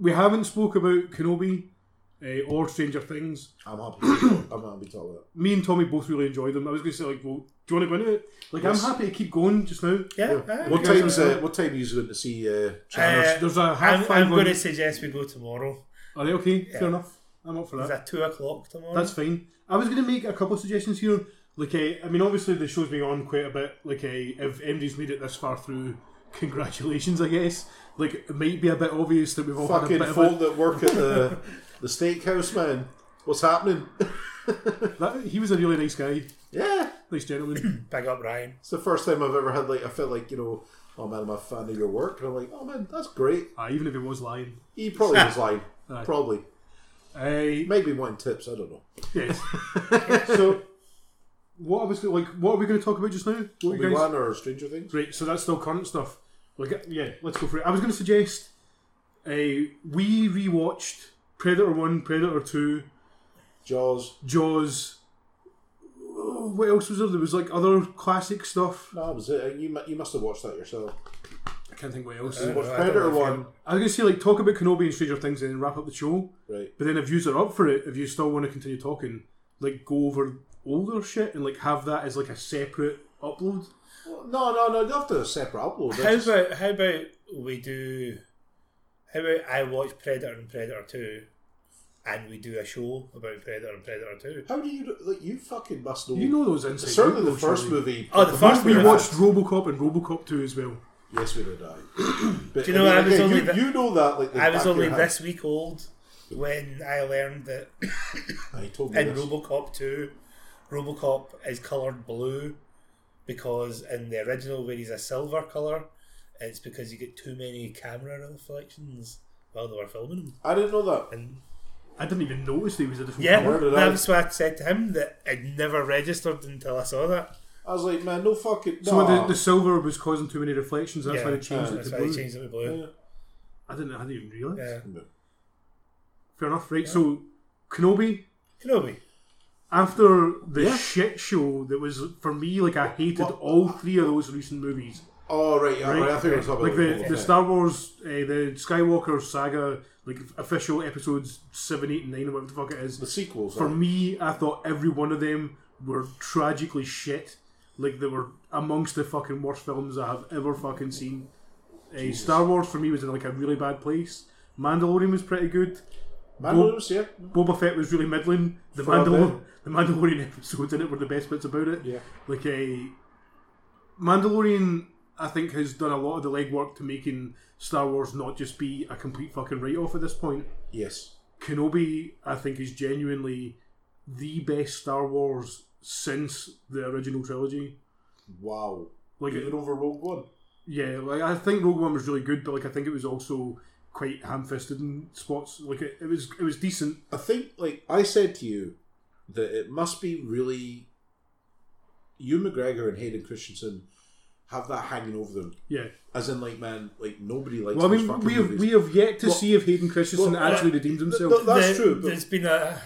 We haven't spoke about Kenobi uh, or Stranger Things. I'm happy. To, I'm happy to talk about. it. Me and Tommy both really enjoyed them. I was going to say, like, well, do you want to go into it? Like, Yes. I'm happy to keep going just now. Yeah. aye. What guys time's are- uh, what time are you going to see? Uh, Chandler's? Uh, There's a half I'm, five I'm on- going to suggest we go tomorrow. Are they okay? Fair enough. I'm up for Is that. that two o'clock tomorrow? That's fine. I was going to make a couple of suggestions here. Like, uh, I mean, obviously the show's been on quite a bit. Like, uh, if MD's made it this far through, *laughs* congratulations, I guess. Like, it might be a bit obvious that we've all fucking had a bit of folk that work at the the steakhouse, man. What's happening? it. That, he was a really nice guy, yeah, nice *clears throat* gentleman. Big up, Ryan. it's the first time I've ever had like I felt like you know, oh man, I'm a fan of your work, and I'm like, oh man, that's great. Ah, even if he was lying. He *laughs* probably was lying. Aye. Probably, *laughs* Uh, maybe wanting tips. I don't know. yes. so, what I was gonna- like, what are we going to talk about just now? What Obi Wan or Stranger Things. Right, so that's still current stuff. Like, yeah, let's go for it. I was going to suggest uh, we rewatched Predator One, Predator Two, Jaws. Jaws. Oh, what else was there? There was like other classic stuff. No, that was it. Uh, You mu- you must have watched that yourself. I can't think what else. Watched I don't Predator know if one. I was going to say like talk about Kenobi and Stranger Things and then wrap up the show. Right. But then if yous are up for it, if you still want to continue talking, like go over older shit and like have that as like a separate upload. No, no, no. You have to have a separate upload. How That's just- about how about we do? How about I watch Predator and Predator Two, and we do a show about Predator and Predator Two? How do you like? You fucking must know. You know those inside. Certainly, out, the though, first surely. movie. Oh, the first We one watched RoboCop and RoboCop Two as well. Yes, we did. I. But, *clears throat* Do you know what, I was okay, only you, the- you know that like the I was back of only your hand. this week old when I learned that I told me in this. RoboCop Two, RoboCop is coloured blue because in the original where he's a silver colour, it's because you get too many camera reflections while they were filming him. I didn't know that. And I didn't even notice they was a different. yeah, Where did I- that's what I said to him that I'd never registered until I saw that. I was like, man, no fucking. So nah. the, the silver was causing too many reflections. That's why they changed uh, it to Oh, That's why blue. they changed it to blue. I didn't. I didn't even realise. Yeah. Fair enough, right? So Kenobi, Kenobi. after the Yeah. shit show that was for me, like I hated all three of those recent movies. Oh right, yeah, right. I think we're talking Like about the, Boba the Fett. Star Wars, uh, the Skywalker saga, like official episodes seven, eight, and nine, or whatever the fuck it is. the sequels. For eh? me, I thought every one of them were tragically shit. Like they were amongst the fucking worst films I have ever fucking seen. Uh, Star Wars for me was in like a really bad place. Mandalorian was pretty good. Mandalorian, yeah. Boba Fett was really middling. The For a Mandalor- bit. the Mandalorian *laughs* episodes in it were the best bits about it. Yeah. Like a Mandalorian, I think has done a lot of the legwork to making Star Wars not just be a complete fucking write off at this point. Yes. Kenobi, I think, is genuinely the best Star Wars since the original trilogy. Wow. Like, Even over Rogue One. yeah, like I think Rogue One was really good, but like I think it was also quite ham-fisted in spots. Like it, it was, it was decent. I think, like I said to you, that it must be really. You McGregor and Hayden Christensen have that hanging over them, Yeah. as in, like, man, like nobody likes. Well, I these mean, fucking we have movies. we have yet to Well- see if Hayden Christensen well, actually uh, redeemed th- himself. th- That's There- true, but- There's been a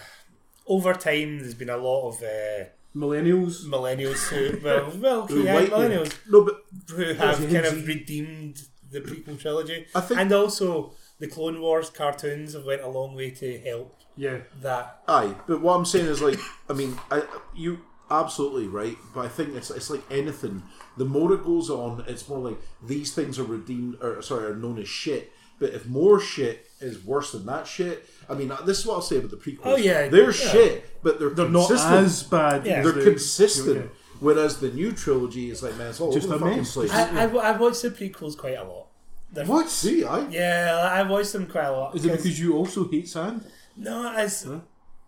over time. There's been a lot of uh, Millennials, millennials who well, well, Who yeah, like them. millennials No, but who have Gen kind Z. of redeemed the prequel trilogy, I think- and also the Clone Wars cartoons have went a long way to help yeah, that. Aye, but what I'm saying is like, I mean, I you absolutely right, but I think it's it's like anything. The more it goes on, it's more like these things are redeemed or sorry are known as shit. But if more shit is worse than that shit, I mean, uh, this is what I'll say about the prequels. Oh, yeah, they're yeah. shit, but they're they're not consistent. as bad. Yeah. as they're the- consistent. yeah. Whereas the new trilogy is like, man, it's all Just over the a fucking mess. place. I, I, I watched the prequels quite a lot. They're- what? See, I Yeah, I watched them quite a lot. Is it 'cause- because you also hate sand? no? It's,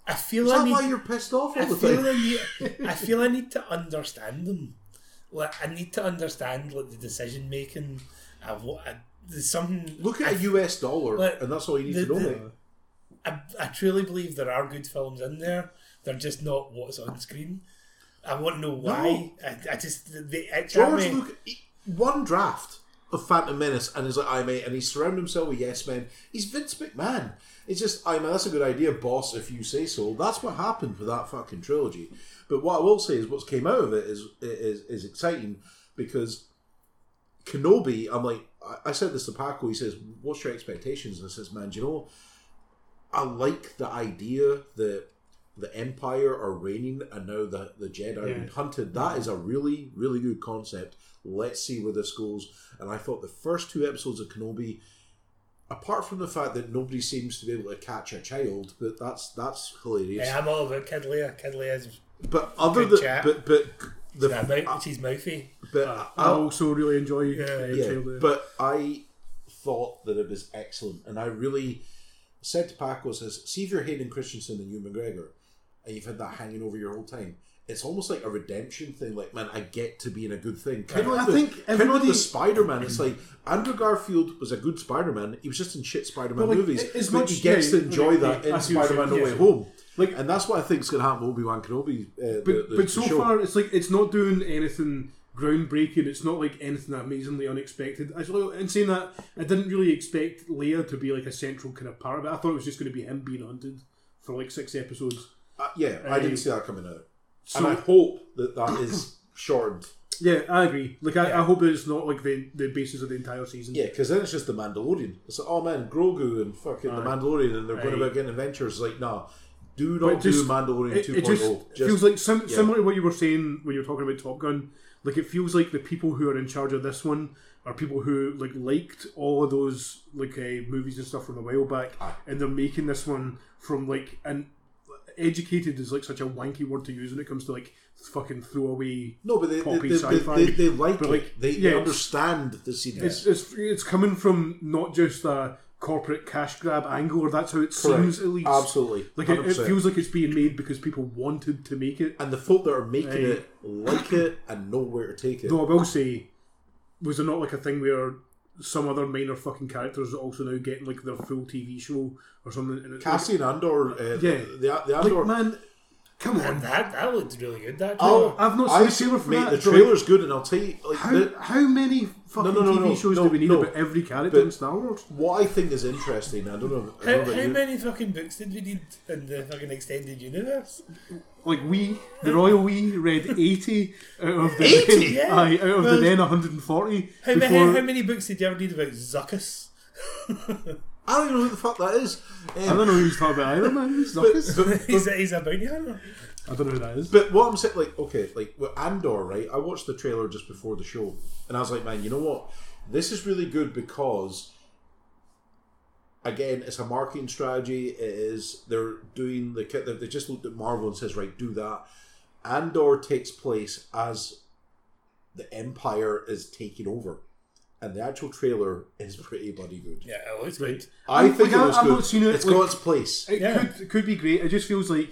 I feel is I that need why you're pissed off all I the feel, time? I, need, I feel I need to understand them. Like I need to understand like the decision making. I, wa- I, there's something. Look at I, a US dollar, Look, and that's all you need the- to know. the- mate. I, I truly believe there are good films in there. They're just not what's on screen. I want to know why. I, I just they. It, George I mean, Lucas. one draft of Phantom Menace and he's like, aye, mate, and he's surrounded himself with yes men. He's Vince McMahon. It's just, aye, man, that's a good idea, boss, if you say so. That's what happened with that fucking trilogy. But what I will say is what's came out of it is is, is exciting because Kenobi, I'm like, I- I said this to Paco, he says, what's your expectations? And I says, man, do you know, I like the idea that the Empire are reigning and now the, the Jedi are being Yeah. hunted. That is a really, really good concept. Let's see where this goes. And I thought the first two episodes of Kenobi, apart from the fact that nobody seems to be able to catch a child, but that's that's hilarious. Yeah, I'm all about Kid Leia. Kid Leia's But other Good than chat. uh, but but the uh, that mouth, she's mouthy. but I I'll- also really enjoy uh, yeah. yeah, Child of- but I thought that it was excellent, and I really said to Paco, I "says See if you're Hayden Christensen and you McGregor, and you've had that hanging over your whole time. It's almost like a redemption thing. Like, man, I get to be in a good thing. Kind of I like think the, everybody- Spider Man. It's like Andrew Garfield was a good Spider Man. He was just in shit Spider Man But, like, movies, as but much- he gets yeah, to enjoy okay, that yeah, I in see what Spider Man No you're Way saying, Home. Like- and that's what I think is going to happen with Obi Wan Kenobi. Uh, the- But, the- the but so show. far, it's like it's not doing anything groundbreaking. It's not like anything amazingly unexpected. Actually, in saying that, I didn't really expect Leia to be like a central kind of part of it. I thought it was just going to be him being hunted for like six episodes. Uh, yeah, I Uh, didn't see that coming out. So- and I hope that that is shortened. Yeah, I agree. Like, I, I hope that it's not like the the basis of the entire season. Yeah, because then it's just the Mandalorian. It's like, oh man, Grogu and fucking the Mandalorian, and they're going about getting adventures. Like, nah, do But not it just- do Mandalorian it, 2.0. it just, Just- feels like sim- similar to what you were saying when you were talking about Top Gun. Like it feels like the people who are in charge of this one are people who like liked all of those like uh, movies and stuff from a while back, and they're making this one from like an educated is like such a wanky word to use when it comes to like fucking throwaway. no, but they, poppy they, they, sci-fi, they, they, they like but, it. like, They, yeah, they it's- understand the It's, series. it's it's coming from not just a corporate cash grab angle, or that's how it seems at least. Absolutely. Like it, it 100%. feels like it's being made because people wanted to make it. And the folk that are making Aye. it like it and know where to take it. Though I will say, was there not like a thing where some other minor fucking characters are also now getting like their full TV show or something? And it's Cassian Andor, uh, Yeah. the, the like, Andor. like, man, come on. And that that looked really good. That Oh, trailer. I've not I seen a trailer for mate, that. the so, trailer's good, and I'll tell you, like, How, the- how many fucking no, no, TV no, shows no, do we need no. about every character But- in Star Wars? what I think is interesting, I don't know. I don't know how, about how you. many fucking books did we need in the fucking extended universe? Like we, the royal we, *laughs* read eighty out of the 80? then, Yeah. aye, out of the Well, then one hundred and forty. How, ma- before- how, how many books did you ever read about Zuckus? *laughs* I don't even know who the fuck that is. Um, I don't know who's talking about either man. It's Zuckus. he's, a, he's a bounty hunter. I don't know who that is. But what I'm saying, like, okay, like with Andor, right? I watched the trailer just before the show, and I was like, man, you know what? This is really good because, again, it's a marketing strategy. It is they're doing the kit. They just looked at Marvel and says, right, do that. Andor takes place as the Empire is taking over, and the actual trailer is *laughs* pretty bloody good. Yeah, it looks good. I I'm- think like, it I- was I've good. not seen it, It's like- got its place. It Yeah. could could be great. It just feels like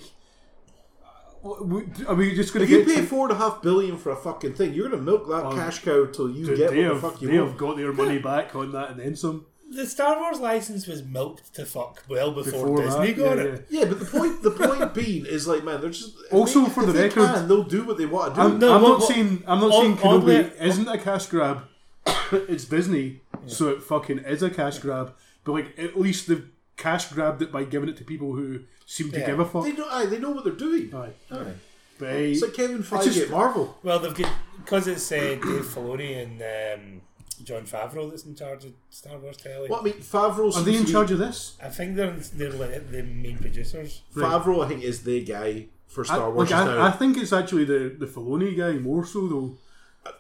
uh, w- are we just going If to you get? pay to- four and a half billion for a fucking thing, you're gonna milk that cash cow till you get they what the have, fuck they you have want. got their money back on that and then some. The Star Wars license was milked to fuck well before, Before Disney that, got yeah, it. Yeah, but the point *laughs* the point being is like, man, they're just if Also, they- for if the they record- can, they'll do what they want to do. I'm, No, I'm what- not what- saying I'm not on- saying on Kenobi the- isn't a cash grab. *coughs* it's Disney, so it fucking is a cash grab. But like, at least they've cash grabbed it by giving it to people who seem to Yeah. give a fuck. they know, aye, they know what they're doing. Aye. Aye. But, eh, It's like Kevin Feige Uh, just- at Marvel. Well, they've got because it's uh, Dave Filoni and um, John Favreau that's in charge of Star Wars telly. What I mean, Favreau. are they in charge of this? I think they're they're like the main producers. Favreau? I think is the guy for I, Star Wars like, I, now. I think it's actually the the Filoni guy more so though,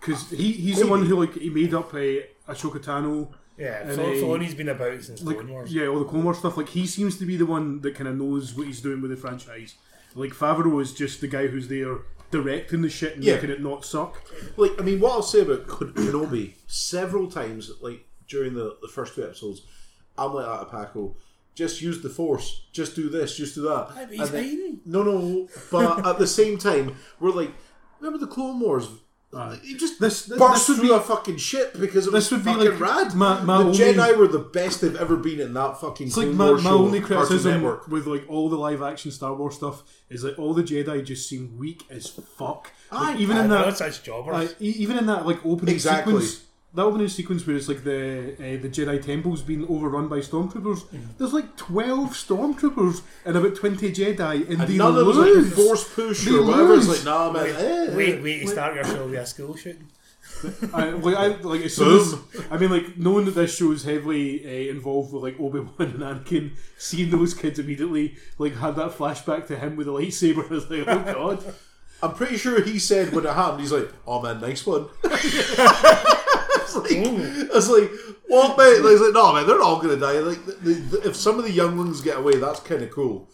because he, he's the one Maybe. who like he made up a Ashoka Tano. Yeah, And Fil- they- Filoni's been about since Like, Clone Wars. yeah, all the Clone Wars stuff. Like he seems to be the one that kind of knows what he's doing with the franchise. Like Favreau is just the guy who's there directing the shit and Yeah. making it not suck. like I mean, what I'll say about Ken- Kenobi several times, like during the, the first two episodes, I'm like that to Paco. Just use the force. Just do this. Just do that. but he's And then- hiding. *laughs* No, no. But at the same time, we're like, remember the Clone Wars Aye. You just This- this- this burst would through be- a fucking ship because it this was would be fucking like rad. my- my the only- Jedi were the best they've ever been in that fucking. It's like Clone my, Wars my show, only Cartoon criticism Network. with like all the live action Star Wars stuff is that all the Jedi just seem weak as fuck. Like, Aye, even in No, that it's such jobbers. Uh, e- even in that like opening Exactly. sequence, that opening sequence where it's like the uh, the Jedi temple's been overrun by stormtroopers. Mm. There's like twelve stormtroopers and about twenty Jedi, and they Another was like lose. force push They or whatever. It's lose. like nah, man. eh, eh. wait, wait, you start your show with a school shooting. I, like, I, like, as soon as, I mean, like knowing that this show is heavily uh, involved with like Obi Wan and Anakin, seeing those kids immediately like had that flashback to him with a lightsaber. *laughs* I was like, oh god. I'm pretty sure he said when it happened, he's like, "Oh man, nice one." *laughs* It's like, it's like, what, mate? Like, It's like, no, man, they're all gonna die. Like, the, the, if some of the young ones get away, that's kind of cool.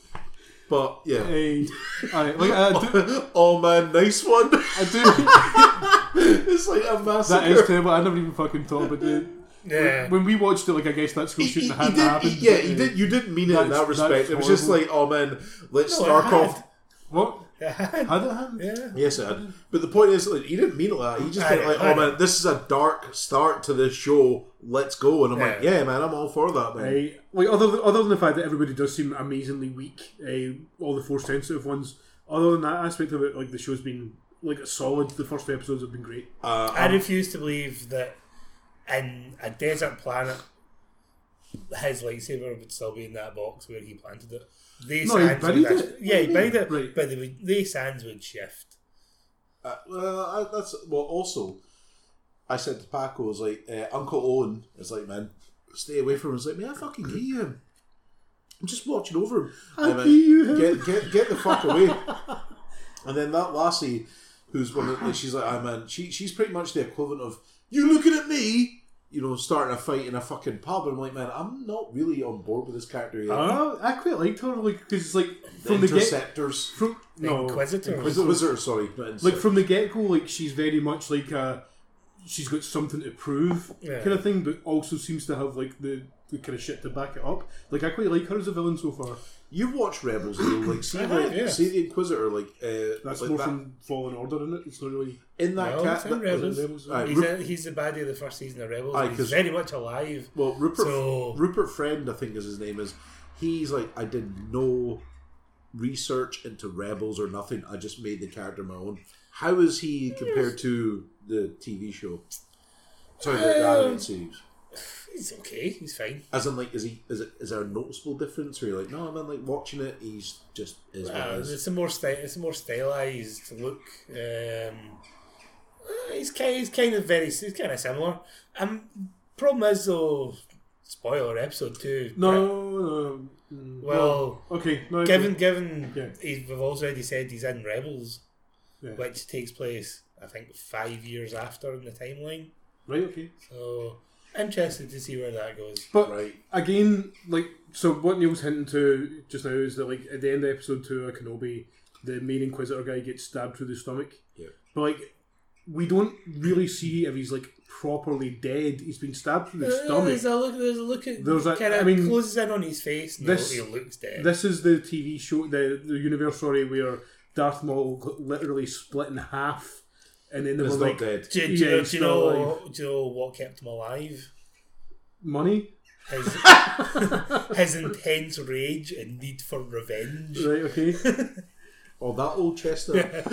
But yeah, Eh, I, like, *laughs* I uh, do, oh man, nice one. *laughs* I do it's like a massacre. That is terrible. I never even fucking thought about it. Yeah. When we watched it, like I guess that school shooting he hadn't did, happened. he- yeah, but, he uh, did. You didn't mean it in that's- that respect. that's It was just horrible. like, oh man, let's No, it Stark had. off. What? yeah. Had it happened? Yes, it had. But the point is, like, he didn't mean it like that. He just I kind of know, like, I oh know. man, this is a dark start to this show. Let's go. And I'm like, Yeah. yeah, man, I'm all for that, man. Eh, like other than, other than the fact that everybody does seem amazingly weak, eh, all the force sensitive ones. Other than that aspect of it, like the show's been like solid. The first few episodes have been great. I refuse to believe that in a desert planet, his lightsaber would still be in that box where he planted it. They No, he sands would buried actually- it. Yeah, he buried it, Right. but they would, they sands would shift. Uh, well, I, that's well. Also, I said to Paco, I was like, uh, Uncle Owen is like, man, stay away from him. He's like, man, I fucking hate him. I'm just watching over him. I I'm like, hate him. Get, get, get the fuck away. and then that lassie, who's one of, like, she's like, I man, she, she's pretty much the equivalent of you looking at me. You know, starting a fight in a fucking pub, and I'm like, man, I'm not really on board with this character yet. Uh, I quite liked her, like because it's like the from the, get interceptors, from no Inquisitor. was it wizard? Sorry, not like intercept- from the get go, like she's very much like uh she's got something to prove Yeah. kind of thing, but also seems to have like the, the kind of shit to back it up. Like I quite like her as a villain so far. You've watched Rebels, though. Like, see, have, the, yeah. see the Inquisitor, like, uh, That's like more that- from Fallen Order in it. It's not really in that No, cat. it's in Rebels. Aye, He's, Rup- a, he's the baddie of the first season of Rebels. Aye, and he's 'cause- very much alive. well, Rupert, So- Rupert Friend, I think is his name is. He's like, I did no research into Rebels or nothing. I just made the character my own. How is he compared to the TV show? Sorry, the Um, the animated series. He's okay. He's fine. As in, like, is he? Is it? Is there a noticeable difference? Or you're like, no, I mean, like watching it, he's just is what Uh, it is. it's a more sty- it's a more stylized look. Um, uh, he's kind he's kind of very he's kind of similar. Um, problem is though, spoiler episode two. no, no, no, mm, Well, okay. No, given given Yeah. he's, we've already said he's in Rebels, Yeah. which takes place I think five years after in the timeline. right, okay. So interested to see where that goes. But Right. again, like so, what Neil's hinting to just now is that like at the end of episode two of Kenobi, the main Inquisitor guy gets stabbed through the stomach. Yeah. But like, we don't really see if he's like properly dead. He's been stabbed through the stomach. There's a look. There's a look at There's a- kind of I mean, closes in on his face. And this- he looks dead. This is the TV show, the the universe, sorry, where Darth Maul got literally split in half, and then there He's was not like dead. Do, do, Yeah, do, he's you still know, do you know what kept him alive? money. *laughs* His, his intense rage and need *laughs* for revenge. Right? Okay. Oh, that old chestnut.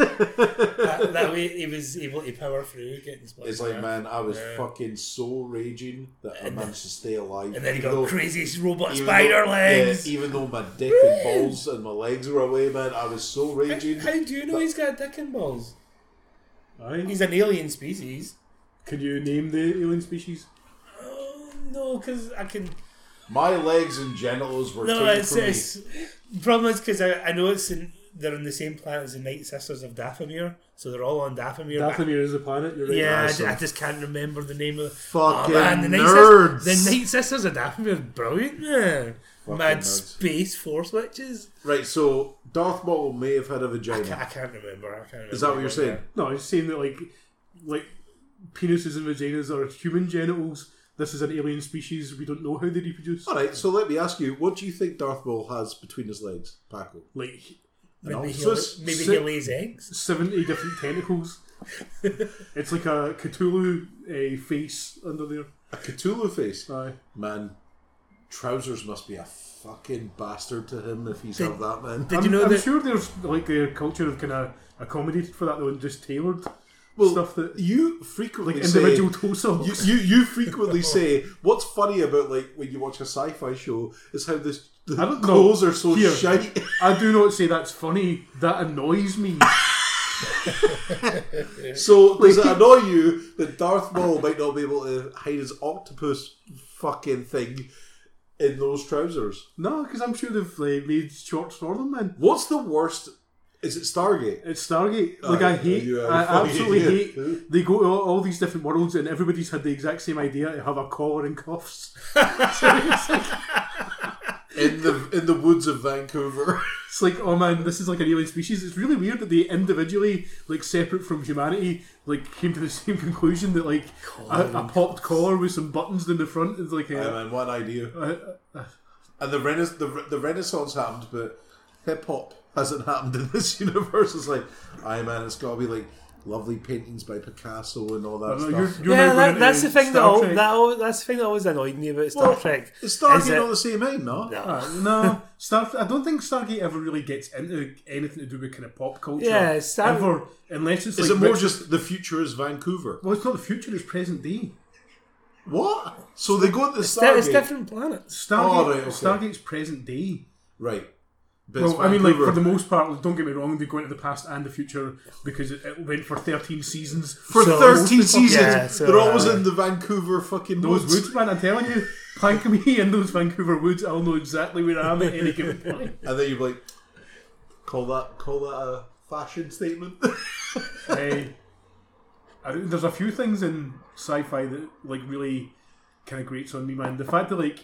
That, that way he was able to power through getting split. It's in like, half. man, I was fucking so raging that I managed to stay alive. And then he even got though- crazy robot even spider though- legs. Yeah, even though my dick and balls and my legs were away, man, I was so raging. how, how do you know he's got dick and balls? Aye. He's an alien species. Can you name the alien species? Oh, no, because I can. My legs and genitals were No, taken it's, from it's problem is because I, I know it's in, they're on the same planet as the Night Sisters of Dathomir, so they're all on Dathomir. but I Dathomir is a planet. You're right. Yeah, I Awesome. ju- I, just can't remember the name of Fucking Oh, the nerds. Night Sisters, the Night Sisters of Daphne was brilliant, man. Mad nerds. space force witches. me. Right, so Darth Maul may have had a I ca- I vagina. can't remember. I can't remember Is that what you're saying? No, I'm saying that like, like penises and vaginas are human genitals. This is an alien species. We don't know how they reproduce. All right, so let me ask you, what do you think Darth Maul has between his legs, Paco? Like, Maybe, he, So it's maybe he sick- lays eggs. seventy eh, different tentacles. it's like a Cthulhu a face under there. A Cthulhu face. Aye. Man, trousers must be a fucking bastard to him if he's Did- of that man. Did I'm, you know I'm that? sure there's like a culture of kind of accommodated for that though, and just tailored stuff that you frequently like say- individual toe socks. You, you *laughs* you frequently say what's funny about like when you watch a sci-fi show is how this the I don't know. clothes are so Here. shite. I do not say that's funny. That annoys me. So does it annoy you that Darth Maul might not be able to hide his octopus fucking thing in those trousers? no, because I'm sure they've like, made shorts for them, man. What's the worst? Is it *laughs* Stargate? It's Stargate. Like I Aye, hate, Oh, you are I *laughs* funny, absolutely yeah. hate. They go to all, all these different worlds, and everybody's had the exact same idea to have a collar and *laughs* cuffs. so it's, like, in the in the woods of Vancouver. *laughs* it's like, oh man, this is like an alien species. It's really weird that they individually, like separate from humanity, like came to the *laughs* same conclusion that like a, a popped collar with some buttons in the front is like yeah, a, man, one idea. uh, and the rena- the, re- the Renaissance happened, but hip hop hasn't happened in this *laughs* universe. It's like, aye, man, it's got to be like lovely paintings by Picasso and all that no, stuff. uh, you're- you're now Yeah, going that, into that's the thing that, Star al Trek. that al that's the thing that always annoyed me about Star Well, Trek. Is is Stargate that- all the same thing, no? Uh, no, Star. I don't think Stargate ever really gets into anything to do with kind of pop culture. Yeah, Star- ever unless it's Is like it more Richard- just the future is Vancouver? Well, it's not the future; it's present day. What? So they go to the Di- It's Stargate, different planets. Stargate, Oh, right, okay. Stargate's present day. right? But it's Well, I mean, like for Vancouver. the most part, like, don't get me wrong, they go into the past and the future because it, it went for thirteen seasons. for So- 13 seasons, Yeah, so, they're always uh, in the Vancouver fucking those woods. woods, man, I'm telling you, *laughs* plank me in those Vancouver woods, I'll know exactly where I am at any given point. And then you're like, call that call that a fashion statement. *laughs* Aye. Eh, I think there's a few things in sci-fi that like really kind of grates on me, man. The fact that like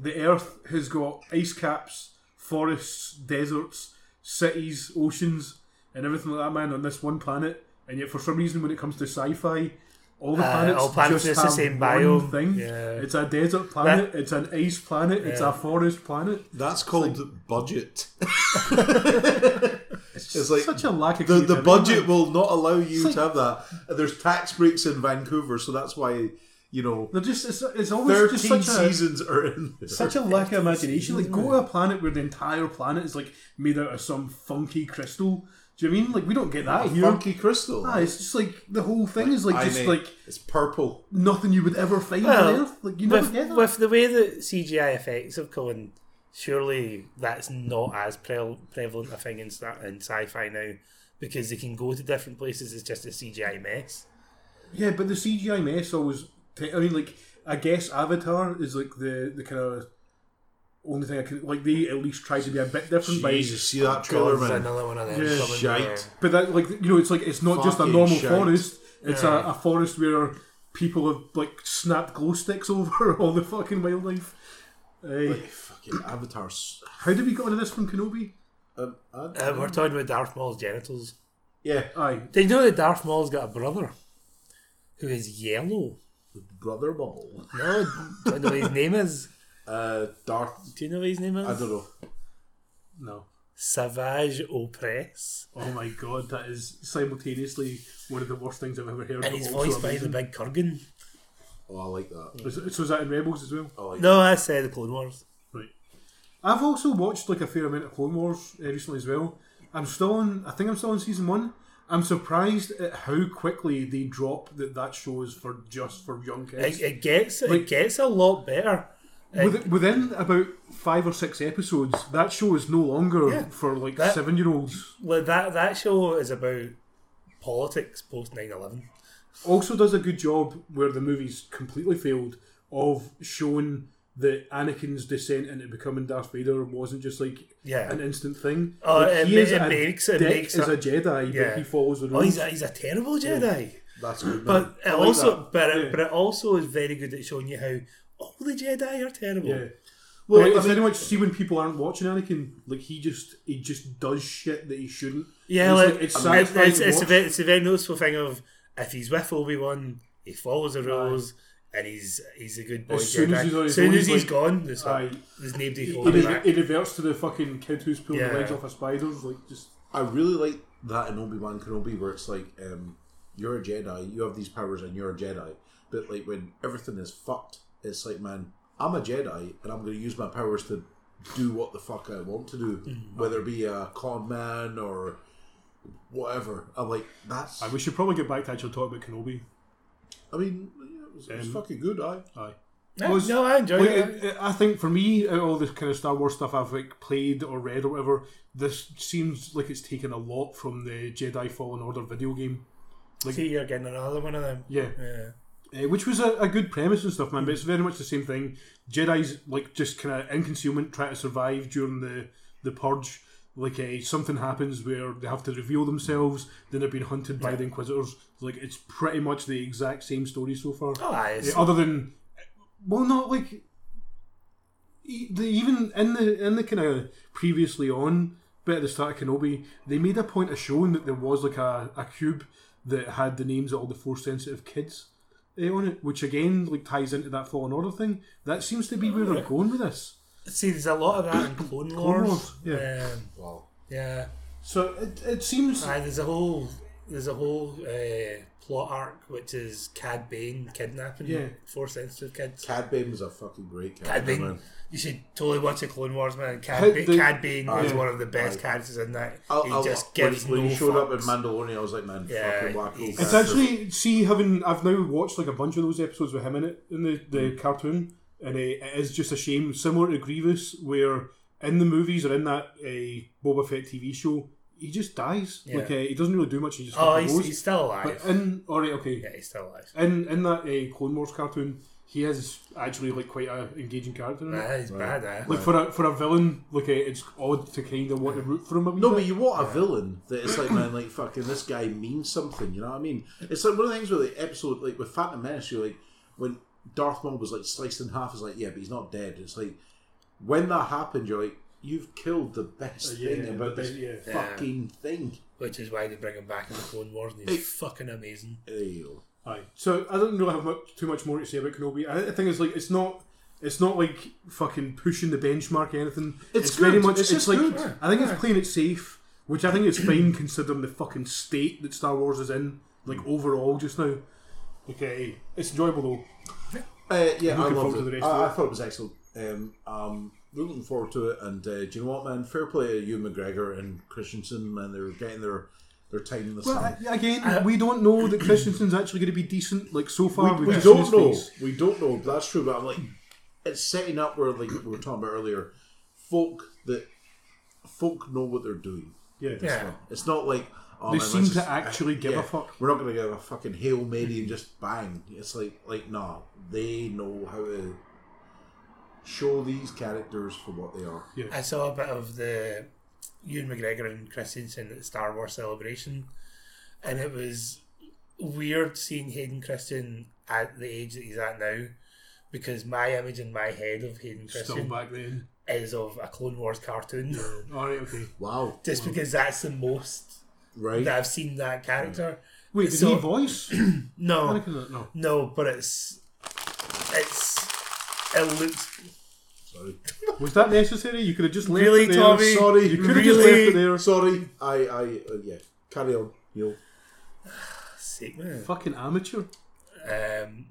the Earth has got ice caps, forests, deserts, cities, oceans, and everything like that, man, on this one planet, and yet for some reason, when it comes to sci-fi. All the Uh, planets, all planets just is the have same one biome. Thing. Yeah. It's a desert planet. It's an ice planet. It's a Yeah. forest planet. That's called *laughs* budget. It's, It's like such a lack of The, the creativity, budget man. will not allow you It's to have that. There's tax breaks in Vancouver, so that's why you know They're just it's, it's always just thirteen such a seasons are in. there. such *laughs* a lack of imagination. Like, go to a planet where the entire planet is like made out of some funky crystal. Do you know what I mean like we don't get that here? funky crystal. Ah, it's just like the whole thing is like Aye, just mate. like it's purple. nothing you would ever find Well, on Earth. Like you never With, get that. with the way that CGI effects have come, in, surely that's not as pre- prevalent a thing in, sci- in sci-fi now because they can go to different places. It's just a CGI mess. yeah, but the CGI mess always. T- I mean, like I guess Avatar is like the the kind of only thing I can like. They at least try to be a bit different by Jesus, see Oh, that trailer, God, there's man. another one of them. Yeah. coming Shite. there. But that, like, you know, it's like it's not just a Fucking normal shite. forest. It's a, a forest where people have like snapped glow sticks *laughs* over all the fucking wildlife. Uh, Fucking avatars. how did we get onto this from Kenobi? Um, I- Uh, we're talking about Darth Maul's genitals. yeah, Aye, Did you know that Darth Maul's got a brother who is yellow? brother ball. No, do you know what his name is? Uh, Darth. Do you know what his name is? I don't know. no. Savage Opress. Oh my god, that is simultaneously one of the worst things I've ever heard. And but he's also voiced by the amazing. big Kurgan. Oh, I like that. Is it- So is that in Rebels as well? I like No, I said the Clone Wars. Right. I've also watched like a fair amount of Clone Wars uh, recently as well. I'm still on. I think I'm still on season one. I'm surprised at how quickly they drop that that show is for just for young kids. It, it gets Like- it gets a lot better. With, within about five or six episodes, that show is no longer for like That- seven year olds. Like that that show is about politics post 9-11. Also, does a good job where the movie's completely failed of showing that Anakin's descent into becoming Darth Vader wasn't just like Yeah. an instant thing. Oh, Like, it he ma- is it a makes- it dick makes as a- a Jedi, yeah. but he follows the Oh, rules. he's a, he's a terrible Jedi. That's good. man. But I it like also that. but it, but it also is very good at showing you how all the Jedi are terrible. yeah. Well, Well, I it's mean- very much see when people aren't watching Anakin, like he just he just does shit that he shouldn't. Yeah, And like, it's, it's, like, it's, satisfying it's, to it's, a watch. very, it's a very noticeable thing of if he's with Obi Wan, he follows the rules. and he's he's a good boy. As soon as Jedi. he's on his soon own, he's as he's like- gone, there's, Aye. there's nobody It, holding it, back. it reverts to the fucking kid who's pulling Yeah. the legs off of spiders. Like just I really like that in Obi Wan Kenobi, where it's like, um, you're a Jedi, you have these powers, and you're a Jedi. But like when everything is fucked, it's like, man, I'm a Jedi, and I'm going to use my powers to do what the fuck I want to do, whether it be a con man or whatever. I'm like, that's. Aye, we should probably get back to actually talk about Kenobi. I mean, yeah, it was, it was Um, fucking good. I Aye. No, was- no, I enjoyed Like, uh, it. it, it- I think for me, out of all this kind of Star Wars stuff I've like played or read or whatever, this seems like it's taken a lot from the Jedi Fallen Order video game, See, you're getting another one of them. yeah, Yeah. Eh, which was a, a good premise and stuff, man. But it's very much the same thing. Jedi's like just kind of in concealment, trying to survive during the the purge. Like eh, something happens where they have to reveal themselves, then they're being hunted by the Inquisitors. Like it's pretty much the exact same story so far. Oh, aye, it's- Yeah, other than well not like e- the, even in the in the kind of previously on bit at the start of Kenobi they made a point of showing that there was like a, a cube that had the names of all the force sensitive kids eh, on it which again like ties into that fallen order thing that seems to be where they're going with this See, there's a lot of that in Clone Wars. Clone Wars, yeah. Um, well, yeah. so it, it seems Aye, there's a whole there's a whole uh, plot arc which is Cad Bane kidnapping Yeah. four sensitive kids. Cad Bane was a fucking great character. Cad Bane, man. you should totally watch the Clone Wars, man. How Cad, Ba- the- Cad Bane is Aye. one of the best characters in that. I'll- he I'll- just when, gives when no he showed up in fucks. Mandalorian, I was like, man, Yeah, fucking whack. he's- It's actually see having I've now watched like a bunch of those episodes with him in it in the, the Mm. cartoon, and uh, it is just a shame. Similar to Grievous, where in the movies or in that uh, Boba Fett TV show, he just dies. Yeah. Like uh, he doesn't really do much. He just Oh, fucking he's, goes. he's still but uh, alive. in all right, okay, Yeah, he's still alive. in in that uh, Clone Wars cartoon, he is actually like quite a engaging character. In it. Nah, he's bad, eh? Like for a for a villain, like uh, it's odd to kind of want to root for him. A wee No, bit. but you want a villain that it's *clears throat* like, man, like fucking this guy means something. You know what I mean? It's like one of the things with the episode, like with Phantom Menace, you're like when Darth Maul was like sliced in half. It's like, yeah, but he's not dead. It's like when that happened, you're like, you've killed the best Uh, Yeah, thing but about this yeah. fucking thing. Which is why they bring him back in the Clone Wars, and he's fucking amazing. There you go. Aye. So I don't really have much, too much more to say about Kenobi. I, I think it's like it's not. It's not like fucking pushing the benchmark or anything. It's very good. much. It's, It's just like good. I think it's playing it safe, which I think is fine *coughs* considering the fucking state that Star Wars is in, like overall just now. Okay, it's enjoyable though. Uh, yeah, I Looking forward loved to the it. rest I, of I it. thought it was excellent. Um, um, looking forward to it. And uh, do you know what, man? Fair play to you, McGregor and Christensen, man. They were getting their their time in the sun. Well, I- again, we don't know that Christensen's actually going to be decent. Like so far, we, we've we just seen don't his know. face. We don't know. That's true. But I'm like, it's setting up where like we were talking about earlier. Folk that folk know what they're doing. Yeah, Yeah. It's not like oh, They man, seem let's to actually give a fuck. We're not going to give a fucking hail mary and just bang. It's like like nah. They know how to show these characters for what they are. I saw a bit of the Ewan McGregor and Christensen at the Star Wars celebration, and it was weird seeing Hayden Christian at the age that he's at now, because my image in my head of Hayden still Christian back then. is of a Clone Wars cartoon, All right, okay. Wow. *laughs* just because that's the most Right. that I've seen that character. Wait, did So- he *coughs* voice? No, Anakin? No. no, but it's it's it looks sorry. Was that necessary? You could have just left Really, it there. Tommy? Sorry, you could have just Really? left it there. Sorry. I I uh, yeah. Carry on. You. sick, man. Fucking amateur. Um,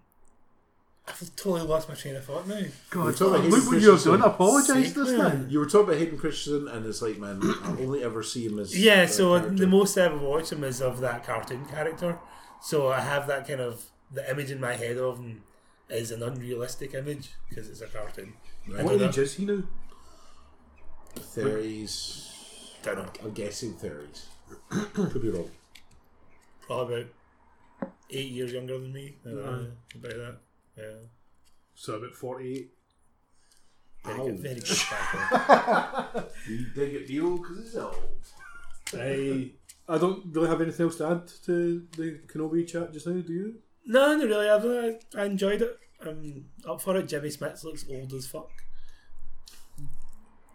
I've totally lost my train of thought now. God, talking about look Hayden what you have Christensen. done. Apologise Sick, this man. time. You were talking about Hayden Christensen, and it's like, man, I only ever see him as Yeah, a so uh, character. the most I ever watched him is of that cartoon character. So I have that kind of the image in my head of him is an unrealistic image because it's a cartoon. I What don't know. age is he now? theories. Don't know. I'm guessing theories. Could be wrong. Probably about eight years younger than me. I don't know about that. Yeah. So about forty-eight. Very Ow. good, very good character. *laughs* You dig it, Neil, because it's old. I, I don't really have anything else to add to the Kenobi chat just now. Do you? no, not really. I've, uh, I enjoyed it. I'm up for it. Jimmy Smith looks old as fuck.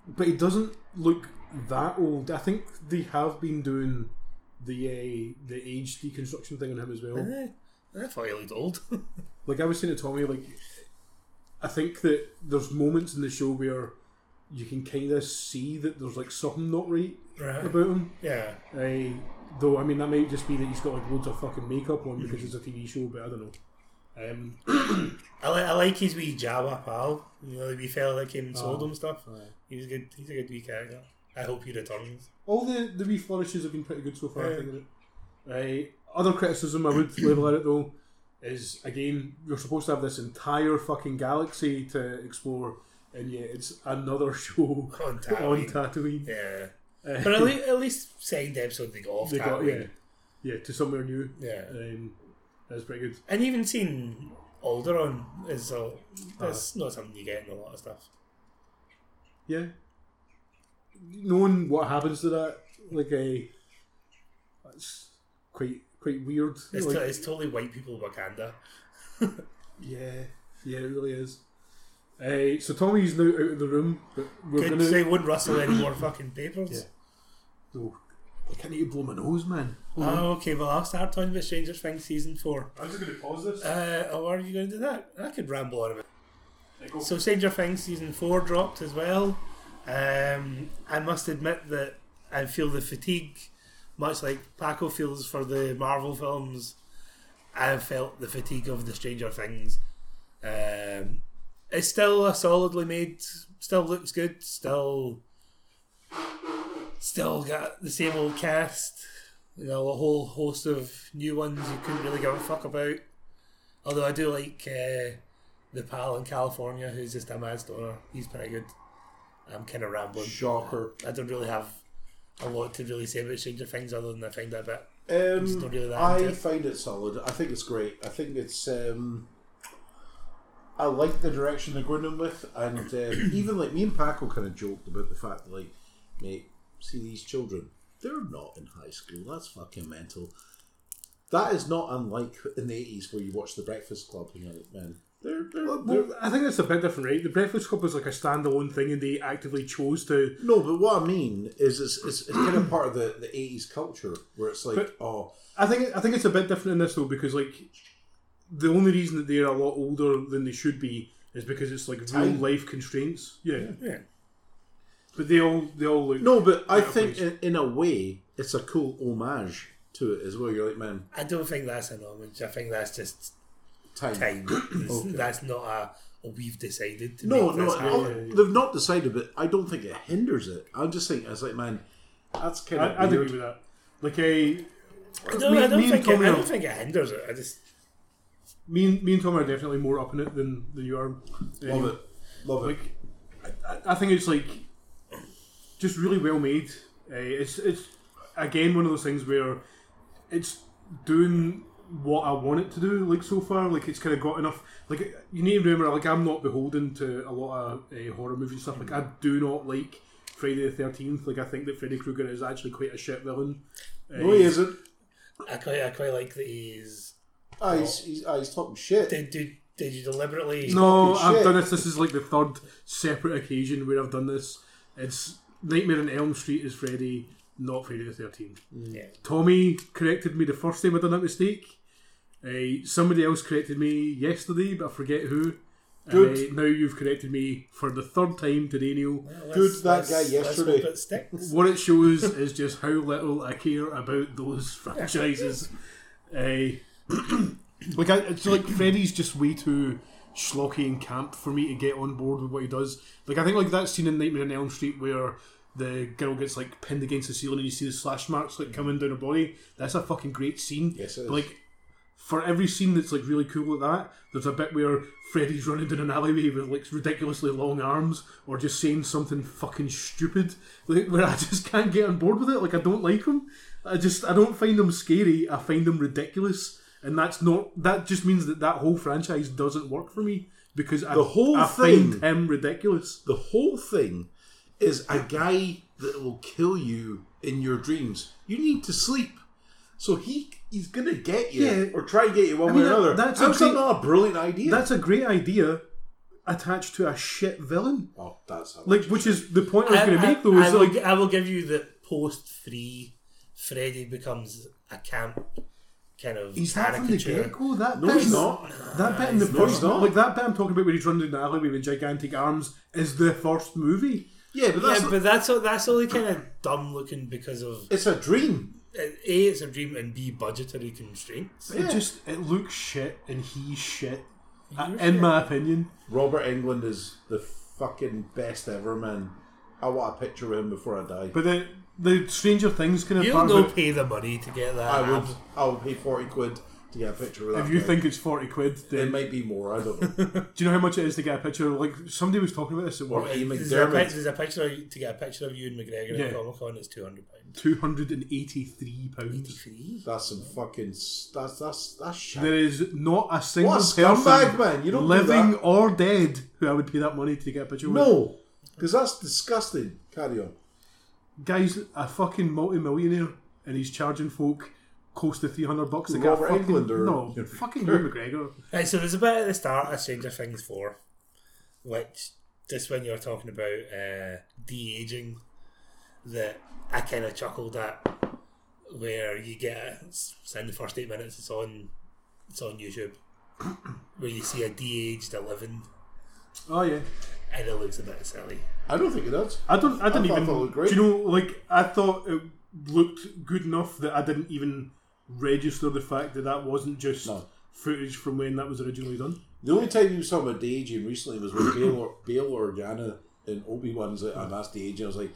But he doesn't look that old. I think they have been doing the uh, the age deconstruction thing on him as well. Eh, I thought he looked old. *laughs* Like I was saying to Tommy, like I think that there's moments in the show where you can kind of see that there's like something not right right. about him. Yeah. Uh, though I mean that might just be that he's got like loads of fucking makeup on because it's a TV show, but I don't know. Um, I, li- I like his wee Java pal. You know, the wee fella that came and Oh. sold him stuff. He was good. He's a good wee character. I hope he returns. all the the wee flourishes have been pretty good so far. I Yeah. think. of it. Right. Other criticism I would level at it though is again you're supposed to have this entire fucking galaxy to explore, and yet it's another *laughs* show On on Tatooine. Tatooine. Yeah. *laughs* Uh, But at, le- at least second episode they got off they got yeah, Tatooine. yeah to somewhere new. yeah. Um, that's pretty good. And even seeing Alderon is a, Ah. that's not something you get in a lot of stuff. Yeah. Knowing what happens to that, like a, that's quite quite weird. It's, like- to- it's totally white people Wakanda. yeah, yeah, it really is. Uh, so Tommy's now out of the room, but we're Good gonna. they wouldn't rustle any more fucking papers. Yeah. Oh, I can't even blow my nose, man. Hold on. Oh, okay, well, I'll start talking about Stranger Things season four. I'm just gonna pause this. Uh, oh, are you going to do that? I could ramble on a bit. Right, go. So, Stranger Things season four dropped as well. Um, I must admit that I feel the fatigue, much like Paco feels for the Marvel films. I felt the fatigue of the Stranger Things. Um, it's still a solidly made. Still looks good. Still, still got the same old cast. You know, a whole host of new ones you couldn't really give a fuck about. Although I do like uh, the pal in California who's just a mad stoner. He's pretty good. I'm kind of rambling. Shocker. I don't really have a lot to really say about Stranger Things other than I find that a bit. Um, not really that I into it. find it solid. I think it's great. I think it's. Um, I like the direction they're going in with, *clears throat* and um, even like me and Paco kind of joked about the fact that, like, mate, see these children, they're not in high school. That's fucking mental. That is not unlike in the eighties where you watch The Breakfast Club and you're like, man, they're, they're, they're Well, I think that's a bit different, right? The Breakfast Club was like a standalone thing, and they actively chose to. no. But what I mean is, it's it's, it's kind of part of the the eighties culture where it's like, But- oh, I think I think it's a bit different in this though because like the only reason that they're a lot older than they should be is because it's like real Time. life constraints. Yeah. Yeah. But they all they all look No, but I Yeah, think please. in, in a way it's a cool homage to it as well. You're like, man, I don't think that's an homage. I think that's just time. *coughs* time. It's- That's not a oh, we've decided *clears throat* to No, make no, this no, happen. they've not decided, but I don't think it hinders it. I'm just saying, I was like, man, that's kind I, of I agree weird. with that. Like a I don't, me- I don't me and think it, I Tommy are- don't think it hinders it. I just me and me and Tom are definitely more up in it than, than you are. Um, Love it, love it. Like I, I- I think it's like just really well made. Uh, it's it's again one of those things where it's doing what I want it to do. Like so far, like it's kind of got enough. Like you need to remember, like I'm not beholden to a lot of uh, horror movie stuff. Like I do not like Friday the Thirteenth. Like I think that Freddy Krueger is actually quite a shit villain. no, he isn't. I quite I quite like that he's Ah, he's, he's, ah, he's talking shit. did did did you deliberately No, Fucking I've shit. done this. This is like the third separate occasion where I've done this. It's Nightmare on Elm Street is Freddy, not Freddy the Thirteenth. Mm. Yeah. Tommy corrected me the first time I done that mistake. Uh, somebody else corrected me yesterday, but I forget who. Good. Uh, now you've corrected me for the third time today, Neil. Good that guy yesterday. Let's hope it sticks. What it shows is just how little I care about those *laughs* franchises. uh, *clears throat* like, I, it's like Freddy's just way too schlocky and camp for me to get on board with what he does. Like, I think like that scene in Nightmare on Elm Street where the girl gets like pinned against the ceiling and you see the slash marks like coming down her body. That's a fucking great scene. Yes, it is. But, like, for every scene that's like really cool like that, there's a bit where Freddy's running down an alleyway with like ridiculously long arms or just saying something fucking stupid, like where I just can't get on board with it. Like I don't like him. I just I don't find him scary. I find him ridiculous, and that's not that just means that that whole franchise doesn't work for me because I, The whole I thing- find him ridiculous. The whole thing is a guy that will kill you in your dreams. You need to sleep. So he he's gonna get you Yeah. or try to get you one I mean, way or that- another. that's a How's that great- not a brilliant idea? That's a great idea attached to a shit villain. oh, that's how Like, which is the point I was I, going to I- make though is I will, like I will give you that post three, Freddy becomes a camp kind of Is that from the caricature. get go? That No, bit he's is- not. That bit in the No, he's first, not. like that bit I'm talking about, where he's running down the alleyway with gigantic arms, is the first movie. Yeah, but that's Yeah, but that's o- that's only kind of dumb looking because of it's a dream. a it's a dream and b budgetary constraints. Yeah. It just it looks shit, and he's shit, Uh, in my opinion. Robert England is the fucking best ever, man. I want a picture of him before I die. But the the Stranger Things kind of You'll part no of it, pay the money to get that. I would. app. I would pay forty quid to get a picture of that. if you guy. think it's forty quid, it then might be more, *laughs* I don't know. do you know how much it is to get a picture? Like somebody was talking about this at work. Ian There's a, pic- McDermott. there's a picture of you- to get a picture of you and McGregor Yeah. at Comic Con. It's two hundred pounds. Two hundred and eighty three pounds. That's some fucking. s- That's that's that's shit. There is not a single What a scumbag, person, man. You don't do living that. or dead, who I would pay that money to get a picture with. No, because that's disgusting. Carry on. Guy's a fucking multi-millionaire, and he's charging folk close to three hundred bucks to get a Robert fucking Englund or- no, fucking Ewan McGregor. Right, so there's a bit at the start of Stranger Things 4, which just when you're talking about uh, de aging, that I kind of chuckled at, where you get it's in the first eight minutes, it's on, it's on YouTube, where you see a de aged Eleven, Oh yeah. and it looks a bit silly. I don't think it does. I don't. I didn't thought even. that looked great. Do you know? Like I thought it looked good enough that I didn't even register the fact that that wasn't just No. footage from when that was originally done. The only time you saw my de-aging recently was with Bail, or, Bail Organa and Obi Wan's. I asked the aging. I was like,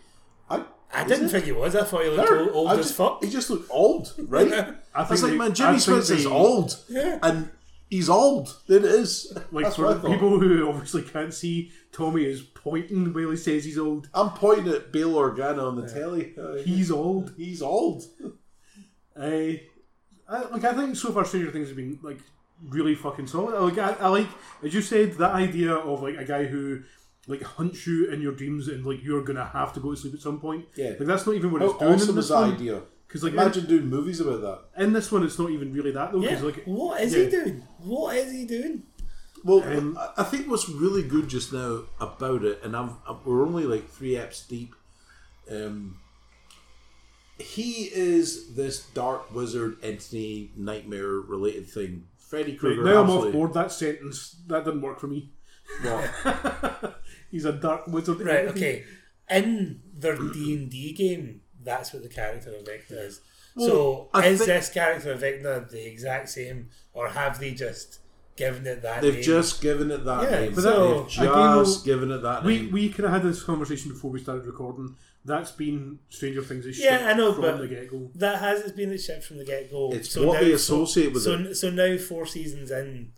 I, I is didn't it? think it was. I thought he looked They're- old, old I as just- fuck. He just looked old, *laughs* right? I think was like, they- man, I Jimmy think Smith is they- old, Yeah. and he's old. It is. Like That's what for I thought. people who obviously can't see, Tommy is pointing while he says he's old. I'm pointing at Bail Organa on the telly. Uh, He's old. he's old. Uh, I, like I think so far Stranger Things have been like really fucking solid. Like I, I like as you said that idea of like a guy who like hunts you in your dreams and like you're gonna have to go to sleep at some point. Yeah. like that's not even what How it's doing. in awesome this is that one. idea? 'Cause, like, imagine doing movies about that. In this one, it's not even really that though. Because like, what is yeah. he doing? What is he doing? Well, Um, I- I think what's really good just now about it, and I'm, i we're only like three eps deep. Um, he is this dark wizard entity, nightmare related thing. Freddy right, Krueger. now I'm off absolutely. board. That sentence that didn't work for me. *laughs* What? He's a dark wizard. *laughs* Right. Okay. In their D and D game, that's what the character of Vecna is. so I is thi- this character of Vecna the exact same, or have they just given it that? They've name? just given it that Yeah, name. but that- They've again, though, just given it that We name. we kind of had this conversation before we started recording. That's been Stranger Things. as Yeah, shit I know, from but- the get go. that has it's been a ship from the get go. It's what they associate with so, it. So now four seasons in,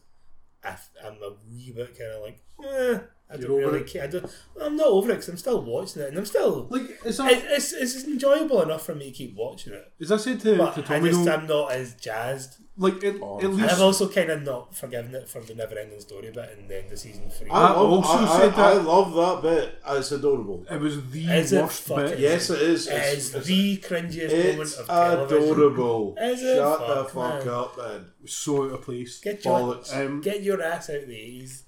I, f- I'm a wee bit kind of like, eh, I You're don't over really it? care. I don't, I'm not over it because I'm still watching it, and I'm still Like is that it, it's it's enjoyable enough for me to keep watching it. As I said to, to But I Tommy, just though, I'm not as jazzed. like at, Oh, at And least I've also kind of not forgiven it for the never ending story bit and then the season three. I, love, also I, said I- that- I love that bit. It's adorable. it was the Is it worst fucking- bit. Yes, it is. it It's, is the cringiest moment it's of television. adorable. Is it? Shut the Fuck, fuck man. up, man. It was so out of place. Get your, Bollocks. Um, get your ass out of the 80s.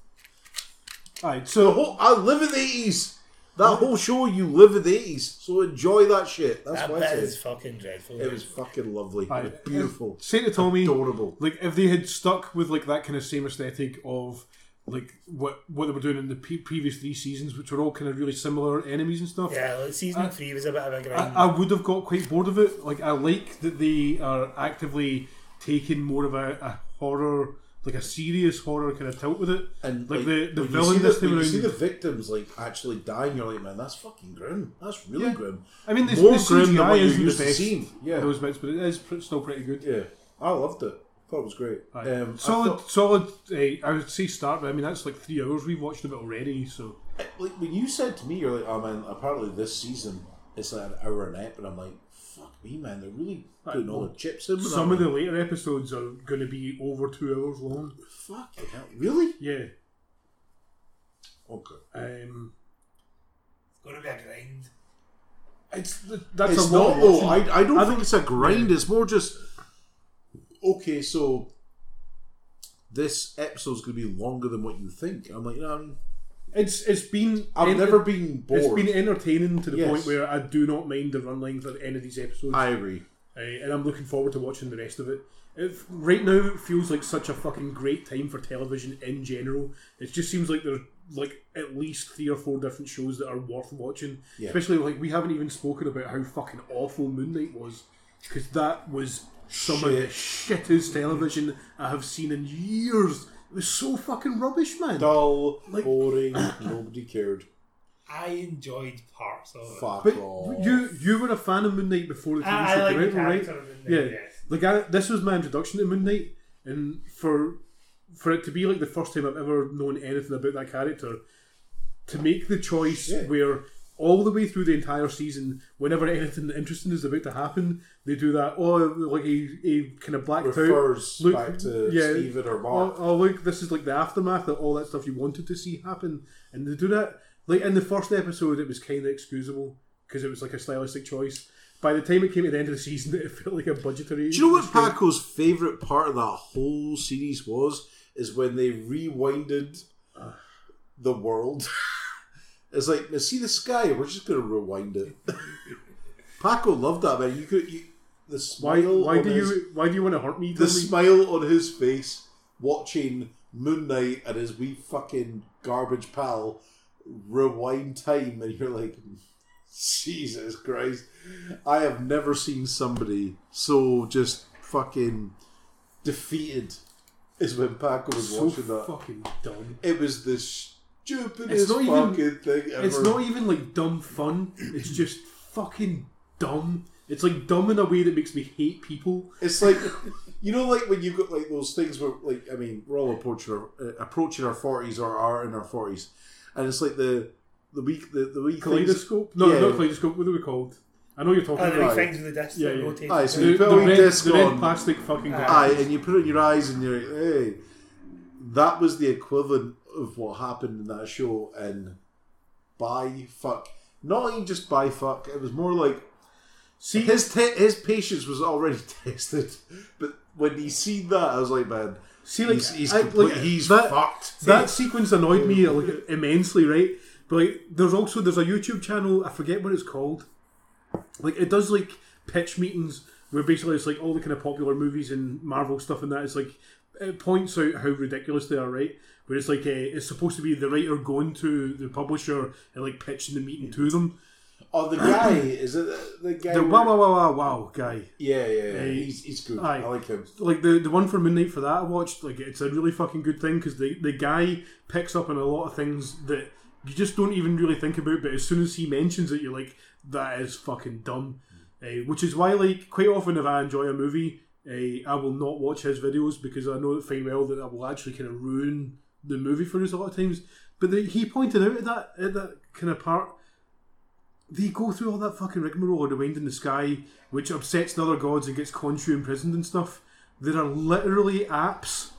Alright, The so whole I live in the eighties. That whole show, you live in the eighties, so enjoy that shit. That's That why I bit said is fucking dreadful. it was fucking lovely, it was Aye. beautiful, say to Tommy, adorable. like if they had stuck with like that kind of same aesthetic of like what what they were doing in the pe- previous three seasons, which were all kind of really similar enemies and stuff. yeah, like, season Ah. three was a bit of a grind. I, I would have got quite bored of it. Like I like that they are actively taking more of a, a horror, like a serious horror kind of tilt with it. And like, like, the the when villain you see this the, time when you around, see the victims like actually dying, you're like, man, that's fucking grim. That's really Yeah. grim. I mean, the, More the grim than what CGI you isn't the used to best seeing. Yeah. in those bits, but it is pr- still pretty good. Yeah, I loved it. Thought it was great. Um, I solid, thought- solid. eh, I would say start, but I mean that's like three hours. We've watched of it already, so like when you said to me, you're like, oh man, apparently this season it's like an hour and a half, and I'm like, fuck me, man, they're really putting all the chips in. with some that of one. the later episodes are going to be over two hours long. fucking hell, really? Yeah. Okay. Um, it's going to be a grind. it's th- that's it's a lot. not of though. watching. I, I don't I think think- it's a grind. It's more just okay. So this episode's going to be longer than what you think. I'm like, um, no, I'm- it's it's been I've enter- never been bored. It's been entertaining to the Yes. point where I do not mind the run length of any of these episodes. I agree. Uh, and I'm looking forward to watching the rest of it. it. Right now, it feels like such a fucking great time for television in general. It just seems like there's like at least three or four different shows that are worth watching. Yeah. Especially like we haven't even spoken about how fucking awful Moon Knight was because that was some of the shittest television I have seen in years. It was so fucking rubbish, man. Dull, *clears throat* boring, nobody cared. I enjoyed parts of it. Fuck But off. you you were a fan of Moon Knight before the TV I, I show like came the out, right? character of the yeah, like I, this was my introduction to Moon Knight, and for for it to be like the first time I've ever known anything about that character, to make the choice where all the way through the entire season, whenever anything interesting is about to happen, they do that. Oh, like he, he kind of blacked refers out. Look, back to yeah, Steven or Oh, Mark. oh, look, this is like the aftermath of all that stuff you wanted to see happen, and they do that. Like in the first episode, it was kind of excusable because it was like a stylistic choice. By the time it came to the end of the season, *laughs* it felt like a budgetary. Do you know what Paco's favourite part of that whole series was? Is when they rewinded the world. *laughs* it's like, "Now see the sky, we're just going to *laughs* rewind it. Paco loved that, man. You could. You, the Why, smile why on do his, you why do you want to hurt me? The Tommy? smile on his face watching Moon Knight and his wee fucking garbage pal rewind time, and you're like, Jesus Christ. I have never seen somebody so just fucking defeated as when Paco was so watching that. fucking dumb. It was the stupidest It's not even- fucking thing ever. It's not even like dumb fun. It's just fucking dumb. It's like dumb in a way that makes me hate people. It's like *laughs* you know, like when you've got like those things where, like, I mean, we're all approaching our, uh, approaching our forties or are in our forties, and it's like the the week the the week Kaleidoscope? No, Yeah. not kaleidoscope. What are we called? I know you're talking And the about. big things with the disc Yeah, that yeah. rotate. Aye, so The, you the put on your red, disc the red on, Ah. plastic fucking glass. aye, and you put it in your eyes, and you're like, hey, that was the equivalent of what happened in that show. And by fuck, not even just by fuck, it was more like See, his te- his patience was already *laughs* tested, but when he seen that, I was like, man. see, like, he's he's, I- complete- like, he's that, fucked. that sequence annoyed me like, immensely, right? But like, there's also there's a YouTube channel I forget what it's called. Like it does like pitch meetings where basically it's like all the kind of popular movies and Marvel stuff and that. It's like it points out how ridiculous they are, right? Where it's like uh, it's supposed to be the writer going to the publisher and like pitching the meeting to them. Oh, the guy *clears throat* is it the- the guy? The who- wow wow wow wow wow guy. Yeah, yeah, yeah. Hey. He's, he's good. Aye. I like him. like the the one for Midnight for that I watched, like it's a really fucking good thing because the the guy picks up on a lot of things that you just don't even really think about. But as soon as he mentions it, you're like, that is fucking dumb. Eh, which is why, like, quite often if I enjoy a movie, eh, I will not watch his videos because I know fine well that I will actually kind of ruin the movie for us a lot of times. But the, he pointed out at that at that kind of part they go through all that fucking rigmarole of the wind in the sky, which upsets the other gods and gets Khonshu imprisoned and stuff. There are literally apps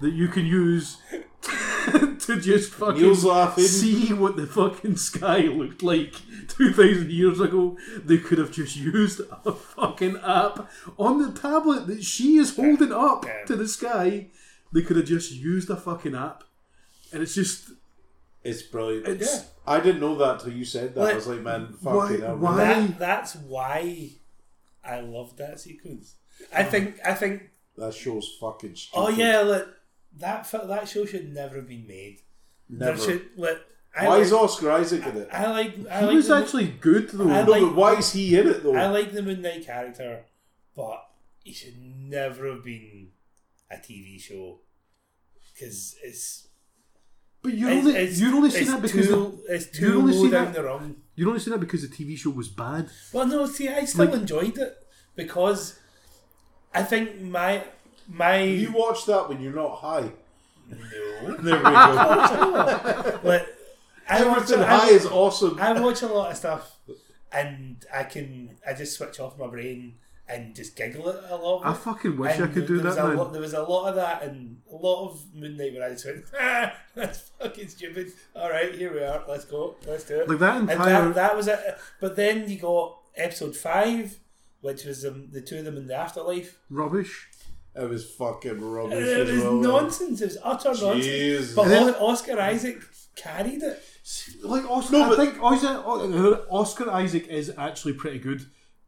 that you can use *laughs* to just fucking Neil's laughing. see what the fucking sky looked like *laughs* 2,000 years ago. They could have just used a fucking app on the tablet that she is holding up Yeah. to the sky. They could have just used a fucking app. And it's just, It's brilliant. It's- Yeah. I didn't know that till you said that. I Like, was like, man, why- fucking hell. why- That, that's why I love that sequence. I Ah. think I think That show's fucking stupid. oh yeah, like that fi- that show should never have been made. never. There should like I why like, is Oscar Isaac in it? I like I he like was the, actually good though. I no, like- but why is he in it though? I like the Moon Knight character, but he should never have been a TV show because it's but you're it's, only, it's, you're only seeing it's that because. too, the- it's you've too only low seen down that- the rung. You don't see that because the TV show was bad. Well, no, see, I still Like- enjoyed it because I think my my you watch that when you're not high. no, *laughs* There we go. *laughs* like, I watch Everything a- high is awesome. I watch a lot of stuff, and I can I just switch off my brain and just giggle at a lot. of I it. fucking wish And I could there do was that, a man. Lot, there was a lot of that, and a lot of Moon Knight where I just went, *laughs* ah, "That's fucking stupid." All right, here we are. Let's go. Let's do it. Like that And entire- that, that was it. But then you got episode five, which was um, the two of them in the afterlife. Rubbish. It was fucking rubbish. And it as was well, man. nonsense. It was utter nonsense. Jesus. But And then- O- Oscar Isaac carried it. Like Oscar, No, but- I think Oscar, Oscar Isaac is actually pretty good.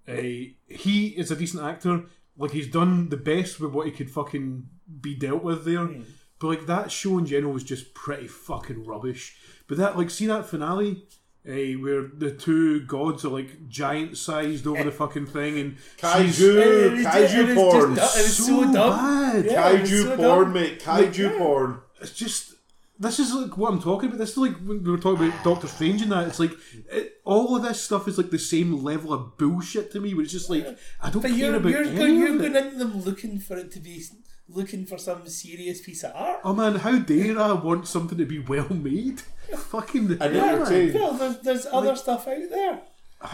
Uh, he is a decent actor. Like he's done the best with what he could fucking be dealt with there. Hmm. But like that show in general was just pretty fucking rubbish. But that like see that finale. eh, where the two gods are like giant sized Eh. over the fucking thing, and she's- Kaiju, It is- it kaiju is porn, just- it is so so dumb. bad. Yeah. it's kaiju so porn, dumb. mate, kaiju *sighs* porn. it's just this is like what I'm talking about. This is like when we were talking about Doctor Strange and that. It's like it, all of this stuff is like the same level of bullshit to me. Where it's just like I don't But care you're, about you're, any going, you're of it. going into them looking for it to be looking for some serious piece of art. Oh man, how dare I want something to be well *laughs* made? Fucking And hell, man. entertaining. Well, there's, there's other stuff out there.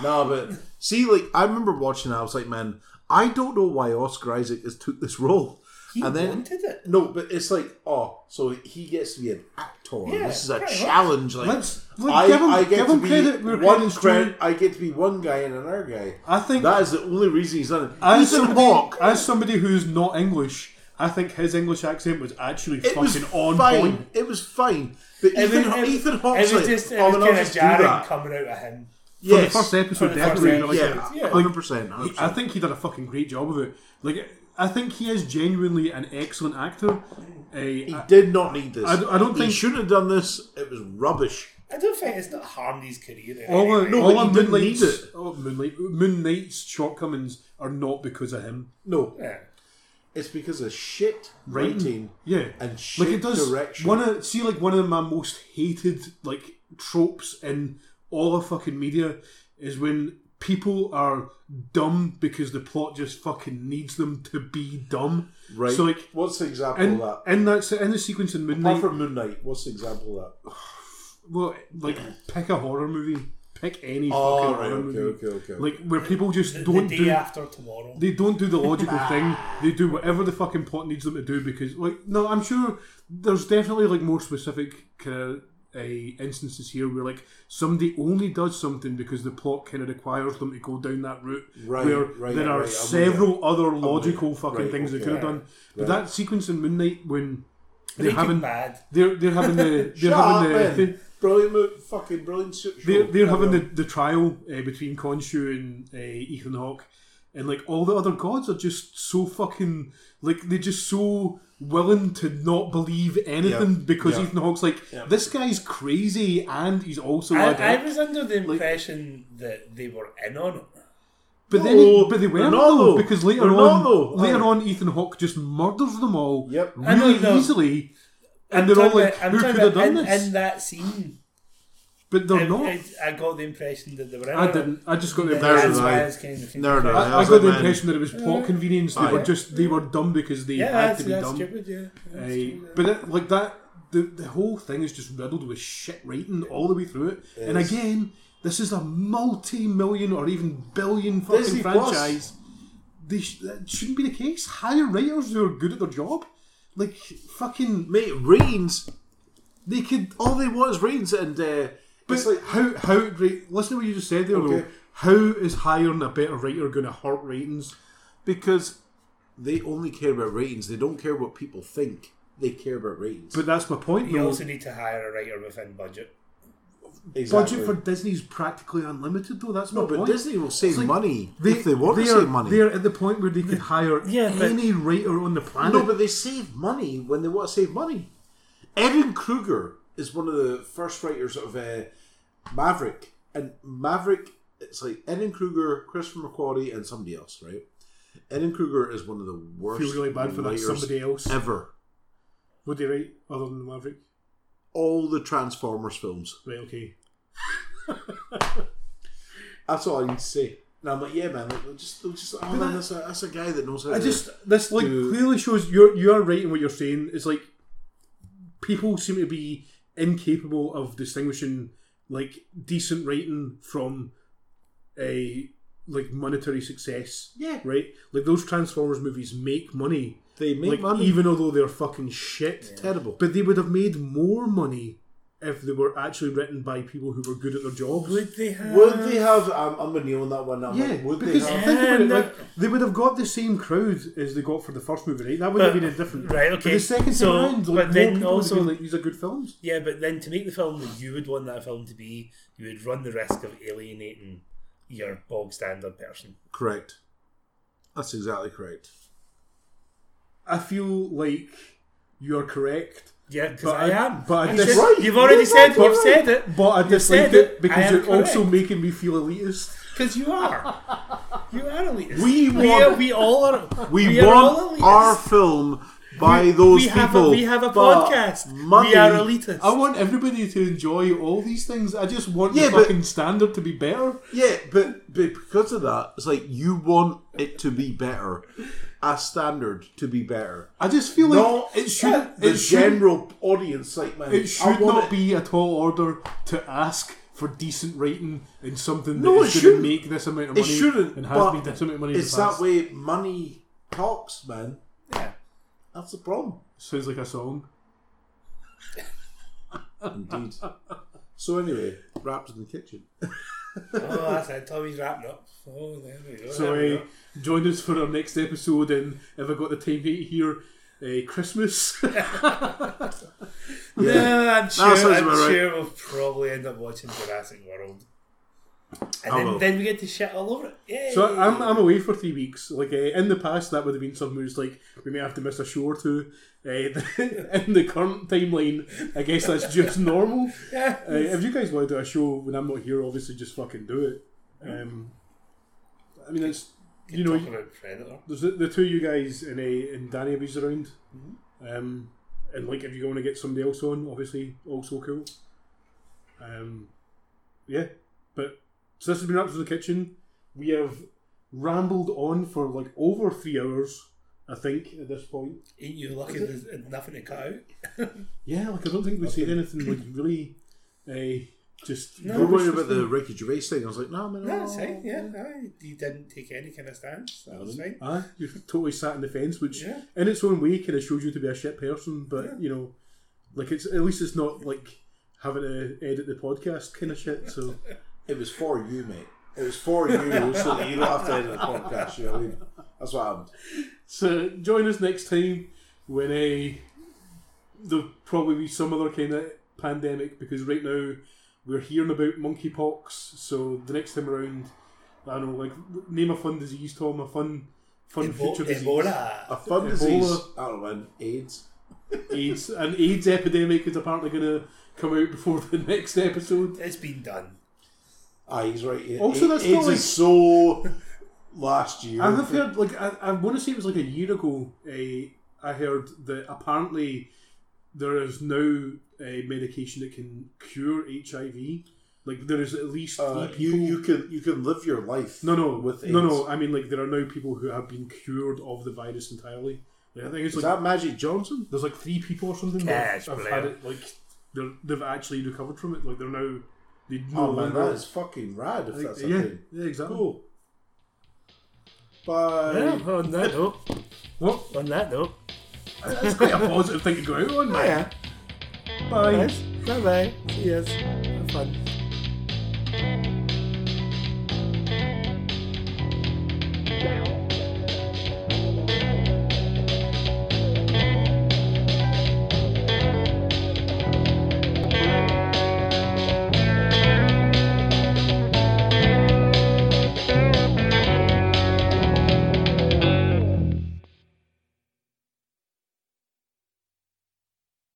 No, but see, like I remember watching that. I was like, man, I don't know why Oscar Isaac has took this role. He and then wanted it. no, but it's like, oh, so he gets to be an actor. Yeah, this is a pretty much. challenge. Like, Let's- look, I, give him- I get give to him be credit where one credit's credit. due. I get to be one guy and another guy. I think- that is the only reason he's done it. As Ethan somebody, Hawke. as somebody who's not English, I think his English accent was actually It was fucking on fine. point. It was fine. But It was- Ethan, it- Ethan It Hawke's was like, just, it oh, was then I'll kind of just do jarring that. coming out of him. For the Yes. first episode, For the first definitely. episode, like, yeah, yeah. hundred percent. He- I think he did a fucking great job of it. Like, I think he is genuinely an excellent actor. Uh, He I- did not need this. I don't- I don't he think- shouldn't have done this. It was rubbish. I don't think it's not harmed his career. in all any of, way. No, all but of he didn't Moonlight's, need it. oh, Moonlight, Moon Knight's shortcomings are not because of him. No, Yeah. it's because of shit Writing. writing, Yeah, and shit like it does. direction. One of see, like one of my most hated like tropes in all of fucking media is when people are dumb because the plot just fucking needs them to be dumb. right? So like. what's the example In, of that? in that se- in the sequence in Moonlight, Apart from Moon Knight, what's the example of that? Well, like pick a horror movie. Pick any Oh, fucking right, horror okay, movie. okay, okay. Like where people just The, don't the day do after tomorrow. they don't do the *laughs* logical thing. They do whatever the fucking plot needs them to do because like no, I'm sure there's definitely like more specific kind of uh, instances here where like somebody only does something because the plot kind of requires them to go down that route. Right, where right, there are right, I'm with several other logical you. fucking Right, things they okay. could have done. But that sequence in Moon Knight when they're Breaking having Bad. they're they're having *laughs* the they're Shut up, having the man. Brilliant, mo- fucking brilliant. Show. they're, they're having the, the trial uh, between Khonshu and uh, Ethan Hawke, and like all the other gods are just so fucking like they're just so willing to not believe anything Yeah, because yeah. Ethan Hawke's like this guy's crazy and he's also a I, I dick." was under the impression that they were in on it. but then he, No, but they were they're not not, though though. because later They're on not, though. later Aye. on Ethan Hawke just murders them all Yep. I know, really no. easily. And I'm they're all talking like, about- I'm who talking could have about done in, this? In that scene, but they're I, not. I, I got the impression that they were in I on it. didn't. I just got the Yeah, impression. That's no, why I- I was kind of No, no, I, I I was got the like, man, impression that it was plot convenience. They Aye. were just they were dumb because they Yeah, had that's, to be that's dumb. stupid, yeah. That's Aye. stupid, yeah. but it, like that, the the whole thing is just riddled with shit writing all the way through it. And is. again, this is a multi-million or even billion fucking Disney Plus. franchise. They sh- that shouldn't be the case. Hire writers who are good at their job. Like fucking, mate. Ratings. They could all they want is ratings, and uh, but it's like how how right, listen to what you just said there. Okay. Though. How is hiring a better writer going to hurt ratings? because they only care about ratings. They don't care what people think. They care about ratings. But that's my point. You though. also need to hire a writer within budget. budget for Disney's practically unlimited, though. That's no, my but point. Disney will save It's like, money if they want to are, save money. They're at the point where they could hire Yeah, but- any writer on the planet. No, but they save money when they want to save money. Evan Kruger is one of the first writers of uh, Maverick, and Maverick. It's like Evan Kruger, Christopher McQuarrie, and somebody else, right? Evan Kruger is one of the worst. feel really bad for that writers somebody else. ever. Would they write other than Maverick? All the Transformers films. Right, okay. That's all I need to say. And I'm like, yeah, man. Like, they'll just, they'll just. Oh, man, that's a, that's a guy that knows how. I to- just this like Do- clearly shows you're you are right in what you're saying. It's like people seem to be incapable of distinguishing like decent writing from a like monetary success. Yeah. Right? Like those Transformers movies make money. they make like money. even although they're fucking shit. terrible. But they would have made more money if they were actually written by people who were good at their jobs. Would they have? would they have? I'm, I'm gonna kneel on that one. I'm Yeah, like, would they because have? think about it, Yeah, like, they would have got the same crowd as they got for the first movie, right? That would have But- been a different, Uh, right, but okay, the second so- time around, like, but more people then would have also- been like, these are good films. Yeah, but then to make the film that you would want that film to be, you would run the risk of alienating your bog standard person. Correct. That's exactly correct. I feel like you're correct, Yeah, because But I, I- am. but I You dis- said- Right, You've already you're said right, you've you're said it. but I disliked said it it. I because am you're also correct. making me feel elitist. Because you are. *laughs* You are elitist. We we, are, want, we all are. we we are all want elitist. our film by those we people. have a, we have a but podcast. money- We are elitist. I want everybody to enjoy all these things. I just want Yeah, the but- fucking standard to be better. Yeah, but, but because of that, it's like you want it to be better, a standard to be better. I just feel like No, it shouldn't. The It should, general audience, like man, it I should want not it- be a tall order to ask for decent writing in something that No, it going shouldn't. to make this amount of It money shouldn't. and but has made this amount of money. in the It's that past. way. Money talks, man. Yeah, that's the problem. Sounds like a song. Indeed. *laughs* so anyway, wrapped in the kitchen. Oh, that's it. Tommy's wrapping up. Oh, there we go. So there we uh, go. join us for our next episode, and if I got the time to hear uh, Christmas. *laughs* No, I'm sounds sure. I'm about right. sure we'll probably end up watching Jurassic World, and I then, will. then we get to shit all over it. Yay. So I'm, I'm away for three weeks. Like uh, in the past, that would have been something who's like we may have to miss a show or two. Uh, *laughs* in the current timeline, I guess that's *laughs* just normal. *laughs* Yeah. Uh, if you guys want to do a show when I'm not here, obviously just fucking do it. Um, I mean, it's you know Talking about Predator. there's the, the two of you guys and uh, and Danny was around. Um, and like if you want to get somebody else on, obviously also cool. Um, yeah, but so this has been up to the kitchen. We have rambled on for like over three hours, I think, at this point. Ain't you lucky? There's nothing to cut out. Yeah, like I don't think we said anything like really, uh, just We're worried about the Ricky Gervais thing. I was like, no, man, No, it's Oh, fine. Yeah, no, you didn't take any kind of stance. That was fine. Ah, you totally sat in the fence, which Yeah. in its own way kind of shows you to be a shit person. But you know, like it's at least it's not like having to edit the podcast kind of shit. *laughs* So It was for you, mate. It was for you, so that you don't have to edit the podcast. You know what I mean? That's what happened. so join us next time when a there'll probably be some other kind of pandemic because right now we're hearing about monkeypox. So the next time around, I don't know, like name a fun disease, Tom, a fun fun Ebo- future disease. A Ebola. fun Ebola. disease. I don't know, man. AIDS. AIDS, an AIDS epidemic is apparently going to come out before *laughs* the next episode. It's been done. Ah, he's right. A- Also, A- that's AIDS not like- is so last year. I have heard, like, I, I want to say it was like a year ago. Uh, I heard that apparently there is now a medication that can cure HIV. Like, there is at least three Uh, you people. you can you can live your life. no, no, with no, AIDS. no. I mean, like, there are now people who have been cured of the virus entirely. Like, I think it's Is like that Magic Johnson? there's like three people or something Cash that have player. had it. Like, they're, they've actually recovered from it. Like, they're now they no Oh man, longer. that is fucking rad. If that's a yeah, thing. yeah, exactly. Cool. Bye. Oh, on that note. Well, On that note. *laughs* that's quite a positive thing to go out on, man. yeah. Bye. Bye bye. See you.